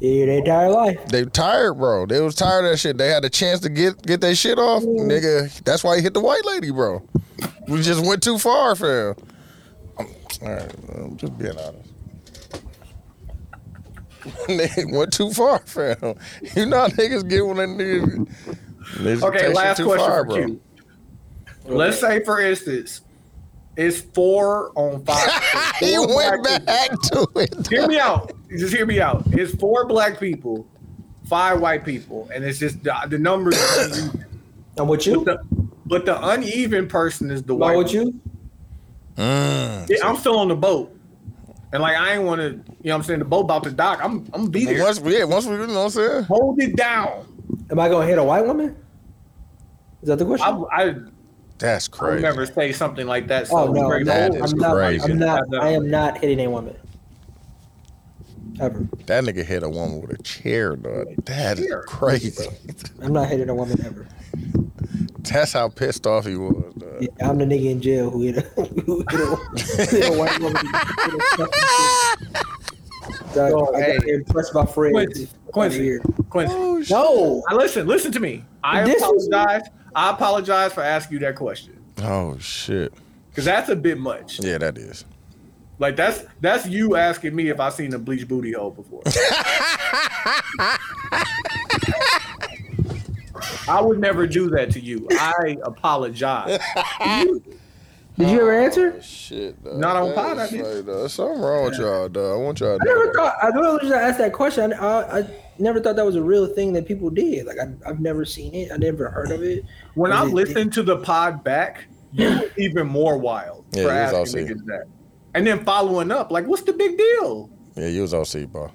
S4: Yeah, their entire life.
S1: they tired, bro. They was tired of that shit. They had a chance to get get their shit off, nigga. That's why he hit the white lady, bro. We just went too far for him. I'm, all right, I'm just being honest. nigga went too far, fam. You know how niggas get when they niggas. niggas take
S8: Okay,
S1: shit
S8: last
S1: too
S8: question
S1: far,
S8: for Q. Let's say for instance, it's four on five.
S1: He
S8: Four
S1: went
S8: black
S1: back to it.
S8: hear me out. Just hear me out. It's four black people, five white people, and it's just the, the numbers. are uneven.
S4: I'm with you.
S8: The- but the uneven person is the
S4: Why with
S8: white. one.
S4: you?
S8: Yeah, I'm still on the boat, and like I ain't want to. You know, what I'm saying the boat about to dock. I'm I'm be there.
S1: Once, yeah, once we, you know what I'm saying?
S8: Hold it down.
S4: Am I gonna hit a white woman? Is that the
S8: I
S4: question?
S8: I,
S1: That's
S8: I would
S1: crazy.
S8: never say something like that. So
S4: oh no,
S8: very
S4: no,
S1: that
S8: bold.
S1: is
S4: I'm not.
S1: crazy.
S4: I'm not. I am not hitting a woman. Ever.
S1: That nigga hit a woman with a chair, dog. That is
S8: Chair.
S1: crazy.
S4: I'm not hitting a woman ever.
S1: That's how pissed off he was, dog.
S4: Yeah, I'm the nigga in jail who hit a, who hit a, who hit a white woman. Hit a fucking chick. Dog,
S8: Oh,
S4: I got
S8: hey.
S4: impressed by Fred.
S8: Quincy, Quincy, Quincy.
S4: Oh, No,
S8: Now, listen, listen to me. I
S4: This was-
S8: apologize. I apologize for asking you that question
S1: Oh shit.
S8: because that's a bit much.
S1: Yeah, that is.
S8: Like that's that's you asking me if I seen a bleach booty hole before. I would never do that to you. I apologize.
S4: did you ever answer?
S1: Shit, dog.
S8: Not on
S1: That
S8: pod,
S1: is
S8: I did.
S1: funny, dog. Something wrong with y'all, dog. I want y'all.
S4: I never thought. I literally just asked that question. I, I, I never thought that was a real thing that people did. Like I, I've never seen it. I never heard of it.
S8: When I
S4: Is it-
S8: listened to the pod back, you were even more wild
S1: Yeah,
S8: for
S1: you was
S8: asking
S1: OC.
S8: niggas that. And then following up, like, what's the big deal?
S1: Yeah, you was OC, bro.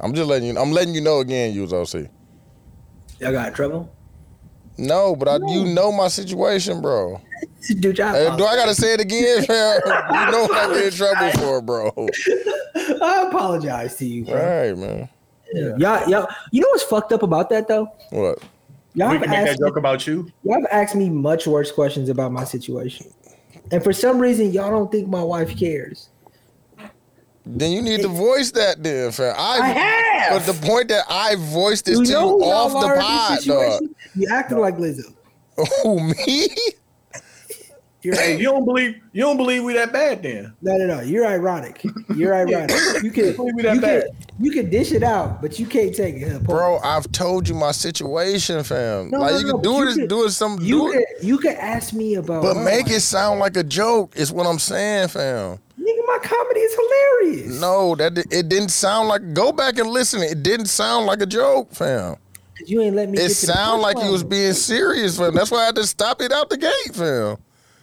S1: I'm just letting you. I'm letting you know again. You was OC.
S4: Y'all got in trouble.
S1: No, but I, you know my situation, bro.
S4: Dude, I,
S1: Hey, do
S4: apologize.
S1: I gotta say it again, fam? you know what I'm in trouble for, bro. All
S4: I apologize to you, bro.
S1: right, man.
S4: Y'all, y'all, you know what's fucked up about that though?
S1: What?
S4: Y'all have
S8: we can make that
S4: asked me-
S8: joke about you.
S4: Y'all have asked me much worse questions about my situation. And for some reason, y'all don't think my wife cares.
S1: Then you need to voice that, then, fam. I,
S4: I have!
S1: But the point that I voiced this
S4: You
S1: to you
S4: know
S1: off
S4: y'all
S1: the
S4: are in this
S1: pod, dog.
S4: situation. You acting like Lizzo.
S1: Oh me?
S4: You're,
S8: Hey, you don't believe you don't believe we that bad then.
S4: no, no, no. You're ironic. You're ironic. You can,
S8: Don't
S4: you
S8: be that
S4: can,
S8: bad.
S4: you can dish it out, but you can't take it, huh, Paul?
S1: Bro, I've told you my situation, fam.
S4: No,
S1: like
S4: no,
S1: you
S4: no,
S1: can
S4: but you
S1: do it,
S4: could-
S1: do it some
S4: You
S1: do
S4: can,
S1: it.
S4: you can ask me about. oh,
S1: But
S4: my
S1: make
S4: wife.
S1: it sound like a joke, is what I'm saying, fam.
S4: Nigga, my comedy is hilarious.
S1: No, that di- it didn't sound like go back and listen. It didn't sound like a joke, fam.
S4: 'Cause you ain't let me.
S1: It
S4: get to the
S1: sounded like you was
S4: punchline.
S1: being serious, fam. That's why I had to stop it out the gate, fam.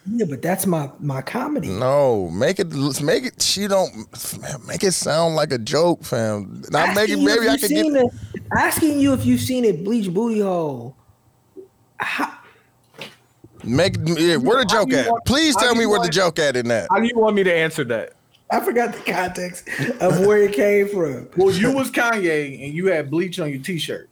S4: Yeah, but that's my my comedy.
S1: No, make it let's make it she don't man, make it sound like a joke, fam. Now make it
S4: Asking you if
S1: maybe I
S4: you've
S1: could
S4: seen
S1: get
S4: it- asking you if you've seen it bleach booty hole. How-
S1: Make yeah, where the
S8: How
S1: joke
S8: you
S1: at?
S8: want-
S1: Please
S8: how
S1: tell
S8: you
S1: me where the
S8: want-
S1: joke at in that.
S8: How do you want me to answer that?
S4: I forgot the context of where it came from.
S8: Well, you was Kanye and you had bleach on your t-shirt.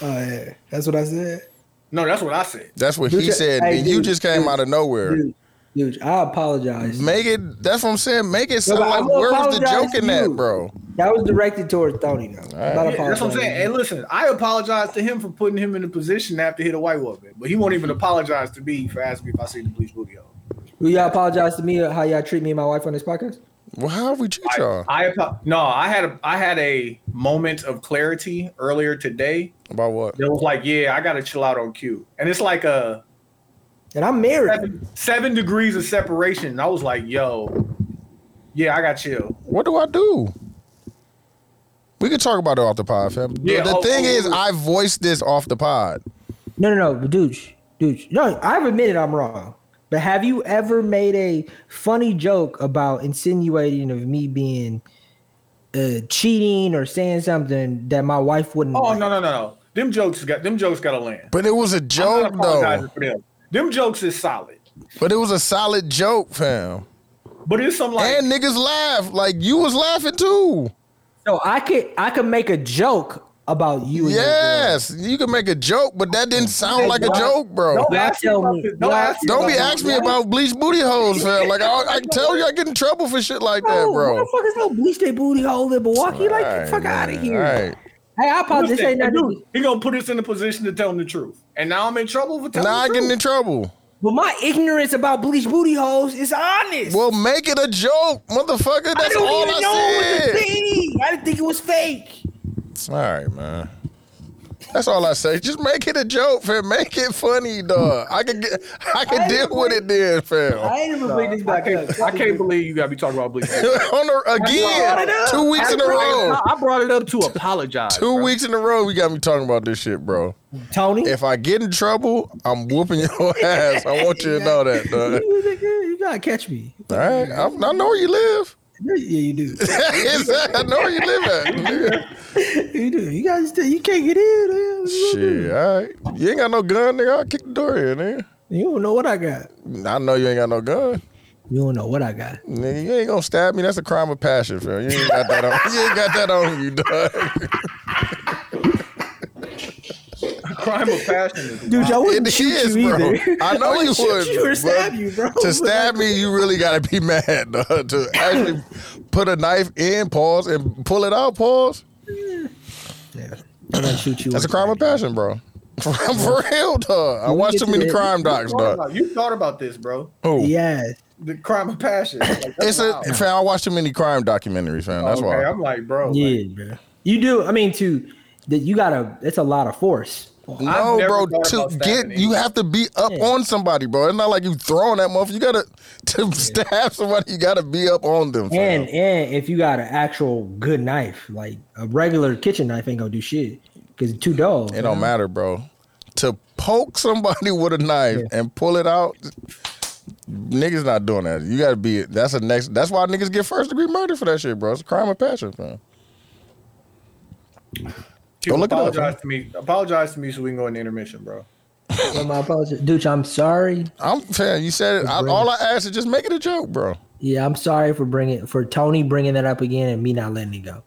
S4: Oh yeah, that's what I said.
S8: No, that's what I said.
S1: That's what
S4: Dude,
S1: he said,
S4: hey,
S1: and you
S4: dude,
S1: just came
S4: dude,
S1: out of nowhere.
S4: Dude, dude I apologize.
S1: Make it. That's what I'm saying. Make it sound
S4: but I
S1: like
S4: will
S1: where was the
S4: apologize
S1: joke in
S4: to
S1: that,
S4: you.
S1: bro?
S4: That was directed towards Tony though. I'm not
S8: Yeah, that's what I'm saying. Hey,
S4: apologizing.
S8: listen, I apologize to him for putting him in a position to have to hit a white woman, but he won't even apologize to me for asking me if I see the bleach booty hole.
S4: Will y'all apologize to me how y'all treat me and my wife on this podcast?
S1: Well, how we treat y'all
S8: I apo- no, I had a I had a moment of clarity earlier today
S1: about what?
S8: that was like, yeah, I gotta chill out on Q, and it's like a
S4: And I'm married.
S8: seven, seven degrees of separation. And I was like, yo, yeah, I got chill.
S1: What do I do? We can talk about it off the pod, fam.
S8: Yeah,
S1: the
S8: oh,
S1: thing
S8: oh,
S1: is,
S8: oh.
S1: I voiced this off the pod.
S4: No, no, no, dude, dude. No, I've admitted I'm wrong. But have you ever made a funny joke about insinuating of me being uh, cheating or saying something that my wife wouldn't?
S8: Oh
S4: like?
S8: no no no no. Them jokes got them jokes got to land.
S1: But it was a
S8: I'm
S1: joke,
S8: not apologizing
S1: though.
S8: for them. Them jokes is solid,
S1: But it was a solid joke, fam.
S8: but it's some like
S1: and niggas laugh. Like, you was laughing too.
S4: So I could I could make a joke about you. and your girl.
S1: Yes, you can make a joke, but that didn't sound like a
S4: why-
S1: joke, bro.
S8: Don't ask me
S4: tell
S8: about
S4: me.
S8: this.
S4: Y'all
S8: Don't ask me
S1: Don't be
S8: about
S1: asking me about bleach booty holes, fam. Like, I, I can tell you I get in trouble for shit like that,
S4: No,
S1: bro.
S4: motherfuckers don't bleach their booty hole in Milwaukee. Like,
S1: All right,
S4: get the fuck
S1: man.
S4: out of here.
S1: All right.
S4: Hey, I apologize. Oh, This ain't
S8: Listen,
S4: nothing.
S8: dude, he gonna put us in a position to tell him the truth, and now I'm in trouble for telling
S1: Now I
S8: the truth.
S1: get in trouble.
S4: But my ignorance about bleach booty holes is honest.
S1: Well, make it a joke, motherfucker.
S4: I
S1: That's
S4: don't
S1: all
S4: even know
S1: I
S4: it was a
S1: said.
S4: thing. I didn't think it was fake.
S1: All right, man. That's all I say. Just make it a joke, fam. Make it funny, dog. I can get, I can
S4: I
S1: deal with it then, fam.
S4: I ain't even bring this
S8: I
S4: back up.
S8: can't, I can't believe you gotta be talking about bleach.
S1: On the,
S4: brought it
S1: again,
S4: up.
S1: two weeks in a row.
S8: I brought it up to apologize.
S1: Two
S8: bro.
S1: weeks in a row, we got me talking about this shit, bro.
S4: Tony.
S1: If I get in trouble, I'm whooping your ass. I want you to know that, dog.
S4: You nigga, you gotta catch me.
S1: All right, I'm, I know where you live.
S4: Yeah, you do.
S1: I know where you live at.
S4: You do. You guys, you can't get in. man. What you gonna do?
S1: Shit, all right. You ain't got no gun, nigga. I'll kick the door in, nigga.
S4: You don't know what I got.
S1: I know you ain't got no gun.
S4: You don't know what I got.
S1: Nigga, you ain't gonna stab me. That's a crime of passion, fam. You ain't got that on you, ain't got that on you dog.
S8: crime of passion. Is
S4: Dude, I wouldn't
S1: It
S4: shoot
S1: is,
S4: you
S1: bro.
S4: either.
S1: I know you
S4: wouldn't
S1: would.
S4: shoot you or
S1: but
S4: stab you, bro.
S1: To stab me, you really gotta be mad, dog. To actually put a knife in, pause, and pull it out, pause.
S4: Yeah. I wouldn't shoot you.
S1: That's
S4: or
S1: a crime of passion, bro. For, for real, dog. I watch too many crime docs,
S8: You thought
S1: dog.
S8: about- You thought about this, bro.
S1: Who?
S4: Yeah.
S8: The crime of passion. Like, that's
S1: It's a
S8: wild.
S1: fam. I watch too many crime documentaries, fam. That's
S8: okay,
S1: why.
S8: I'm like, bro. like,
S4: Yeah, bro. You do. I mean, to that you gotta. That's a lot of force.
S1: No,
S8: never
S1: bro.
S8: thought
S1: To
S8: about
S1: get
S8: stabbing
S1: you have to be up
S4: Yeah.
S1: on somebody, bro. It's not like you throwing that motherfucker. You gotta to stab somebody. You gotta be up on them. fam.
S4: And and if you got an actual good knife, like a regular kitchen knife, ain't gonna do shit because it's too dull.
S1: it don't matter, bro. To poke somebody with a knife
S4: Yeah.
S1: and pull it out, niggas not doing that. You gotta be. That's a next. That's why niggas get first degree murder for that shit, bro. It's a crime of passion, fam.
S8: People
S1: Go look it up,
S8: apologize
S1: man.
S8: to me. Apologize to me so we can go into intermission, bro.
S4: Well, my apologies, dude. I'm sorry.
S1: I'm fam. You said it. I, all I asked is just make it a joke, bro.
S4: Yeah, I'm sorry for bringing for Tony bringing that up again and me not letting it go.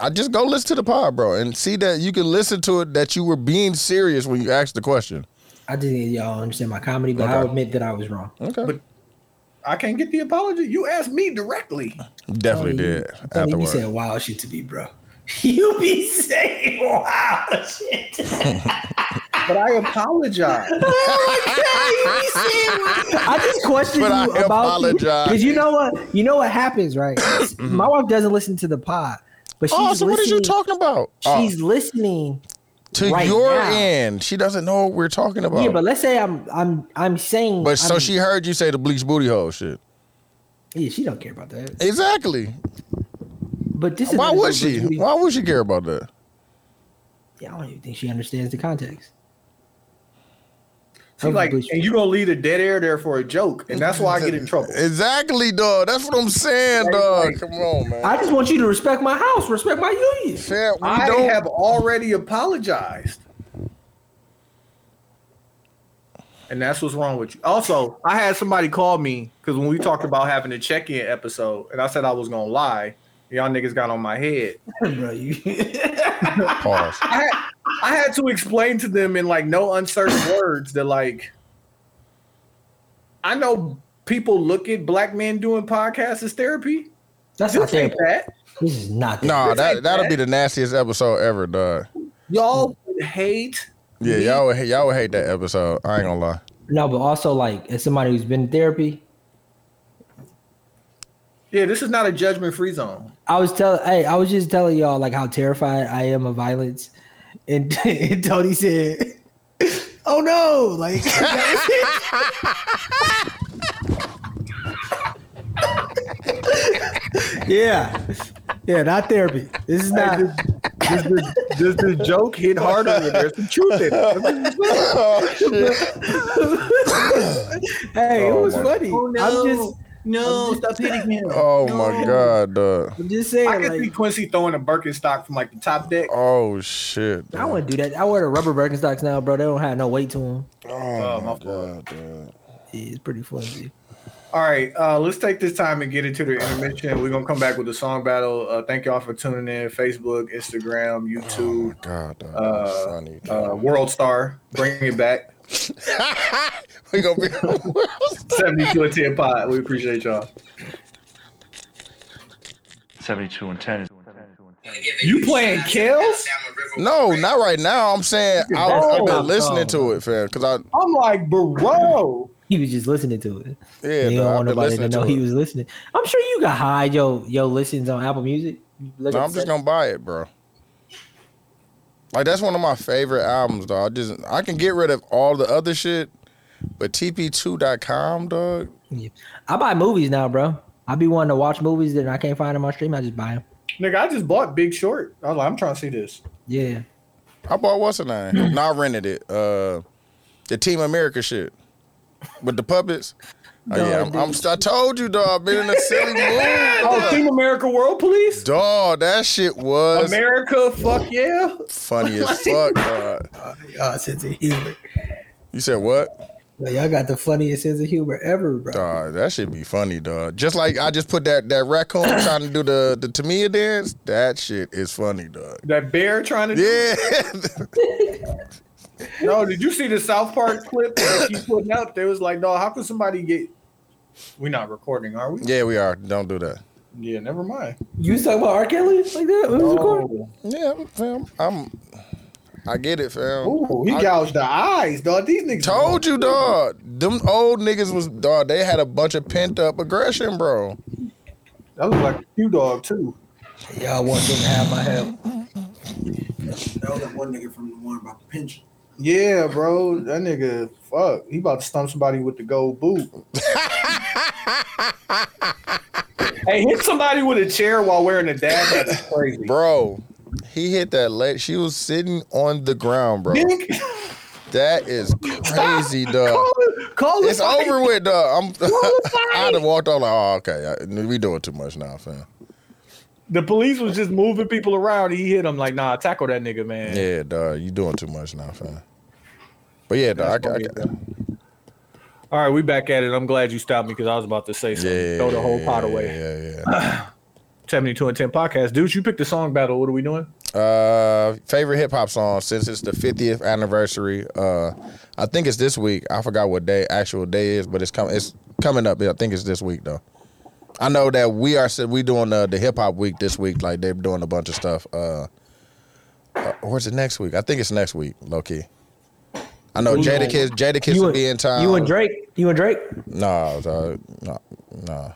S1: I just go listen to the pod, bro, and see that you can listen to it that you were being serious when you asked the question.
S4: I just think y'all understand my comedy, but I'll admit that I was wrong.
S1: Okay.
S8: But- I can't get the apology. You asked me directly.
S1: Definitely
S4: Tony,
S1: did.
S4: you- Tony, you
S1: Afterwards.
S4: said wild shit to me, bro. You be saying wild shit.
S8: But I apologize.
S4: I just questioned
S1: But I
S4: you about
S1: apologize. Mm-hmm.
S4: because you know what you know what happens, right? My wife doesn't listen to the pod, but she's
S1: oh, so what is
S4: listening.
S1: you talking about? Oh,
S4: She's listening.
S1: to
S4: right
S1: your
S4: now.
S1: end. She doesn't know what we're talking about.
S4: Yeah, but
S1: but
S4: let's say I'm I'm I'm saying,
S1: so
S4: I'm-
S1: she heard you say the bleach booty hole shit.
S4: yeah she don't care about that.
S1: Exactly.
S4: But this is
S1: Eh, Why
S4: another
S1: would
S4: thing,
S1: she?
S4: we-
S1: Why would she care about that?
S4: Yeah, I don't even think she understands the context.
S8: She's like,
S4: Bleach-
S8: and you gonna leave a dead air there for a joke, and that's why I get in trouble.
S1: Exactly, dog. That's what I'm saying, dog.
S8: right.
S1: Come on, man.
S4: I just want you to respect my house, respect my union.
S1: Fam, we
S8: I
S1: don't.
S8: have already apologized. And that's what's wrong with you. Also, I had somebody call me because when we talked about having a check-in episode, and I said I was gonna lie, y'all niggas got on my head.
S4: Bro, you
S1: pause.
S8: I had, I had to explain to them in like no uncertain words that like I know people look at black men doing podcasts as therapy.
S4: that's not
S8: This ain't
S4: therapy.
S8: that.
S4: This is not therapy.
S1: Nah,
S8: This
S1: that
S8: ain't
S1: that'll
S8: bad.
S1: be the nastiest episode ever, dog.
S8: Y'all would hate
S1: Yeah, y'all would, y'all would hate that episode. I ain't gonna lie.
S4: No, but also like as somebody who's been in therapy,
S8: Yeah, this is not a judgment free zone.
S4: I was telling, hey, I was just telling y'all like how terrified I am of violence, and, and Tony said,
S7: oh no, like
S4: Yeah. Yeah, not therapy. This is not
S8: Does the, does the joke hit harder when there's the truth in it?
S1: Oh, shit.
S4: Hey, it was
S1: my-
S4: funny. I'm just
S7: Oh, no, stop hitting him.
S1: Oh, my God, dog.
S4: I'm just saying
S8: I can see
S4: like
S8: Quincy throwing a Birkenstock from like the top deck.
S1: Oh, shit.
S4: I
S1: dog.
S4: wouldn't do that. I wear the rubber Birkenstocks now, bro. They don't have no weight to them.
S1: Oh,
S8: my
S1: my God, dog.
S4: Yeah, it's pretty flimsy.
S8: All right, uh, let's take this time and get into the intermission. We're gonna come back with the song battle. Uh, thank y'all for tuning in. Facebook, Instagram,
S1: Oh, my
S8: YouTube,
S1: God, dog.
S8: Uh,
S1: funny,
S8: uh,
S1: dog.
S8: World Star, bring it back. uh,
S1: we gonna be.
S8: Seventy-two and ten pot. We appreciate y'all.
S12: 72 and 10 is
S8: You playing Kells?
S1: No, not right now. I'm saying I, I've
S8: Oh.
S1: been listening to it, fam. Cause I,
S8: I'm like, bro.
S4: He was just listening to it.
S1: yeah,
S4: he
S1: dog, I've been
S4: don't want nobody to
S1: listening
S4: know
S1: to
S4: he
S1: it.
S4: was listening. I'm sure you can hide yo yo listens on Apple Music. Look
S1: No,
S4: at
S1: I'm just
S4: the-
S1: gonna buy it, bro. Like that's one of my favorite albums, dog. I just I can get rid of all the other shit, but TP2.com, dog.
S4: I buy movies now, bro. I be wanting to watch movies that I can't find in my stream. I just buy them.
S8: Nigga, I just bought Big Short. I was like, I'm trying to see this.
S4: Yeah.
S1: I bought what's her name? no, I rented it. Uh, the Team America shit with the puppets. Oh, yeah, I'm, I'm, I told you, dog. Been in the silly
S8: Oh,
S1: mood,
S8: Team America World Police?
S1: dog. That shit was
S8: America, fuck yeah.
S1: funny as fuck, dog.
S4: Y'all sense of humor.
S1: You said what?
S4: y'all got the funniest sense of humor ever, bro.
S1: Dog, that should be funny, dog. Just like I just put that that raccoon trying to do the the Tamia dance. That shit is funny, dog.
S8: That bear trying to
S1: Yeah,
S8: No, did you see the South Park clip that he putting up? They was like, no, how could somebody get? We're not recording, are we?
S1: yeah, we are. Don't do that.
S8: Yeah, never mind.
S4: You was talking about R. Kelly like that? It was recorded?
S8: Oh,
S1: Yeah, fam. I'm. I get it, fam.
S8: Ooh, he gouged the eyes, dog. These niggas
S1: Told you, dog. Them old niggas was dog. They had a bunch of pent up aggression, bro.
S8: That look like a Q dog too.
S4: Y'all want them to have my help.
S7: That was that one nigga from the one about the pension.
S8: Yeah, bro, that nigga, fuck, he about to stump somebody with the gold boot. hey, hit somebody with a chair while wearing a dad hat is crazy.
S1: Bro, he hit that leg. She was sitting on the ground, bro.
S8: Nick,
S1: That is crazy, dog.
S8: call it, call it
S1: It's over with, dog. I'm,
S8: Qualified.
S1: I'd have walked off like, oh, okay, I- we doing too much now, fam.
S8: The police was just moving people around. He hit him like, nah, tackle that nigga, man.
S1: Yeah, dog, you doing too much now, fam. But yeah, dog, I, I,
S3: All right, we back at it. I'm glad you stopped me because I was about to say something.
S1: yeah,
S3: Throw the whole pot away.
S1: Yeah, yeah.
S3: 72 and 10 podcast. Dude, you picked the song battle. What are we doing?
S1: Uh, favorite hip hop song since it's the 50th anniversary. Uh, I think it's this week. I forgot what day actual day is, but it's coming. It's coming up. I think it's this week though. I know that we are said we doing uh, the, the hip hop week this week. Like they're doing a bunch of stuff. Uh, uh, or is it next week? I think it's next week. Low key. I know Jada Kiss. Jada Kiss
S4: You
S1: will
S4: and-
S1: be in town.
S4: You and Drake. You and Drake.
S1: Nah, dog. Nah, nah.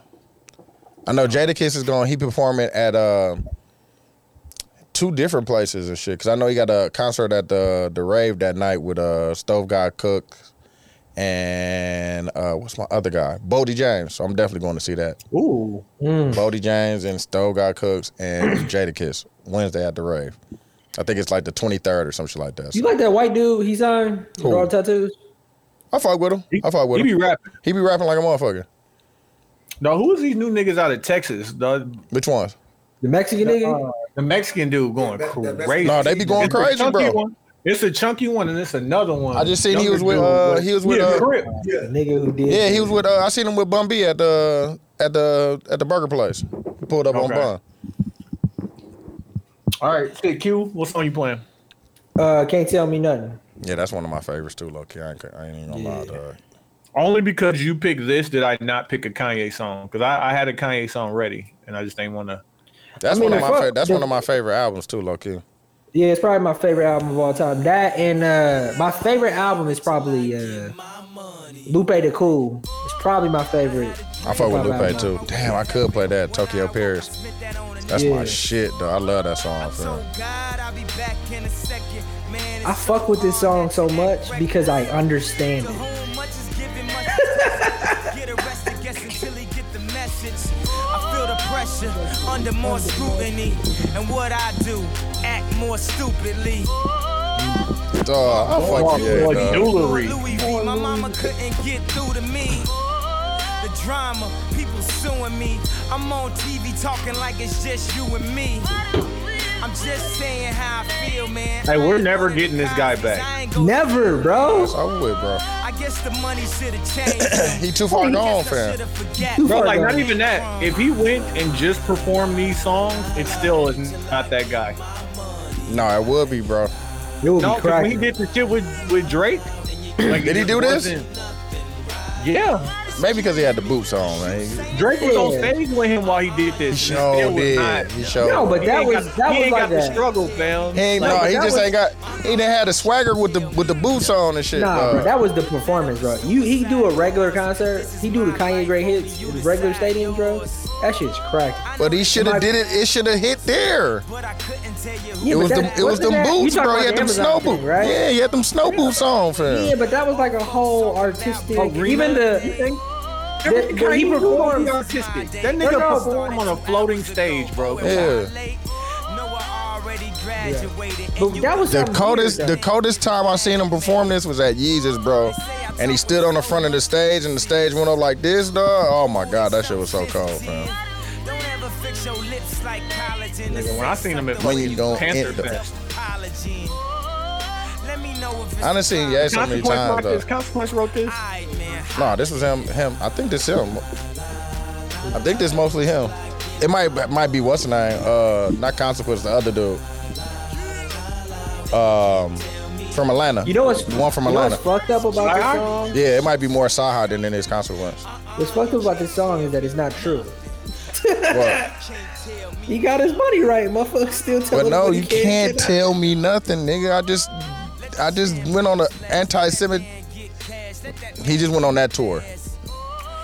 S1: I know Jadakiss is going. He performing at uh two different places and shit. Cause I know he got a concert at the the rave that night with uh Stove Guy Cook and uh what's my other guy Bodie James. So I'm definitely going to see that.
S8: Ooh.
S1: Bodie James and Stove Guy Cooks and Jadakiss Wednesday at the rave. I think it's like the 23rd or some shit like that.
S4: You
S1: So
S4: like that white dude he signed with
S1: Who?
S4: all the tattoos?
S1: I fuck with him. I fuck with
S8: He be
S1: him.
S8: rapping.
S1: He be rapping like a motherfucker.
S8: No, who is these new niggas out of Texas? The,
S1: Which ones?
S4: The Mexican nigga?
S8: uh, the Mexican dude going
S6: That- that- that's-
S8: crazy.
S1: No, they be going
S8: It's a
S1: crazy,
S8: chunky
S1: bro.
S8: One. It's a chunky one and it's another one.
S1: I just seen he
S8: Younger
S1: was with,
S8: dude,
S1: uh,
S8: but
S1: he was with,
S8: a
S1: uh,
S8: Crip.
S4: The nigga who did.
S1: Yeah, he was with. Uh, I seen him with Bum B at the at the at the burger place. He pulled up on
S8: Okay.
S1: Bun.
S8: All right, shit, Q, what song you playing?
S4: Uh, can't tell me nothing.
S1: Yeah, that's one of my favorites too, low key. I ain't, I ain't even gonna lie. Dog.
S3: Only because you picked this did I not pick a Kanye song because I, I had a Kanye song ready and I just didn't want to.
S1: That's
S4: I mean,
S1: one of my
S4: fuck,
S1: fa- that's
S4: the-
S1: one of my favorite albums too, low key.
S4: Yeah, it's probably my favorite album of all time. That and uh, my favorite album is probably uh, Lupe the Cool. It's probably my favorite.
S1: I fuck with
S4: Fuck
S1: Lupe
S4: album.
S1: too. Damn, I could play that Tokyo Paris. That's
S4: Yeah.
S1: my shit, though. I love that song, fam.
S4: I fuck with this song so much because I understand it.
S13: I feel the pressure under more scrutiny. And what I do, act more stupidly.
S1: Dog, I fuck with
S3: Like
S1: that, dog.
S3: jewelry.
S13: Louis V, my mama couldn't get through to me. The drama, people suing me. I'm on TV talking like it's just you and me. I'm just saying how I feel, man.
S3: Hey, we're never getting this guy back.
S13: I ain't go-
S4: Never, bro.
S1: That's over with, bro.
S13: I guess the money should have changed.
S1: He too far gone,
S13: Guess I
S1: fam.
S13: shoulda forgot.
S4: Too
S3: Bro,
S4: far
S3: like not
S4: gone.
S3: even that. If he went and just performed these songs, it still is not that guy.
S1: No, it would be, bro.
S4: It would
S3: No,
S4: be
S3: 'cause when he
S4: cracking.
S3: did the shit with with Drake. Like,
S1: Did
S3: it
S1: he do
S3: just
S1: this?
S3: wasn't- Yeah,
S1: Maybe because he had the boots on, man.
S3: Drake was on
S4: Yeah.
S3: stage with him while he did
S1: He
S3: this. and it still
S1: sure
S3: was not-
S1: did. He sure.
S4: No, but
S3: He
S4: that
S3: ain't
S4: was
S3: got-
S4: that
S3: he
S4: was
S3: ain't
S4: like
S3: got the
S4: that.
S3: struggle, fam.
S1: He ain't,
S4: Like,
S1: no, he
S4: that
S1: just
S4: was-
S1: ain't got. He didn't have the swagger with the with the boots on and shit.
S4: Nah, bro,
S1: dog.
S4: that was the performance, bro. You he do a regular concert, he do the Kanye Great Hits, in regular stadium, bro. That shit's cracking.
S1: but he should have
S4: My-
S1: did it. It should have hit there.
S13: But I couldn't tell you
S4: Yeah,
S1: it
S4: but
S1: was
S4: that-
S1: them. It was
S4: wasn't
S1: them
S4: that- you
S1: boots,
S4: talking
S1: bro.
S4: about
S1: He had
S4: the
S1: them
S4: Amazon
S1: snow
S4: thing,
S1: boots.
S4: right?
S1: Yeah, he had them snow boots on, fam.
S4: Yeah, but that was like a whole artistic.
S3: Oh, Rima?
S4: even the the, the, he performed.
S3: artistic. That
S4: No,
S3: nigga
S4: no.
S3: performed on a floating stage, bro.
S1: Yeah.
S13: late. No, I already graduated.
S4: But that was
S1: The
S4: something
S1: coldest,
S4: weird,
S1: the
S4: though.
S1: coldest time I seen him perform this was at Yeezus, bro. And he stood on the front of the stage, and the stage went up like this, dog. Oh my god, that shit was so cold, man.
S13: Don't ever fix your lips like collagen.
S3: Nigga, when I seen him at
S1: When you
S3: fucking
S1: don't
S3: Panther
S1: end up-
S3: Fest,
S13: Apology. Let me know if it's
S1: Honestly, yeah, so many
S3: Consequence wrote
S1: times though.
S3: this. Consequence wrote this.
S13: Alright, man.
S1: Nah, this was him. Him. I think this him. I think this mostly him. It might it might be what's his name. Uh, not consequence. The other dude. Um, from Atlanta.
S4: You know what's
S1: the one from
S4: you know what's
S1: Atlanta.
S4: fucked up about this song?
S1: Yeah, it might be more Saha than in his consequence.
S4: What's fucked up about this song is that it's not true.
S1: But,
S4: He got his money right, motherfucker. Still
S1: but
S4: telling.
S1: no,
S4: him he
S1: you can't
S4: get
S1: tell me nothing, nigga. I just I just went on an anti-Semitic. He just went on that tour.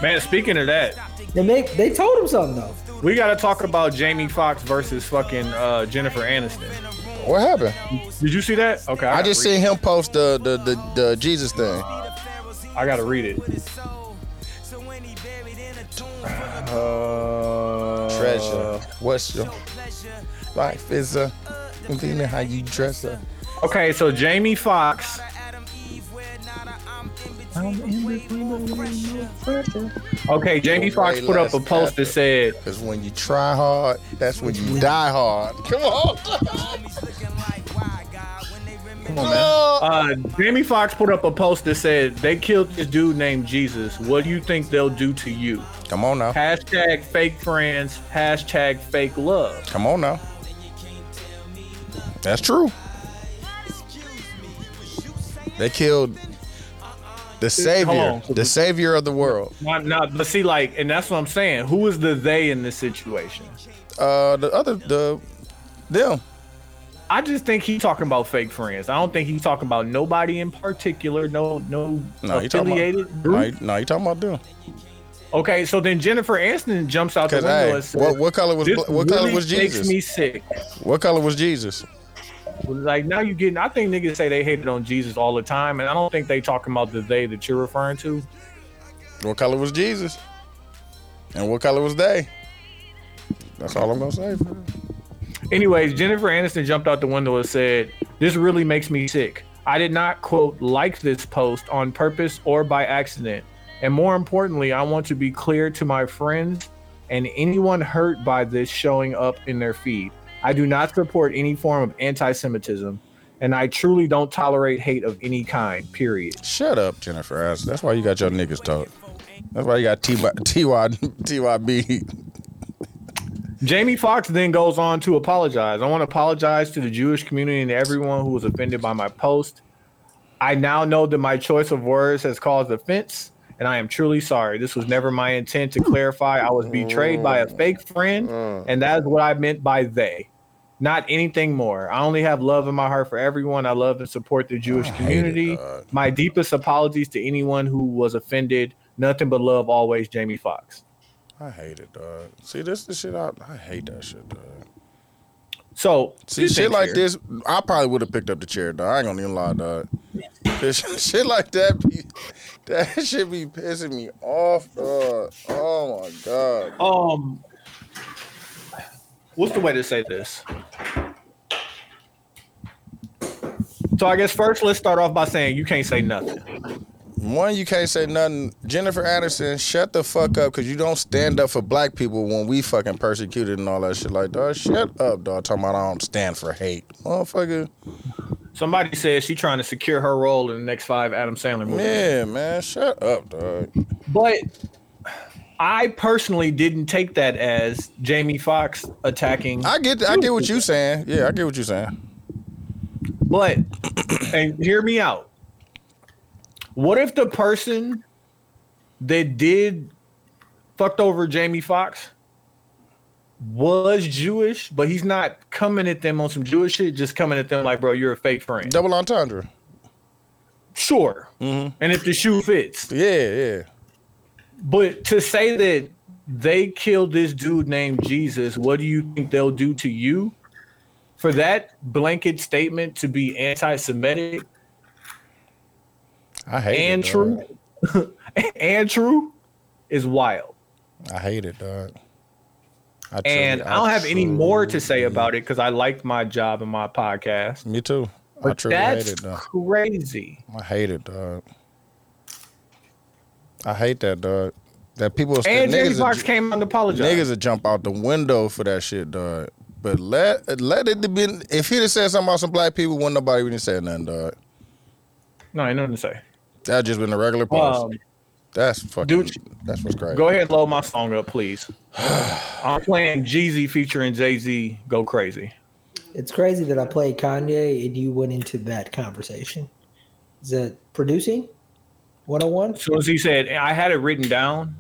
S3: Man, speaking of that,
S4: out. And they they told him something though.
S3: we gotta talk about Jamie Foxx versus fucking uh, Jennifer Aniston.
S1: What happened?
S3: Did you see that? Okay,
S1: I
S3: gotta
S1: just
S3: read
S1: seen him post the the the, the Jesus thing.
S3: it. I gotta read it. Uh,
S1: treasure. What's your life is uh, a completely how you dress up.
S3: Okay, so Jamie Foxx. Okay, Jamie Foxx put up a post that said,
S1: Cause when you try hard, that's when you die hard. Come on. Come on, man.
S3: uh, Jamie Foxx put up a post that said, they killed this dude named Jesus. What do you think they'll do to you?
S1: Come on now.
S3: Hashtag fake friends, hashtag fake love.
S1: Come on now. That's true. They killed the savior,
S3: Hold on.
S1: the savior of the world.
S3: Not, not, but see, like, and that's what I'm saying. Who is the they in this situation?
S1: Uh, the other, the them.
S3: I just think he's talking about fake friends. I don't think he's talking about nobody in particular. No, no,
S1: No, you talking
S3: affiliated
S1: about?
S3: group.
S1: No, you- No, you talking about them?
S3: Okay, so then Jennifer Aniston jumps out the
S1: Cause
S3: window
S1: hey,
S3: and says,
S1: what, what color was
S3: "This
S1: bla- what color
S3: really
S1: was Jesus?
S3: Makes me sick.
S1: What color was Jesus?
S3: Like now you getting. I think niggas say they hated on Jesus all the time, and I don't think they talking about the they that you're referring to.
S1: What color was Jesus? And what color was they? That's all I'm gonna say. fam.
S3: Anyways, Jennifer Aniston jumped out the window and said, "This really makes me sick. I did not quote like this post on purpose or by accident. And more importantly, I want to be clear to my friends and anyone hurt by this showing up in their feed. I do not support any form of anti-Semitism, and I truly don't tolerate hate of any kind. Period."
S1: Shut up, Jennifer Aniston. That's why you got your niggas talk. That's why you got T Y T Y B.
S3: Jamie Foxx then goes on to apologize. I want to apologize to the Jewish community and everyone who was offended by my post. I now know that my choice of words has caused offense, and I am truly sorry. This was never my intent to clarify. I was betrayed by a fake friend, and that is what I meant by they. Not anything more. I only have love in my heart for everyone. I love and support the Jewish community.
S1: dog.
S3: my deepest apologies to anyone who was offended. Nothing but love always, Jamie Foxx.
S1: I hate it, dog. See, this the shit I, I hate that shit, dog.
S3: So
S1: See, shit like this, I probably would have picked up the chair, dog. I ain't gonna even lie, dog. This shit- shit like that, be, that shit be pissing me off, dog. Oh my god.
S3: Um, what's the way to say this? So I guess first let's start off by saying you can't say nothing.
S1: One, you can't say nothing. Jennifer Anderson, shut the fuck up, cause you don't stand up for black people when we fucking persecuted and all that shit. Like, dog, shut up, dog. Talking about I don't stand for hate, motherfucker.
S3: Somebody says she trying to secure her role in the next five Adam Sandler movies.
S1: Yeah, man, shut up, dog.
S3: But I personally didn't take that as Jamie Foxx attacking.
S1: I get, I get what you saying. Yeah, I get what you saying.
S3: But and hear me out. What if the person that did fucked over Jamie Foxx was Jewish, but he's not coming at them on some Jewish shit, just coming at them like, bro, you're a fake friend.
S1: Double entendre.
S3: Sure.
S1: Mhm.
S3: And if the shoe fits.
S1: Yeah, yeah.
S3: But to say that they killed this dude named Jesus, what do you think they'll do to you? For that blanket statement to be anti Semitic
S1: I hate
S3: and
S1: it. dog.
S3: true and true is wild.
S1: I hate it, dog. I truly-
S3: And I don't have any more to say about it because I like my job and my podcast.
S1: Me too. I
S3: But
S1: truly hate
S3: that's
S1: it, dog.
S3: crazy.
S1: I hate it, dog. I hate that, dog. That people
S3: And Jamie
S1: niggas, will
S3: Foxx
S1: ju-
S3: came out and apologized.
S1: niggas will jump out the window for that shit, dog. But let let it have been. If he'd have said something about some black people, wouldn't nobody even said nothing, dog.
S3: No, ain't nothing to say.
S1: That just been a regular post.
S3: Um,
S1: that's fucking.
S3: dude-
S1: that's what's crazy.
S3: Go ahead and load my song up, please. I'm playing Jeezy featuring Jay Z. Go crazy.
S4: It's crazy that I played Kanye and you went into that conversation. Is that producing? 101?
S3: So as he said, and I had it written down.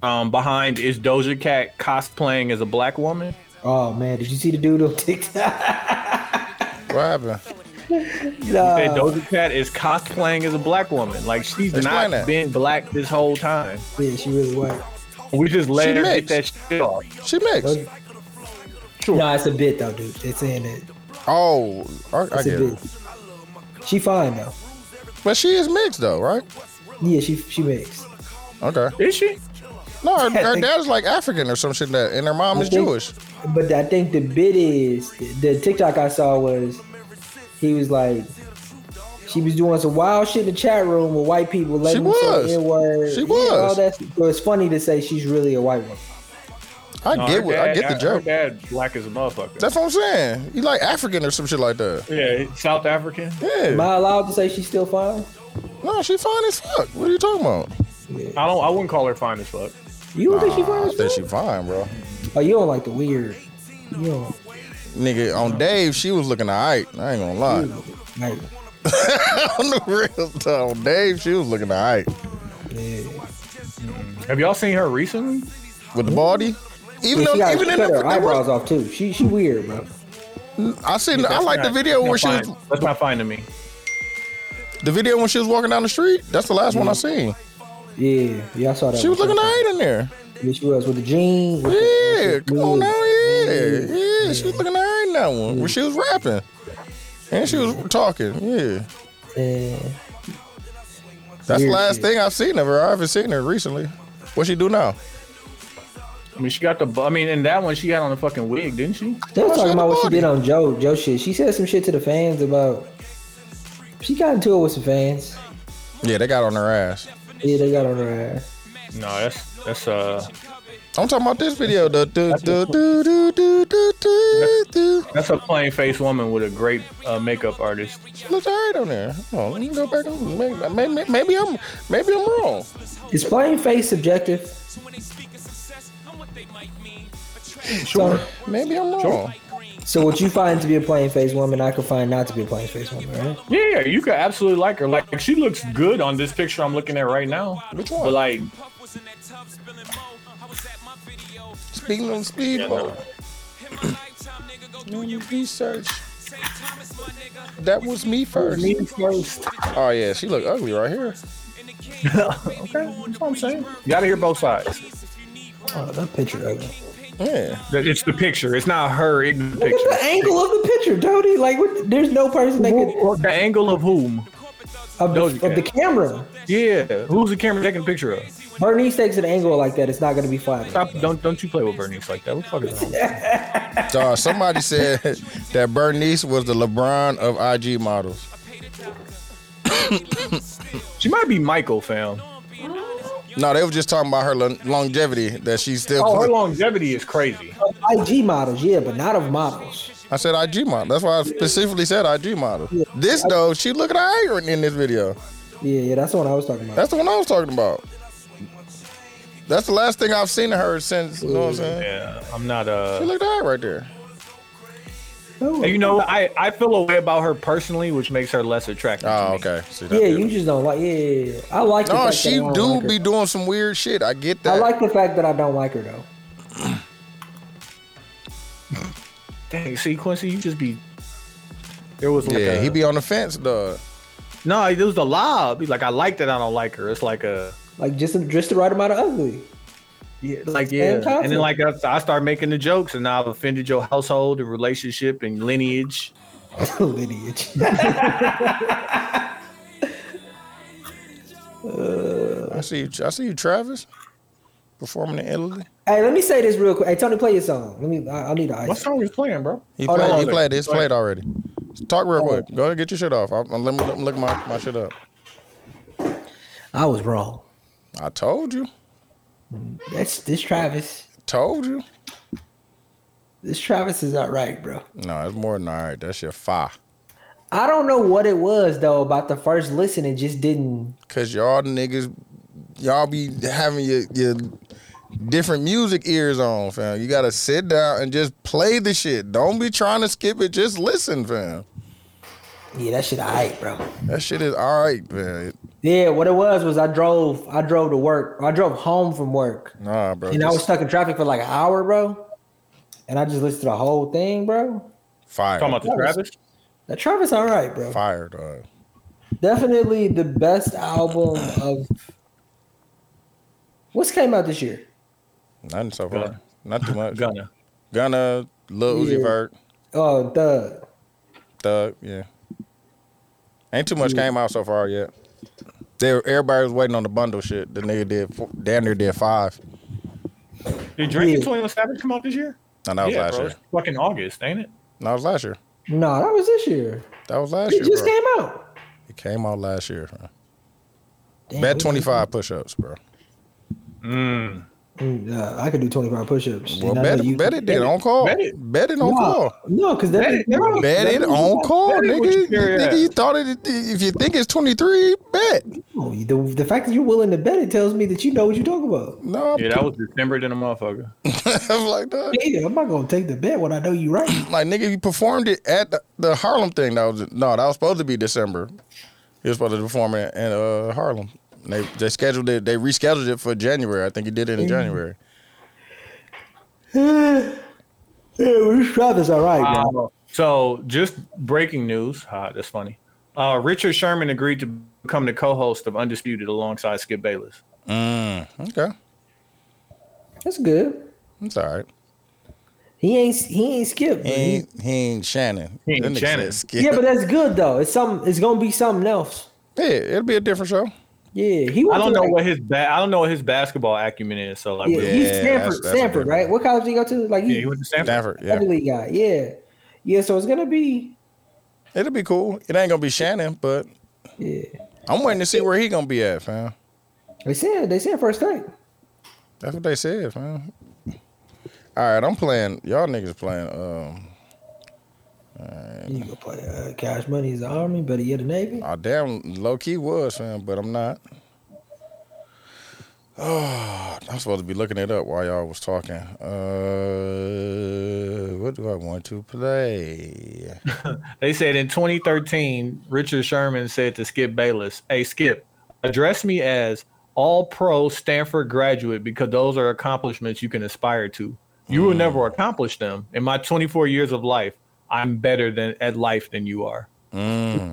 S3: Um, behind is Doja Cat cosplaying as a black woman.
S4: Oh man, did you see the dude on TikTok?
S1: What happened?
S3: Said
S1: Uh.
S4: no.
S3: Doja Cat is cosplaying as a black woman. Like she's
S1: Explain
S3: not
S1: that.
S3: been black this whole time.
S4: Yeah, she was white.
S3: We just let
S1: She
S3: her get
S1: mixed.
S3: that shit off.
S1: She mixed.
S4: Doja- No, it's a bit though, dude. They're saying that.
S1: Oh, I, I
S4: It's a
S1: get
S4: bit.
S1: it.
S4: She fine though.
S1: But she is mixed though, right?
S4: Yeah, she she mixed.
S1: Okay.
S3: Is she?
S1: No, her,
S4: Yeah, I
S1: her
S4: think-
S1: dad's like African or some shit that, and her mom
S4: I
S1: is
S4: think-
S1: Jewish.
S4: But I think the bit is the, the TikTok I saw was he was like she was doing some wild shit in the chat room with white people letting
S1: She
S4: them
S1: was.
S4: say N-word.
S1: She
S4: Yeah,
S1: was.
S4: all that. So it's funny to say she's really a white woman.
S1: I
S3: No,
S1: get
S3: her
S1: what I
S3: dad-
S1: get the
S3: her
S1: joke.
S3: dad black as a motherfucker.
S1: That's what I'm saying. You like African or some shit like that.
S3: yeah, South African.
S4: Am
S1: Yeah.
S4: I allowed to say she's still fine?
S1: No, she fine as fuck. What are you talking about?
S4: Yeah.
S3: I don't. I wouldn't call her fine as fuck.
S4: You don't think she fine?
S1: I
S4: as
S1: think she
S4: fuck?
S1: fine, bro.
S4: Oh, you don't like the weird. You don't.
S1: Nigga, on Dave, she was looking alright. I ain't gonna lie.
S4: Like,
S1: on the real though, on Dave, she was looking alright
S4: yeah.
S3: Have y'all seen her recently?
S1: with the body. Even
S4: Yeah, she
S1: though,
S4: got
S1: even in
S4: cut her
S1: the,
S4: eyebrows off too. She she weird, bro.
S1: I seen. I
S3: That's
S1: like the
S3: not-
S1: video where
S3: that's
S1: she
S3: not
S1: was.
S3: fine. That's not fine to me.
S1: The video when she was walking down the street. That's the last one I seen.
S4: Yeah, yeah, I saw that.
S1: She was
S4: one.
S1: looking alright in there.
S4: Yeah, she was with the jeans. with the-
S1: Yeah,
S4: with the
S1: come on now,
S4: jeans.
S1: yeah, yeah. She was looking alright in that one. When she was rapping, and she was talking. Yeah,
S4: Yeah.
S1: that's the
S4: Weird
S1: last
S4: shit.
S1: thing I've seen of her. I haven't seen her recently. What she do now?
S3: I mean, she got the. bu- I mean, in that one, she had on a fucking wig, didn't she?
S4: They was
S1: What's
S4: talking
S1: with
S4: about
S1: the
S4: what she
S1: body?
S4: did on Joe Joe shit. She said some shit to the fans about. She got into it with some fans.
S1: Yeah, they got on her ass.
S4: Yeah, they got on her ass.
S3: No, that's that's uh,
S1: I'm talking about this video. The do do do do do do do do.
S3: that's a plain faced woman with a great uh, makeup artist.
S1: Looks alright on there. Hold on, let me go back. and- Maybe, maybe, maybe I'm maybe I'm wrong.
S4: Is plain face subjective? Sure.
S1: Maybe I'm wrong.
S4: So, so what you find to be a plain face woman, I could find not to be a plain face woman, right?
S3: Yeah, you could absolutely like her. Like she looks good on this picture I'm looking at right now.
S1: Which
S3: But
S1: one?
S3: like,
S1: Speaking on speedboat. Do you research? That was me first.
S3: me first.
S1: Oh yeah, she look ugly right here.
S3: okay, that's what I'm saying. You gotta hear both sides.
S4: Oh, that picture ugly.
S1: Yeah.
S3: It's the picture. It's not her in the
S4: Look
S3: picture.
S4: at the angle of the picture, Dodie. Like, what, there's no person that could
S3: The angle of whom?
S4: of the,
S3: Doja
S4: of the
S3: Cat.
S4: camera.
S3: Yeah. Who's the camera taking a picture of?
S4: Bernice takes an angle like that. It's not gonna be flattering.
S3: Stop! Don't don't you play with Bernice like that. What the fuck is wrong?
S1: Dog, somebody said that Bernice was the LeBron of IG models.
S3: She might be Michael, fam.
S1: No, they were just talking about her lon- longevity that she's still.
S3: Oh, her longevity is crazy.
S4: IG models, yeah, but not of models.
S1: I said IG model. That's why I specifically said IG model. This though, she looking angry in this video.
S4: Yeah, yeah, that's the one I was talking about.
S1: That's the one I was talking about. That's the last thing I've seen of her since. You know what I'm saying?
S3: Yeah, I'm not
S1: She
S3: uh
S1: looked all right right there.
S4: No.
S3: And you know, I I feel a way about her personally, which makes her less attractive.
S1: Oh,
S3: to me.
S1: okay. See, that
S4: yeah,
S1: did
S4: you
S1: it.
S4: just don't like. Yeah, yeah, yeah. I like. the
S1: No,
S4: fact that I
S1: she
S4: don't
S1: do
S4: like her.
S1: be doing some weird shit. I get that.
S4: I like the fact that I don't like her though.
S3: Dang, see Quincy, you just be. There was like
S1: yeah,
S3: a,
S1: he be on the fence, dog.
S3: no. It was the lob. He's like, I like that. I don't like her. It's like a
S4: Like just just the right amount of ugly.
S3: yeah, like
S4: Same
S3: yeah. And
S4: concept.
S3: then like I, I start making the jokes, and now I've offended your household and relationship and lineage.
S4: lineage.
S1: I see you. I see you, Travis, performing in Italy.
S4: hey, let me say this real quick. Hey, Tony, play your song. Let me. I, I need an
S3: What
S4: ice.
S3: song is playing, bro?
S1: He
S4: Hold
S1: played.
S4: on.
S1: He played. It's played already. Talk real
S4: Hold
S1: quick. Go ahead, and get your shit off. I'm, let me let me look my, my shit up.
S4: I was wrong.
S1: I told you.
S4: That's this Travis.
S1: Told you.
S4: This Travis is not right, bro.
S1: No, it's more than all right. That shit fire.
S4: I don't know what it was though about the first listen. It just didn't.
S1: Cause y'all niggas, y'all be having your your different music ears on, fam. You gotta sit down and just play the shit. Don't be trying to skip it. Just listen, fam.
S4: Yeah, that shit alright, bro.
S1: That shit is all right, man.
S4: Yeah, what it was was I drove. I drove to work. I drove home from work,
S1: Nah, bro.
S4: and I
S1: just
S4: was stuck in traffic for like an hour, bro. And I just listened to the whole thing, bro.
S1: fire.
S3: Talking about the Travis.
S4: That Travis, all right, bro.
S1: Fire, dog.
S4: Definitely the best album of. What's came out this year?
S1: Nothing so far.
S3: Gunna.
S1: Not too much.
S3: Gunna.
S1: Gunna, Lil Uzi
S4: Yeah.
S1: Vert,
S4: Oh, Thug.
S1: Thug. Yeah. Ain't too much came out so far yet. They, everybody was waiting on the bundle shit. The nigga did four, damn near did five.
S3: Did Drake and
S4: Yeah.
S3: 21 Savage come out this year?
S1: No, that was
S3: yeah,
S1: last
S3: bro.
S1: year.
S3: It's fucking August, ain't it?
S1: No, that was last year.
S4: No, that was this year.
S1: That was last
S4: It
S1: year.
S4: just
S1: bro.
S4: came out.
S1: It came out last year. Bro.
S4: Damn,
S1: Bet
S4: we-
S1: 25 push ups, bro.
S4: Mm, uh, I could do twenty five push ups.
S1: Well, bet, bet it did on call.
S3: Bet
S1: Bet
S3: it.
S1: it, on
S4: No,
S1: call.
S4: no, because that,
S3: Bet it.
S4: that-
S1: Bet
S4: that-
S1: it on call,
S3: bet it with
S1: nigga. You
S3: your
S1: think
S3: ass.
S1: you thought it, if you think it's 23, bet.
S4: No, Oh, the, the fact that you're willing to bet it tells me that you know what you're talking about.
S1: No,
S3: Yeah, that was December than a motherfucker.
S1: I'm like, "Dawg."
S4: Yeah, I'm not gonna take the bet when I know you right.
S1: like nigga, you performed it at the, the Harlem thing. That was no, that was supposed to be December. He was supposed to perform it in uh, Harlem. And They they scheduled it. They rescheduled it for January. I think he did it in January.
S4: Yeah, Travis, all right, man.
S3: Uh, so, just breaking news. Ah, that's funny. Uh, Richard Sherman agreed to become the co-host of Undisputed alongside Skip Bayless.
S1: Okay,
S4: That's good.
S1: it's all right.
S4: He ain't he ain't skipped.
S1: He
S4: but he-
S1: ain't, he ain't Shannon.
S3: He ain't
S1: That nigga
S3: Shannon.
S1: said Skip.
S4: yeah, but that's good though. It's some. It's gonna be something else.
S1: yeah, it'll be a different show.
S4: Yeah, he.
S3: I
S4: went
S3: don't
S4: to,
S3: know
S4: like-
S3: what his ba- I don't know what his basketball acumen is. So, like,
S4: Yeah,
S3: yeah,
S4: he's
S1: Yeah,
S4: Stanford.
S1: that's- that's a
S4: Stanford,
S1: good
S4: right?
S1: one.
S4: What college did he go to? Like he,
S3: he went to Stanford.
S1: Stanford, yeah,
S4: Ivy League guy. Yeah, yeah. So it's gonna be.
S1: it'll be cool. It ain't gonna be Shannon, but
S4: Yeah,
S1: I'm waiting to see where he gonna be at, fam.
S4: they said they said first thing.
S1: That's what they said, man. All right, I'm playing. Y'all niggas playing. Um,
S4: You go play uh, Cash Money is the Army, better yet the Navy.
S1: I damn low key was, fam, but I'm not. Oh, I'm supposed to be looking it up while y'all was talking. Uh, what do I want to play?
S3: They said in 2013, Richard Sherman said to Skip Bayless, "Hey Skip, address me as All-Pro Stanford graduate because those are accomplishments you can aspire to. You will never
S4: Mm.
S3: accomplish them. In my 24 years of life, I'm better than at life than you are."
S1: I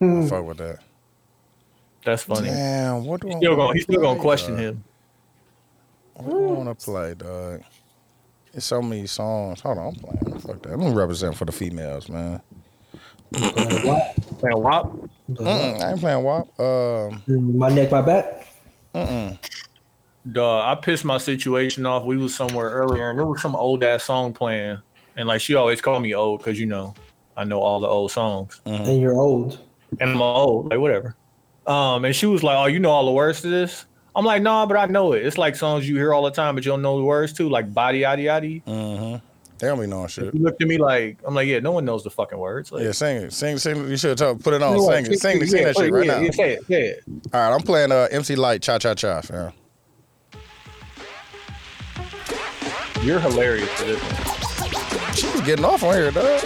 S1: fuck with that.
S3: That's funny.
S1: Damn, what do I
S3: He's still
S1: wanna
S3: going. He's still going to
S1: play,
S3: question
S1: dog?
S3: him.
S1: What do I want to play, dog? It's so many songs. Hold on, I'm playing. Fuck that. I'm gonna represent for the females, man.
S4: uh,
S3: Playing WAP?
S1: Mm-mm, Mm, I ain't playing WAP. Um,
S4: My neck, my back.
S1: mm-mm.
S3: Duh, I pissed my situation off. We was somewhere earlier, and there was some old ass song playing, and like she always called me old because you know I know all the old songs,
S1: Mm. Uh-huh.
S4: And you're old.
S3: and I'm old, like whatever. Um, and she was like, "Oh, you know all the words to this." I'm like, "Nah, but I know it. It's like songs you hear all the time, but you don't know the words to, like body, yaddy, yaddy."
S1: Mm. They don't be knowing shit.
S3: She looked at me like, "I'm like, yeah, no one knows the fucking words." Like,
S1: Yeah, sing it, sing, sing. You should talk. Put it on, sing it, sing, it, sing that shit right
S3: yeah,
S1: now.
S3: Yeah, say it, say it.
S1: All right, I'm playing uh, MC Light, Cha Cha Cha. fam.
S3: You're hilarious for this one.
S1: She was getting off on here, dog.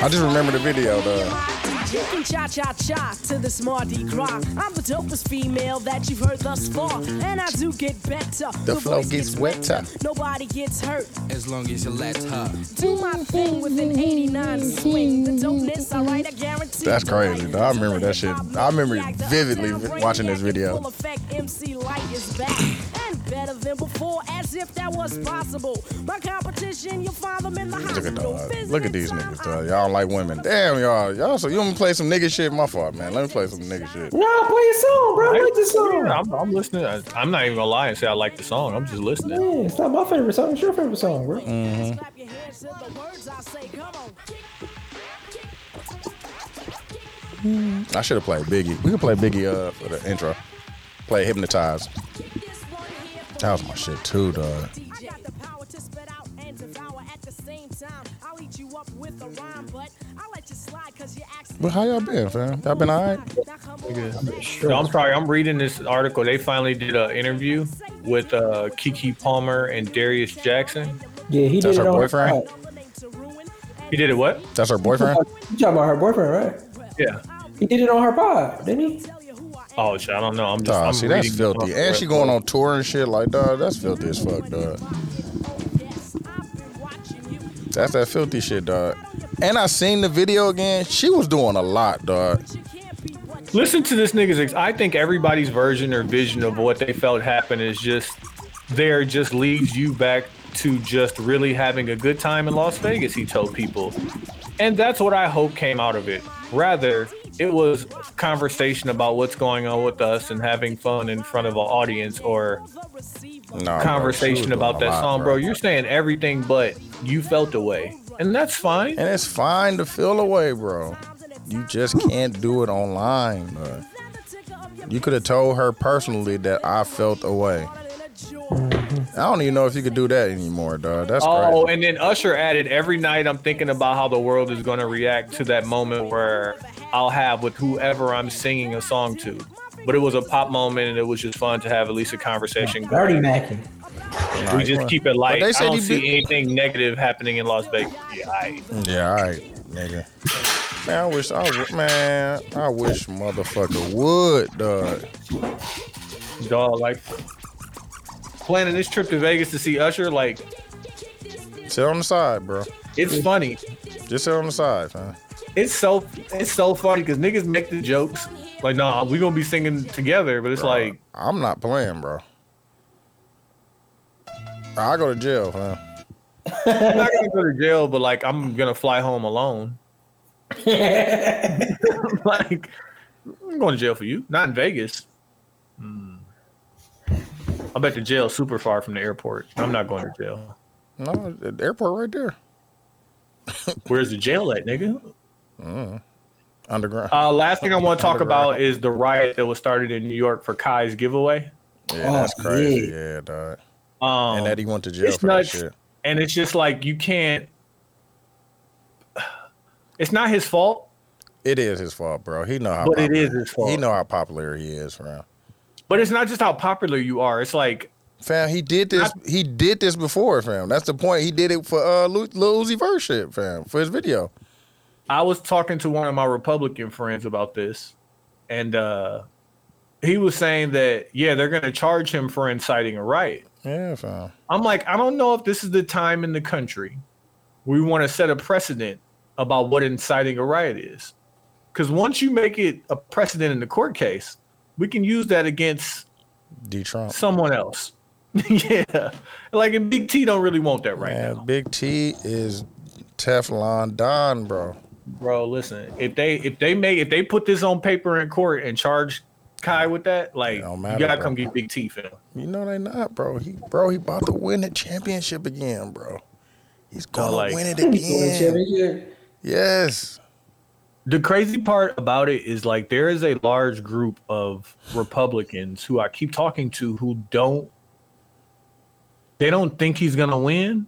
S1: I just remember the video, dog.
S5: You can cha cha cha to this Mardi Gras. I'm the dopest female that you've heard thus far, and I do get better.
S1: The flow
S5: voice
S1: gets wetter.
S5: Nobody gets hurt.
S13: As long as you let her.
S5: Do my thing with an 89 swing. The dopeness, I write, I guarantee.
S1: That's crazy, though. I remember that shit. I remember vividly watching this video.
S5: Full effect, MC Light is back. And better than before, as if that was possible. My competition, you'll find them in the
S1: Look at
S5: hospital.
S1: dog. Look at these niggas, dog. Y'all don't like women. Damn, y'all. Y'all. So you want me to play some nigga shit? My fault, man. Let me play some nigga shit.
S4: Nah, play your song, bro. I like this song.
S3: Yeah, I'm, I'm listening. I, I'm not even gonna lie and say I like the song. I'm just listening.
S4: Yeah, it's not my favorite song. It's your favorite song, bro.
S1: Mm-hmm.
S5: Clap your hands to the words I say. Come on.
S1: I should have played Biggie. We can play Biggie uh, for the intro. Play Hypnotize.
S5: This one here for
S1: That was my shit too, dog.
S5: I got the power to spit out and devour at the same time. I'll eat you up with a rhyme, but I'll let you slide because you actually.
S1: But how y'all been, fam? Y'all been alright?
S5: Now come on.
S3: No, I'm sorry. I'm reading this article. They finally did an interview with uh, Kiki Palmer and Darius Jackson.
S4: Yeah, he
S1: That's
S4: did it
S1: her
S4: on
S1: boyfriend?
S4: Her
S3: He did it what?
S1: That's her boyfriend.
S4: pod. You talking about her boyfriend, right?
S3: Yeah.
S4: He did it on her pod, didn't he?
S3: Oh shit, I don't know. I'm just.
S1: Dog,
S3: I'm
S1: see, that's
S3: reading-
S1: filthy. And she going on tour and shit like, dog. That's filthy as fuck, dog.
S5: Oh,
S1: That's that filthy shit, dog. And I seen the video again. She was doing a lot, dog.
S3: Listen to this nigga's. Ex- I think everybody's version or vision of what they felt happened is just there. Just leads you back to just really having a good time in Las Vegas. He told people, and that's what I hope came out of it. Rather, it was conversation about what's going on with us and having fun in front of an audience or
S1: Nah,
S3: conversation about that song, bro.
S1: You
S3: You're saying everything, but you felt the way, and that's fine.
S1: and it's fine to feel away, bro. You just can't do it online, bro. You could have told her personally that I felt away. I don't even know if you could do that anymore, dog. That's
S3: Oh,
S1: crazy.
S3: and then Usher added, "Every night I'm thinking about how the world is going to react to that moment where I'll have with whoever I'm singing a song to." But it was a pop moment, and it was just fun to have at least a conversation.
S4: Dirty Mackin.
S3: We just keep it light.
S1: But they
S3: I
S1: said
S3: don't
S1: he
S3: see
S1: be-
S3: anything negative happening in Las Vegas. Yeah, I,
S1: Yeah, all right, nigga. Man, I wish, I wish, man, I wish motherfucker would, dog.
S3: dog, like planning this trip to Vegas to see Usher. Like,
S1: Sit on the side, bro.
S3: it's funny.
S1: Just sit on the side, man.
S3: It's so it's so funny because niggas make the jokes like, "Nah, we gonna be singing together," but it's like,
S1: I'm not playing, bro. I go to jail, man.
S3: I'm not gonna go to jail, but like, I'm gonna fly home alone. like, I'm going to jail for you, not in Vegas. Hmm. I bet the jail's super far from the airport. I'm not going to jail.
S1: No, the airport right there,
S3: Where's the jail at, nigga?
S1: underground.
S3: Uh, last thing I want to talk about is the riot that was started in New York for Kai's giveaway.
S1: Yeah, that's
S4: Oh,
S1: crazy.
S4: yeah.
S1: Yeah, dog.
S3: Um,
S1: And that he went to jail
S3: it's
S1: for that
S3: nuts.
S1: shit.
S3: and it's just like you can't. It's not his fault.
S1: It is his fault, bro. He know how.
S3: But it
S1: popular-
S3: is his fault.
S1: He know how popular he is, bro.
S3: But it's not just how popular you are. It's like
S1: Fam, he did this. he did this before, fam. That's the point. He did it for uh, Lu- Lil Uzi Vert shit, fam, for his video.
S3: I was talking to one of my Republican friends about this, and uh, he was saying that yeah, they're going to charge him for inciting a riot.
S1: Yeah, fam.
S3: I'm like, I don't know if this is the time in the country we want to set a precedent about what inciting a riot is, because once you make it a precedent in the court case, we can use that against
S1: D Trump.
S3: Someone else. yeah. Like and Big T don't really want that right
S1: Man, Big T is Teflon Don, bro.
S3: Bro, listen. If they if they make if they put this on paper in court and charge Kai with that, like
S1: matter,
S3: you gotta
S1: bro.
S3: come get Big T, Phil.
S1: You know they not, bro. He bro, he about to win the championship again, bro. He's gonna
S3: like-
S1: win it
S3: Win the
S1: again. Yes.
S3: The crazy part about it is like there is a large group of Republicans who I keep talking to who don't they don't think he's gonna win,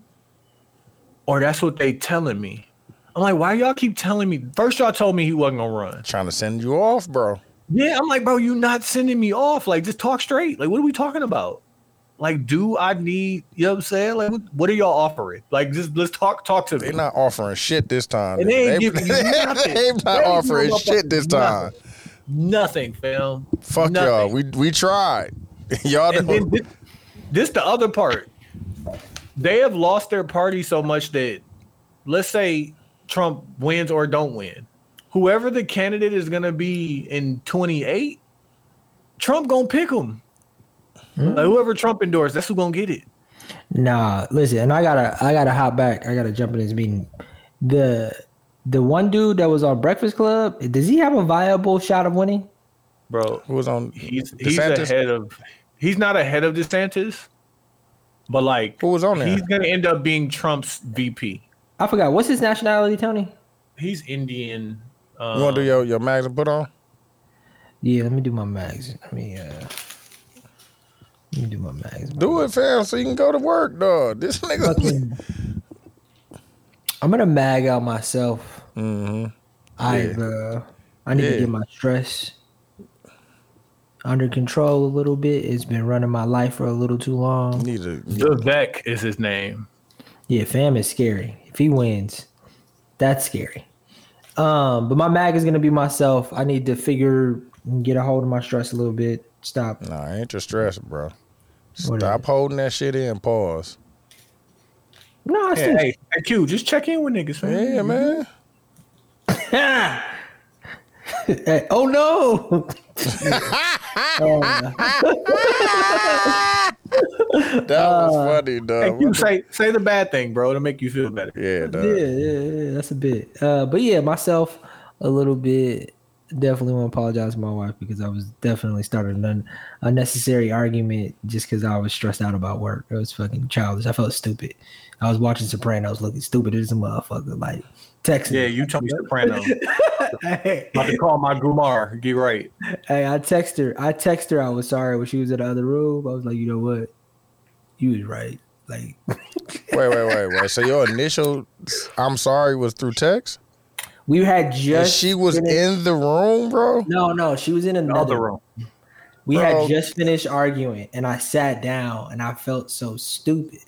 S3: or that's what they telling me. I'm like, why y'all keep telling me? First y'all told me he wasn't gonna run.
S1: Trying to send you off, bro.
S3: Yeah, I'm like, bro, you not sending me off. Like, just talk straight. Like, what are we talking about? Like, do I need? You know what I'm saying? Like, what- what are y'all offering? Like, just let's talk. Talk to me.
S1: They're not offering shit this time.
S3: And they ain't
S1: They-
S3: giving you
S1: they
S3: nothing. They
S1: not
S3: ain't
S1: offering
S3: giving
S1: shit this time.
S3: Nothing, fam.
S1: Fuck
S3: Nothing.
S1: y'all. We we tried. y'all
S3: And
S1: don't.
S3: then this, this the other part. They have lost their party so much that, let's say Trump wins or don't win, whoever the candidate is gonna be in 28, Trump gonna pick them. whoever Trump endorsed, that's who gonna get it.
S4: Nah, listen, and I gotta I gotta hop back. I gotta jump in this meeting. The the one dude that was on Breakfast Club, does he have a viable shot of winning?
S3: bro.
S1: Who was on?
S3: He's he's
S1: DeSantis?
S3: ahead of. He's not ahead of DeSantis, but like
S1: Who was on there?
S3: he's gonna end up being Trump's VP.
S4: I forgot. What's his nationality, Tony?
S3: He's Indian. Um,
S1: you want to do your your mags and put on?
S4: Yeah, let me do my mags. Let me uh let me do my mags.
S1: Do it, fam, so you can go to work, dog. This nigga.
S4: Fucking- I'm gonna mag out myself.
S1: Mm-hmm.
S4: I
S1: Yeah.
S4: bro. I need
S1: Yeah.
S4: to get my stress under control a little bit. It's been running my life for a little too long.
S1: Need to.
S3: Vivek is his name.
S4: Yeah, fam is scary. If he wins, that's scary. Um, but my mag is gonna be myself. I need to figure get a hold of my stress a little bit. Stop.
S1: Nah, I ain't your stress, bro.
S4: What
S1: Stop holding that shit in. Pause.
S4: No, I
S3: Hey,
S4: still
S3: hey, hey, Q, just check in with niggas, man.
S1: Yeah, man.
S4: Hey, oh no.
S1: That
S3: Uh,
S1: was funny,
S4: Uh,
S3: Hey,
S1: dog.
S3: Q,
S1: What the-
S3: say say the bad thing, bro, to make you feel better.
S1: Yeah, dog.
S4: yeah, yeah, yeah, that's a bit. Uh, but yeah, myself a little bit. Definitely want to apologize to my wife because I was definitely started an un- unnecessary argument just because I was stressed out about work. It was fucking childish. I felt stupid. I was watching Sopranos, looking stupid as a motherfucker, like texting.
S3: Yeah, you Tony Soprano. About to call my Gumar. Get right.
S4: Hey, I text her. I text her. I was sorry when she was in the other room. I was like, you know what, you was right. Like,
S1: Wait, wait, wait, wait. So your initial "I'm sorry" was through text,
S4: we had
S1: and
S4: just
S1: she was
S4: finished-
S1: in the room, bro.
S4: No, no, she was in another
S3: Other room.
S4: We
S1: Bro.
S4: had just finished arguing, and I sat down, and I felt so stupid.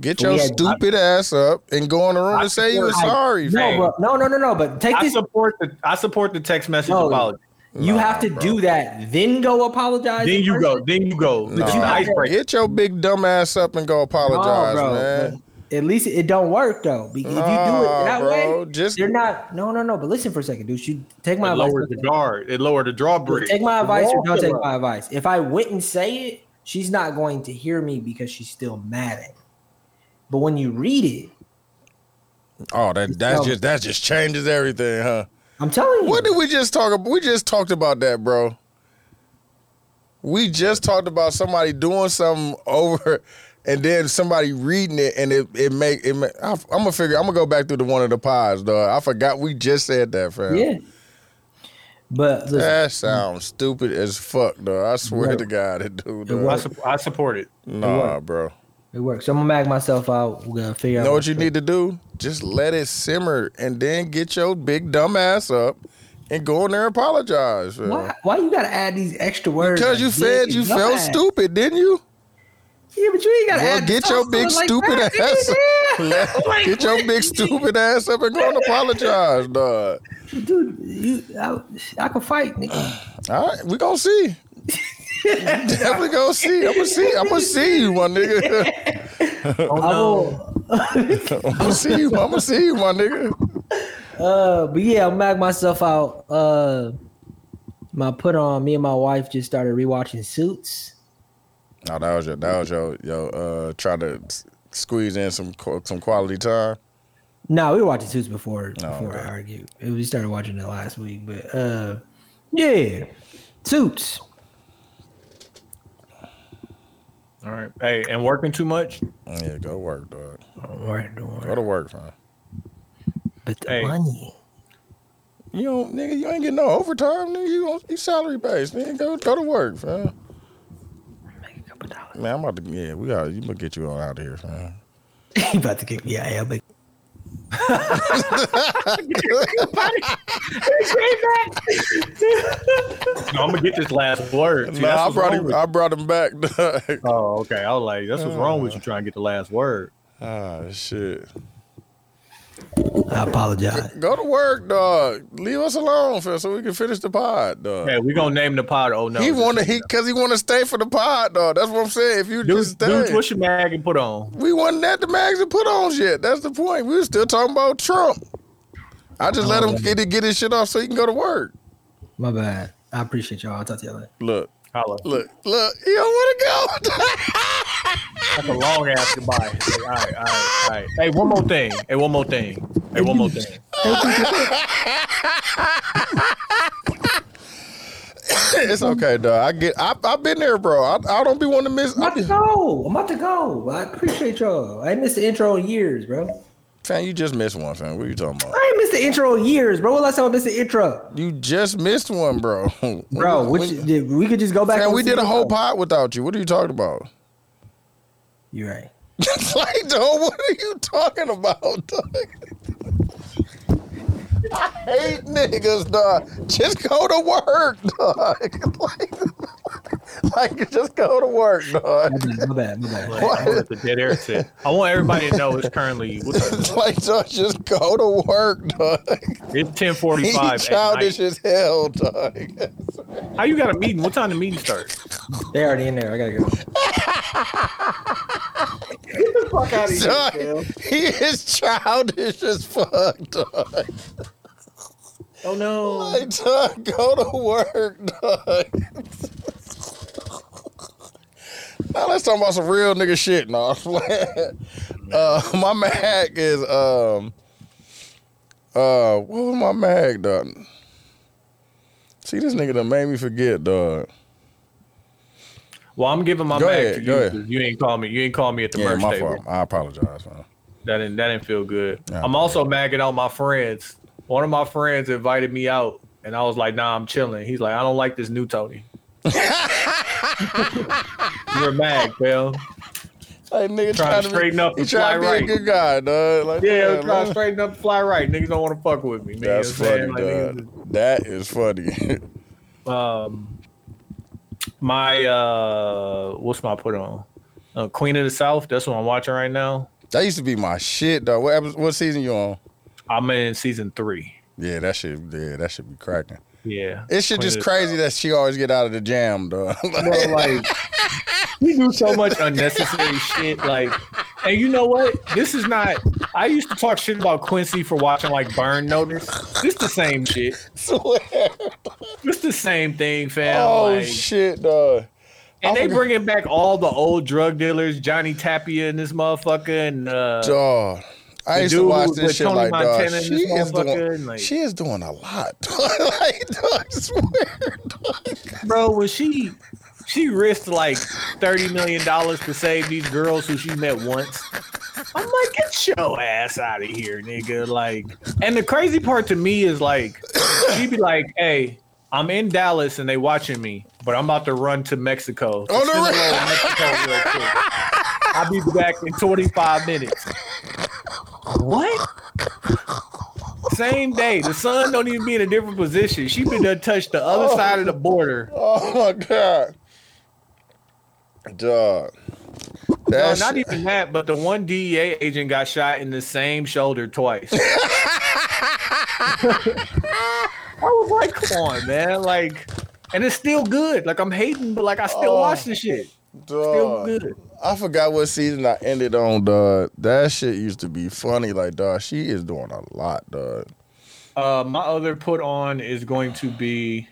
S1: Get
S4: We
S1: your
S4: had-
S1: stupid ass up and go in the room
S3: I
S1: and say you were
S3: support- I-
S1: sorry.
S4: No,
S1: fam.
S4: bro, no, no, no, no. But take
S3: I
S4: this.
S3: support the I support the text message
S4: No.
S3: apology.
S4: You
S1: Nah,
S4: have to
S1: bro.
S4: do that, then go apologize.
S3: Then
S4: in
S3: you go.
S4: person?
S3: Then you go.
S1: Nah,
S3: It's an icebreaker.
S1: get your big dumb ass up and go
S4: No,
S1: apologize,
S4: bro.
S1: man.
S4: At least it don't work though. Be- If you do it
S1: Nah,
S4: that
S1: bro,
S4: way,
S1: just-
S4: you're not. No, no, no. But listen for a second, dude. You take my
S3: It
S4: advice.
S3: lowered the guard. It lowered the drawbridge.
S4: Take my advice or don't
S3: Walk
S4: take
S3: around.
S4: my advice. If I went and say it, she's not going to hear me because she's still mad at me. But when you read it,
S1: Oh, that that's
S4: No.
S1: just that just changes everything, huh?
S4: I'm telling you.
S1: What did we just talk about? We just talked about that, bro. We just talked about somebody doing something over and then somebody reading it and it, it make it make, I, am gonna figure I'm gonna go back through the one of the pods, dog. I forgot we just said that, fam.
S4: Yeah. But listen,
S1: That sounds stupid as fuck, dog. I swear
S4: Right.
S1: to God it do,
S3: I,
S1: dog.
S3: su- I support it.
S1: Nah, bro.
S4: it works. So I'm gonna mag myself out. We're gonna figure
S1: You
S4: out.
S1: know what
S4: what's
S1: you
S4: up.
S1: need to do? Just let it simmer and then get your big dumb ass up and go in there and apologize. fam.
S4: Why, why you gotta add these extra words?
S1: Because you
S4: like,
S1: said you
S4: yeah,
S1: felt
S4: yeah.
S1: stupid, didn't you?
S4: Yeah, but you ain't gotta
S1: Well,
S4: add.
S1: get your big stupid ass. Let- get your big stupid ass up and go and apologize, dog.
S4: dude. You, I, I can fight. nigga.
S1: All right, we gonna see. Definitely gonna see. I'm gonna see. I'm gonna see you, my nigga. Oh,
S4: I will.
S1: I'm gonna see you. I'm gonna see you, my nigga.
S4: Uh, but yeah, I'll mag myself out. Uh, my put on. Me and my wife just started rewatching Suits.
S1: No, that was your that was your your uh try to s- squeeze in some qu- some quality time.
S4: No, we were watching Suits before
S1: Oh,
S4: before
S1: okay.
S4: I argued. We started watching it last week, but uh, yeah, Suits.
S3: All right. Hey, and working too much?
S1: Yeah, go work, dog.
S4: Work, dog.
S1: Go to work, man.
S4: But the
S3: Hey.
S4: money.
S1: You don't, nigga, you ain't getting no overtime, nigga. You, don't- you salary based, nigga. Go go to work, fam. Man, I'm about to yeah, we got you gonna get you all out of here, fam.
S4: he about to get yeah, yeah, but
S3: No, I'm gonna get this last word. See,
S1: Nah,
S3: that's
S1: I
S3: what's
S1: brought
S3: wrong
S1: him
S3: with-
S1: I brought him back. dog.
S3: Oh, okay. I was like, that's what's wrong with you trying to get the last word.
S1: ah shit.
S4: I apologize.
S1: Go to work, dog. Leave us alone, fam, so we can finish the pod, dog.
S3: Yeah, we gonna name the pod. Oh no,
S1: he wanna he cause he wanna stay for the pod, dog. That's what I'm saying. If you
S3: dude,
S1: just stay.
S3: dude, what's your mag and put on?
S1: We wasn't at the mags and put on yet. That's the point. We were still talking about Trump. I just let him get, it- get his shit off so he can go to work.
S4: My bad. I appreciate y'all. I'll talk to y'all later.
S1: Look,
S3: Holla.
S1: look, look. You don't want to go.
S3: That's a long ass goodbye. Like, all right, all right, all right. Hey, one more thing. Hey, one more thing. Hey, one more thing.
S1: it's okay, dog. I get. I, I've been there, bro. I, I don't be wanting to miss.
S4: I'm
S1: I
S4: about to
S1: just,
S4: go. I'm about to go. I appreciate y'all. I ain't missed the intro in years, bro.
S1: fam, you just missed one, fam. What you talking about?
S4: I ain't missed the intro in years, bro. What last time I missed the intro,
S1: You just missed one, bro.
S4: bro? Which
S1: When-
S4: did, we could just go back.
S1: fam,
S4: and
S1: we
S4: see
S1: did a
S4: it,
S1: whole
S4: bro.
S1: pod without you. What are you talking about?
S4: You're right.
S1: like, dog, what are you talking about, dog? I hate niggas, dog. Just go to work, dog. like, like, just go to work, dog.
S4: My bad. My bad.
S3: Like, oh, that's a dead air tip. I want everybody to know it's currently what time is
S1: like, dog, just go to work, dog.
S3: it? it's ten
S1: He
S3: forty five.
S1: childish as hell, dog.
S3: How you got a meeting? What time the meeting starts?
S4: They already in there. I gotta go.
S6: Fuck out of here,
S1: Dog,
S6: Phil.
S1: he is childish as fuck, dog.
S4: Oh no.
S1: Like, dog, go to work, dog. now let's talk about some real nigga shit. No, I'm playing. uh, my mag is um, uh, what was my mag, dog? See, this nigga done made me forget, dog.
S3: Well, I'm giving my
S1: Go
S3: mag
S1: ahead,
S3: to
S1: go
S3: you.
S1: ahead.
S3: 'cause You ain't call me. You ain't call me at the
S1: yeah,
S3: merch
S1: my
S3: table.
S1: fault. I apologize, man.
S3: That didn't that didn't feel good.
S1: Yeah.
S3: I'm also magging out my friends. One of my friends invited me out, and I was like, "Nah, I'm chilling." He's like, "I don't like this new Tony." You're a mag, Phil.
S1: Hey, nigga, trying
S3: Trying to
S1: to
S3: straighten
S1: be,
S3: up
S1: He
S3: and
S1: trying to be
S3: fly
S1: a
S3: right.
S1: good guy, dog. Like,
S3: Yeah,
S1: man,
S3: I'm trying to
S1: man.
S3: straighten up, fly right. Niggas don't want to fuck with me. Man.
S1: That's
S3: You know what
S1: funny,
S3: I'm saying? Like,
S1: dog. That is funny.
S3: niggas- um, my uh, what's my put on? Uh, Queen of the South. That's what I'm watching right now.
S1: That used to be my shit, though. What, episode, what season you on?
S3: I'm in season three.
S1: Yeah, that shit. Yeah, that should be cracking.
S3: Yeah,
S1: It should
S3: Queen
S1: just
S3: of the
S1: crazy that she always get out of the jam, though.
S3: bro, like we do so much unnecessary shit. Like, and you know what? This is not. I used to talk shit about Quincy for watching like Burn Notice. This the same shit.
S1: swear.
S3: It's the same thing, fam.
S1: Oh
S3: like,
S1: shit, dog.
S3: and
S1: I
S3: they
S1: forgot-
S3: bringing back all the old drug dealers, Johnny Tapia and this motherfucker, and uh,
S1: Dog. I
S3: the
S1: used to
S3: dude
S1: watch
S3: with
S1: this shit
S3: Tony
S1: like, dog,
S3: Montana and
S1: she
S3: this
S1: is doing,
S3: motherfucker, like-
S1: she is doing a lot. dog. like, dog, I swear, dog.
S3: bro, when she she risked like thirty million dollars to save these girls who she met once. I'm like, get your ass out of here, nigga. Like, and the crazy part to me is like, she'd be like, hey. I'm in Dallas and they watching me, but I'm about to run to Mexico.
S1: On the
S3: Send a
S1: run.
S3: little Mexico real quick. I'll be back in 25 minutes. What? Same day. The sun don't even be in a different position. She been done touched the other side of the border.
S1: Oh my god, dog.
S3: No,
S1: That's
S3: not even that, but the one DEA agent got shot in the same shoulder twice. I was like, come on, man. Like, and it's still good. Like, I'm hating, but like, I still
S1: Oh.
S3: watch this shit. Still
S1: dog.
S3: good.
S1: I forgot what season I ended on, dog. That shit used to be funny. Like, dog, she is doing a lot, dog.
S3: Uh, my other put on is going to be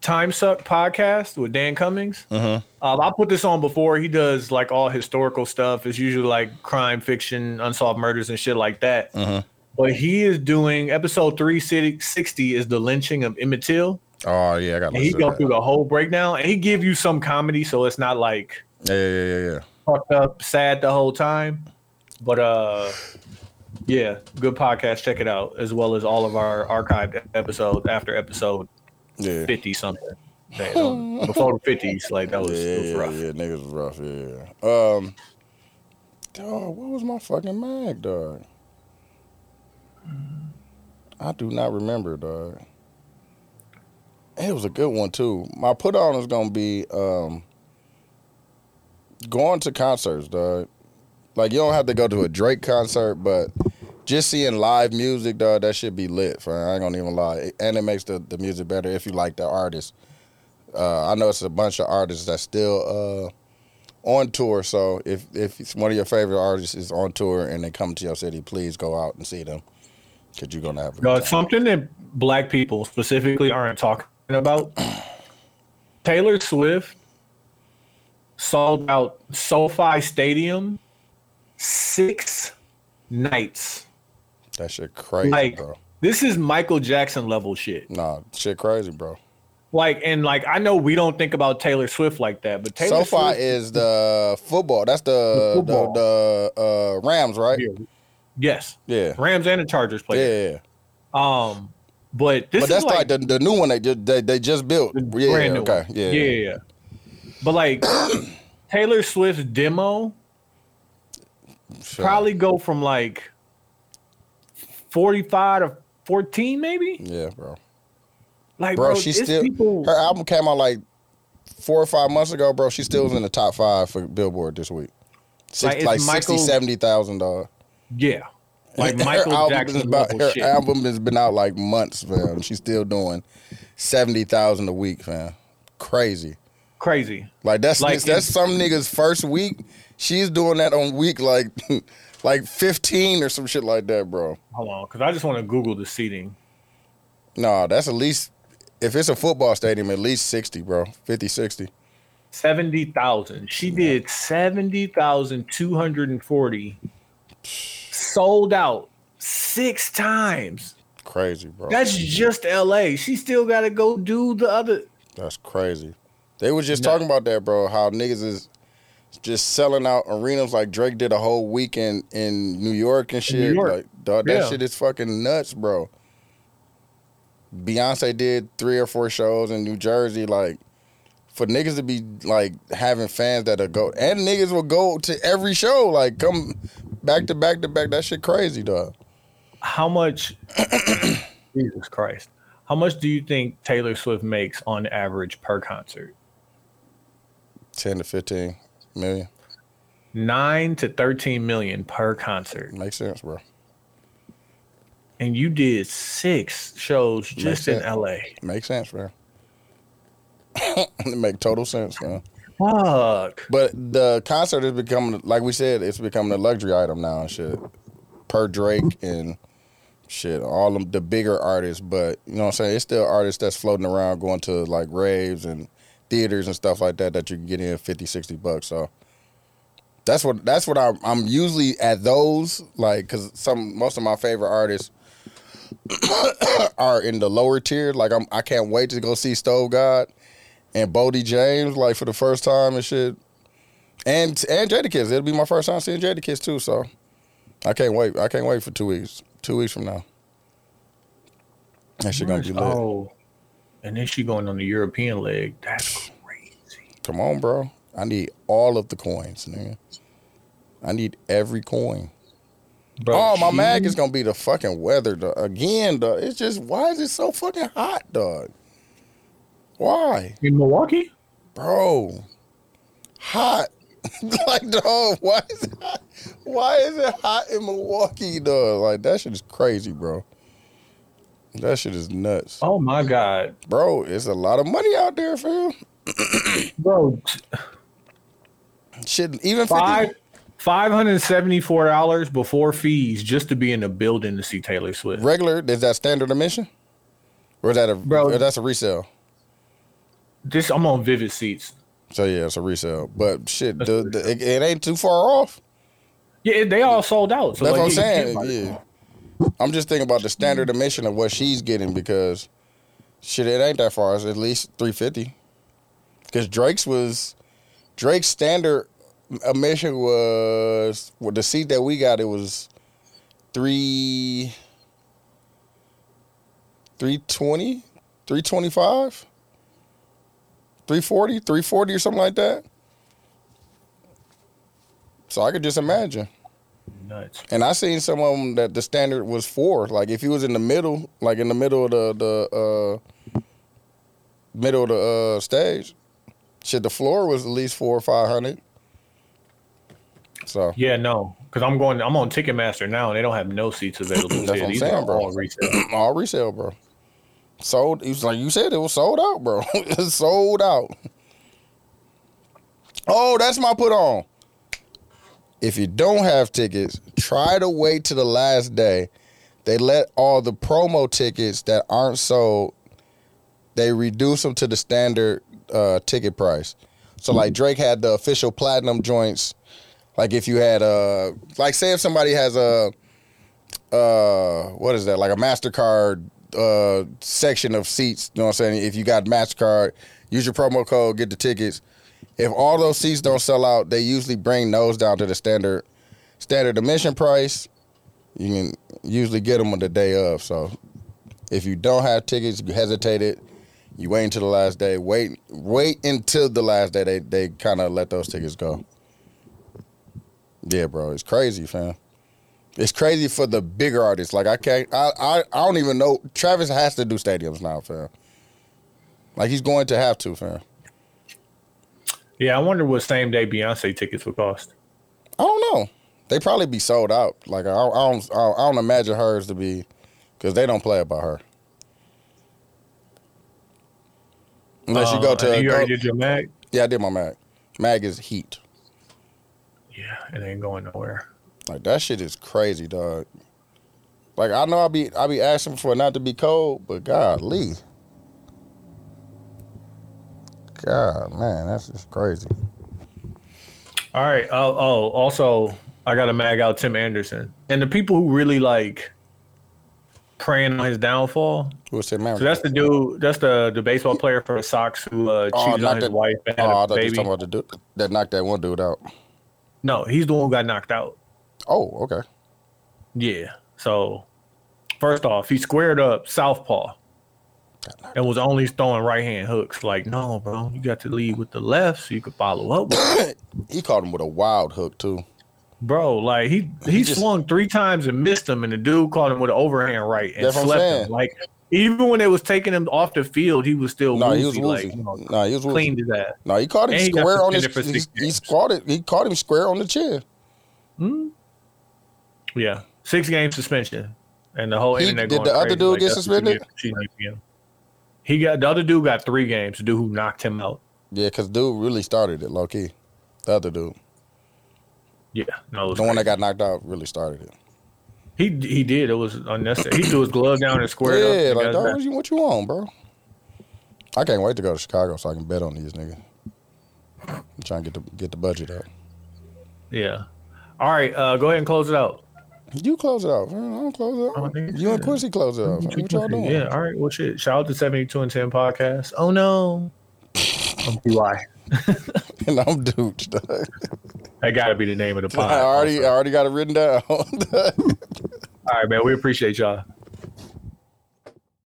S3: Time Suck podcast with Dan Cummings.
S1: Uh-huh.
S3: Um, I put this on before. He does like all historical stuff. It's usually like crime fiction, unsolved murders, and shit like that.
S1: Uh-huh.
S3: But he is doing episode 360 is the lynching of Emmett Till.
S1: Oh yeah, I got.
S3: And he go through the whole breakdown and he give you some comedy, so it's not like
S1: Yeah, yeah, yeah, yeah.
S3: fucked up, sad the whole time. But uh, yeah, good podcast. Check it out, as well as all of our archived episodes after episode
S1: Yeah.
S3: fifty something. That- on- Before the fifties, like that was,
S1: yeah,
S3: it was
S1: yeah,
S3: rough.
S1: yeah, niggas was rough. Yeah. Um, dog, what was my fucking mag, dog? I do not remember, dog. It was a good one too. My put on is gonna be um, going to concerts, dog. Like you don't have to go to a Drake concert, but just seeing live music, dog, that should be lit. For I ain't gonna even lie, and it makes the, the music better if you like the artist. Uh, I know it's a bunch of artists that's still uh, on tour. So if if it's one of your favorite artists is on tour and they come to your city, please go out and see them. Cause you're gonna have a
S3: Uh, something that black people specifically aren't talking about. Taylor Swift sold out SoFi Stadium six nights.
S1: that shit crazy,
S3: like
S1: bro.
S3: this is Michael Jackson level shit.
S1: Nah, shit crazy, bro.
S3: Like and like I know we don't think about Taylor Swift like that, but Taylor
S1: so far
S3: Swift,
S1: is the football. That's the
S3: The football.
S1: the, the, uh, Rams, right?
S3: yes,
S1: Yeah,
S3: Rams and the Chargers
S1: yeah.
S3: play.
S1: yeah.
S3: Um, but this
S1: but that's
S3: is like,
S1: like, the, the new one they just they, they just built. Yeah,
S3: brand new.
S1: okay,
S3: one.
S1: yeah,
S3: yeah, yeah, yeah. But like Taylor Swift's demo
S1: Sure.
S3: probably go from like forty-five to fourteen, maybe.
S1: yeah, bro.
S3: Like,
S1: bro,
S3: bro,
S1: she
S3: it's
S1: still
S3: people-
S1: her album came out like four or five months ago, bro. She still was in the top five for Billboard this week.
S3: Like,
S1: Six,
S3: it's
S1: like, sixty,
S3: Michael-
S1: seventy thousand dollars.
S3: yeah, like
S1: Her
S3: Michael
S1: album
S3: Jackson
S1: is about,
S3: level
S1: her
S3: shit.
S1: album has been out like months, fam. She's still doing seventy thousand a week, fam. Crazy.
S3: Crazy.
S1: Like that's
S3: Like,
S1: that's
S3: it's-
S1: some niggas first week. She's doing that on week like like fifteen or some shit like that, bro.
S3: Hold on, because I just want to Google the seating.
S1: No, that's at least if it's a football stadium, at least sixty, bro. 50, 60.
S3: Seventy thousand. She did seventy thousand two hundred and forty. Sold out six times.
S1: Crazy, bro.
S3: That's just L.A. She still got to go do the other.
S1: That's crazy. They was just talking about that, bro. How niggas is just selling out arenas like Drake did a whole weekend in New York and
S3: In
S1: shit.
S3: New York.
S1: Like, dog, that
S3: Yeah.
S1: shit is fucking nuts, bro. Beyonce did three or four shows in New Jersey. Like, for niggas to be like having fans that'll go, and niggas will go to every show. Like, come back to back to back. That shit crazy, dog.
S3: How much? Jesus Christ! How much do you think Taylor Swift makes on average per concert?
S1: Ten to fifteen million
S3: Nine to thirteen million per concert,
S1: makes sense, bro.
S3: and you did six shows just in
S1: sense.
S3: L.A.
S1: Makes sense, bro. it make total sense, man.
S3: Fuck.
S1: But the concert is becoming, like we said, it's becoming a luxury item now and shit. Per Drake and shit, all of the bigger artists. But you know what I'm saying? It's still artists that's floating around going to like raves and theaters and stuff like that that you can get in 50, 60 bucks. So that's what that's what I'm, I'm usually at those like because some most of my favorite artists are in the lower tier. Like I'm, I can't wait to go see Stove God and Bodie James like for the first time and shit. And and Jadakiss, it'll be my first time seeing Jadakiss too. So I can't wait. I can't wait for two weeks. Two weeks from now, that shit gonna be lit.
S3: Oh, and then she going on the European leg. That's crazy.
S1: Come on, bro. I need all of the coins, nigga. I need every coin.
S3: Bro,
S1: oh, my
S3: she-
S1: mag is gonna be the fucking weather, dog. Again, dog. It's just why is it so fucking hot, dog? Why,
S3: in Milwaukee.
S1: bro? Hot, like dog. Why is it hot? why is it hot in Milwaukee, dog? Like that shit is crazy, bro. That shit is nuts,
S3: Oh my God,
S1: bro. It's a lot of money out there, fam.
S3: bro!
S1: Shit, even 50,
S3: Five. Five hundred seventy-four dollars before fees just to be in the building to see Taylor Swift.
S1: regular is that standard emission, or is that a
S3: Bro.
S1: or that's a resale?
S8: This I'm on Vivid Seats.
S1: So yeah, it's a resale. But shit, the, the, it, it ain't too far off.
S8: Yeah, it- they all sold out. So
S1: That's what
S8: like,
S1: I'm
S8: yeah, you
S1: saying.
S8: can't buy it.
S1: Yeah. Mm-hmm. I'm just thinking about the standard emission of what she's getting because shit, it ain't that far. It's at least 350. Because Drake's was Drake's standard emission was well, the seat that we got. It was three. 320 325 340 340 or something like that so i could just imagine
S8: Nuts.
S1: and I seen some of them that the standard was four. Like if he was in the middle, like in the middle of the the uh, middle of the uh, stage, shit, the floor was at least four or five hundred. So
S3: Yeah, no, because I'm going. I'm on Ticketmaster now, and they don't have no seats available.
S1: that's
S3: Yeah,
S1: what I'm
S3: these
S1: saying,
S3: are
S1: bro.
S3: all resale.
S1: all resale, bro. Sold. It was like you said, it was sold out, bro. it's sold out. Oh, that's my put on. If you don't have tickets, try to wait to the last day. They let all the promo tickets that aren't sold, they reduce them to the standard uh, ticket price. So like Drake had the official platinum joints. Like if you had uh like say if somebody has a uh what is that like a mastercard uh section of seats you know what i'm saying if you got mastercard use your promo code get the tickets if all those seats don't sell out they usually bring those down to the standard standard admission price you can usually get them on the day of so if you don't have tickets you hesitated you wait until the last day wait wait until the last day they, they kind of let those tickets go yeah bro it's crazy fam it's crazy for the bigger artists. Like I can't. I, I I don't even know. Travis has to do stadiums now, fam. Like he's going to have to, fam.
S3: Yeah, I wonder what same day Beyonce tickets would cost.
S1: I don't know. They probably be sold out. Like I, don't- I don't. I don't- I don't imagine hers to be, because they don't play about her. Unless you
S3: Uh,
S1: go to.
S3: and you already
S1: go-
S3: did your mag.
S1: yeah, I did my mag. Mag is heat.
S3: Yeah, it ain't going nowhere.
S1: Like that shit is crazy, dog. Like I know I be I be asking for it not to be cold, but golly. God man, that's just crazy.
S3: All right. Oh, oh, also, I got to mag out Tim Anderson and the people who really like praying on his downfall.
S1: Who's Tim
S3: So that's the dude. That's the the baseball player for the Sox who uh, cheated
S1: Oh,
S3: on
S1: knocked
S3: his
S1: that,
S3: wife and had
S1: oh, I thought
S3: a
S1: you was
S3: baby.
S1: talking about the dude that knocked that one dude out.
S3: no, he's the one who got knocked out.
S1: Oh, okay.
S3: Yeah. So, first off, he squared up southpaw and was only throwing right hand hooks. Like, no, bro, you got to lead with the left so you could follow up. with it.
S1: He caught him with a wild hook too.
S3: bro, like he he, swung three times and missed him, and the dude caught him with an overhand right and
S1: That's what I'm
S3: slept
S1: saying.
S3: him. Like, even when they was taking him off the field, he was still
S1: No,
S3: woozy,
S1: he was
S3: like,
S1: woozy.
S3: you know,
S1: No, he was woozy.
S3: cleaned his ass.
S1: No, he caught him
S3: And he got
S1: square on his.
S3: suspended for
S1: He,
S3: six
S1: he caught it. He caught him square on the chin.
S3: Yeah, six game suspension, and the whole
S1: He-
S3: internet.
S1: did
S3: going
S1: the other
S3: crazy,
S1: dude
S3: like,
S1: get
S3: that's what you
S1: suspended?
S3: get for cheating on EPM. He got the other dude got three games. The dude who knocked him out.
S1: Yeah, cause dude really started it, low key. The other dude,
S3: Yeah, no, it
S1: the
S3: was
S1: one
S3: crazy.
S1: that got knocked out, really started it.
S3: he he did. It was unnecessary. he threw his glove down and squared up.
S1: Yeah,
S3: and
S1: like
S3: got
S1: dog,
S3: his
S1: what
S3: ass-
S1: you what you want, bro? I can't wait to go to Chicago so I can bet on these niggas. I'm trying to get the get the budget up.
S3: Yeah. All right, uh, go ahead and close it out.
S1: You close it out, man. I don't close it out. You and Quincy close it out. man. What y'all doing?
S3: Yeah. All right. Well, shit. Shout out to seventy two and ten podcast. Oh no. I'm PY.
S1: and I'm duped. dog.
S3: That gotta be the name of the
S1: I
S3: pod.
S1: already I already got it written down.
S3: All right, man. We appreciate y'all.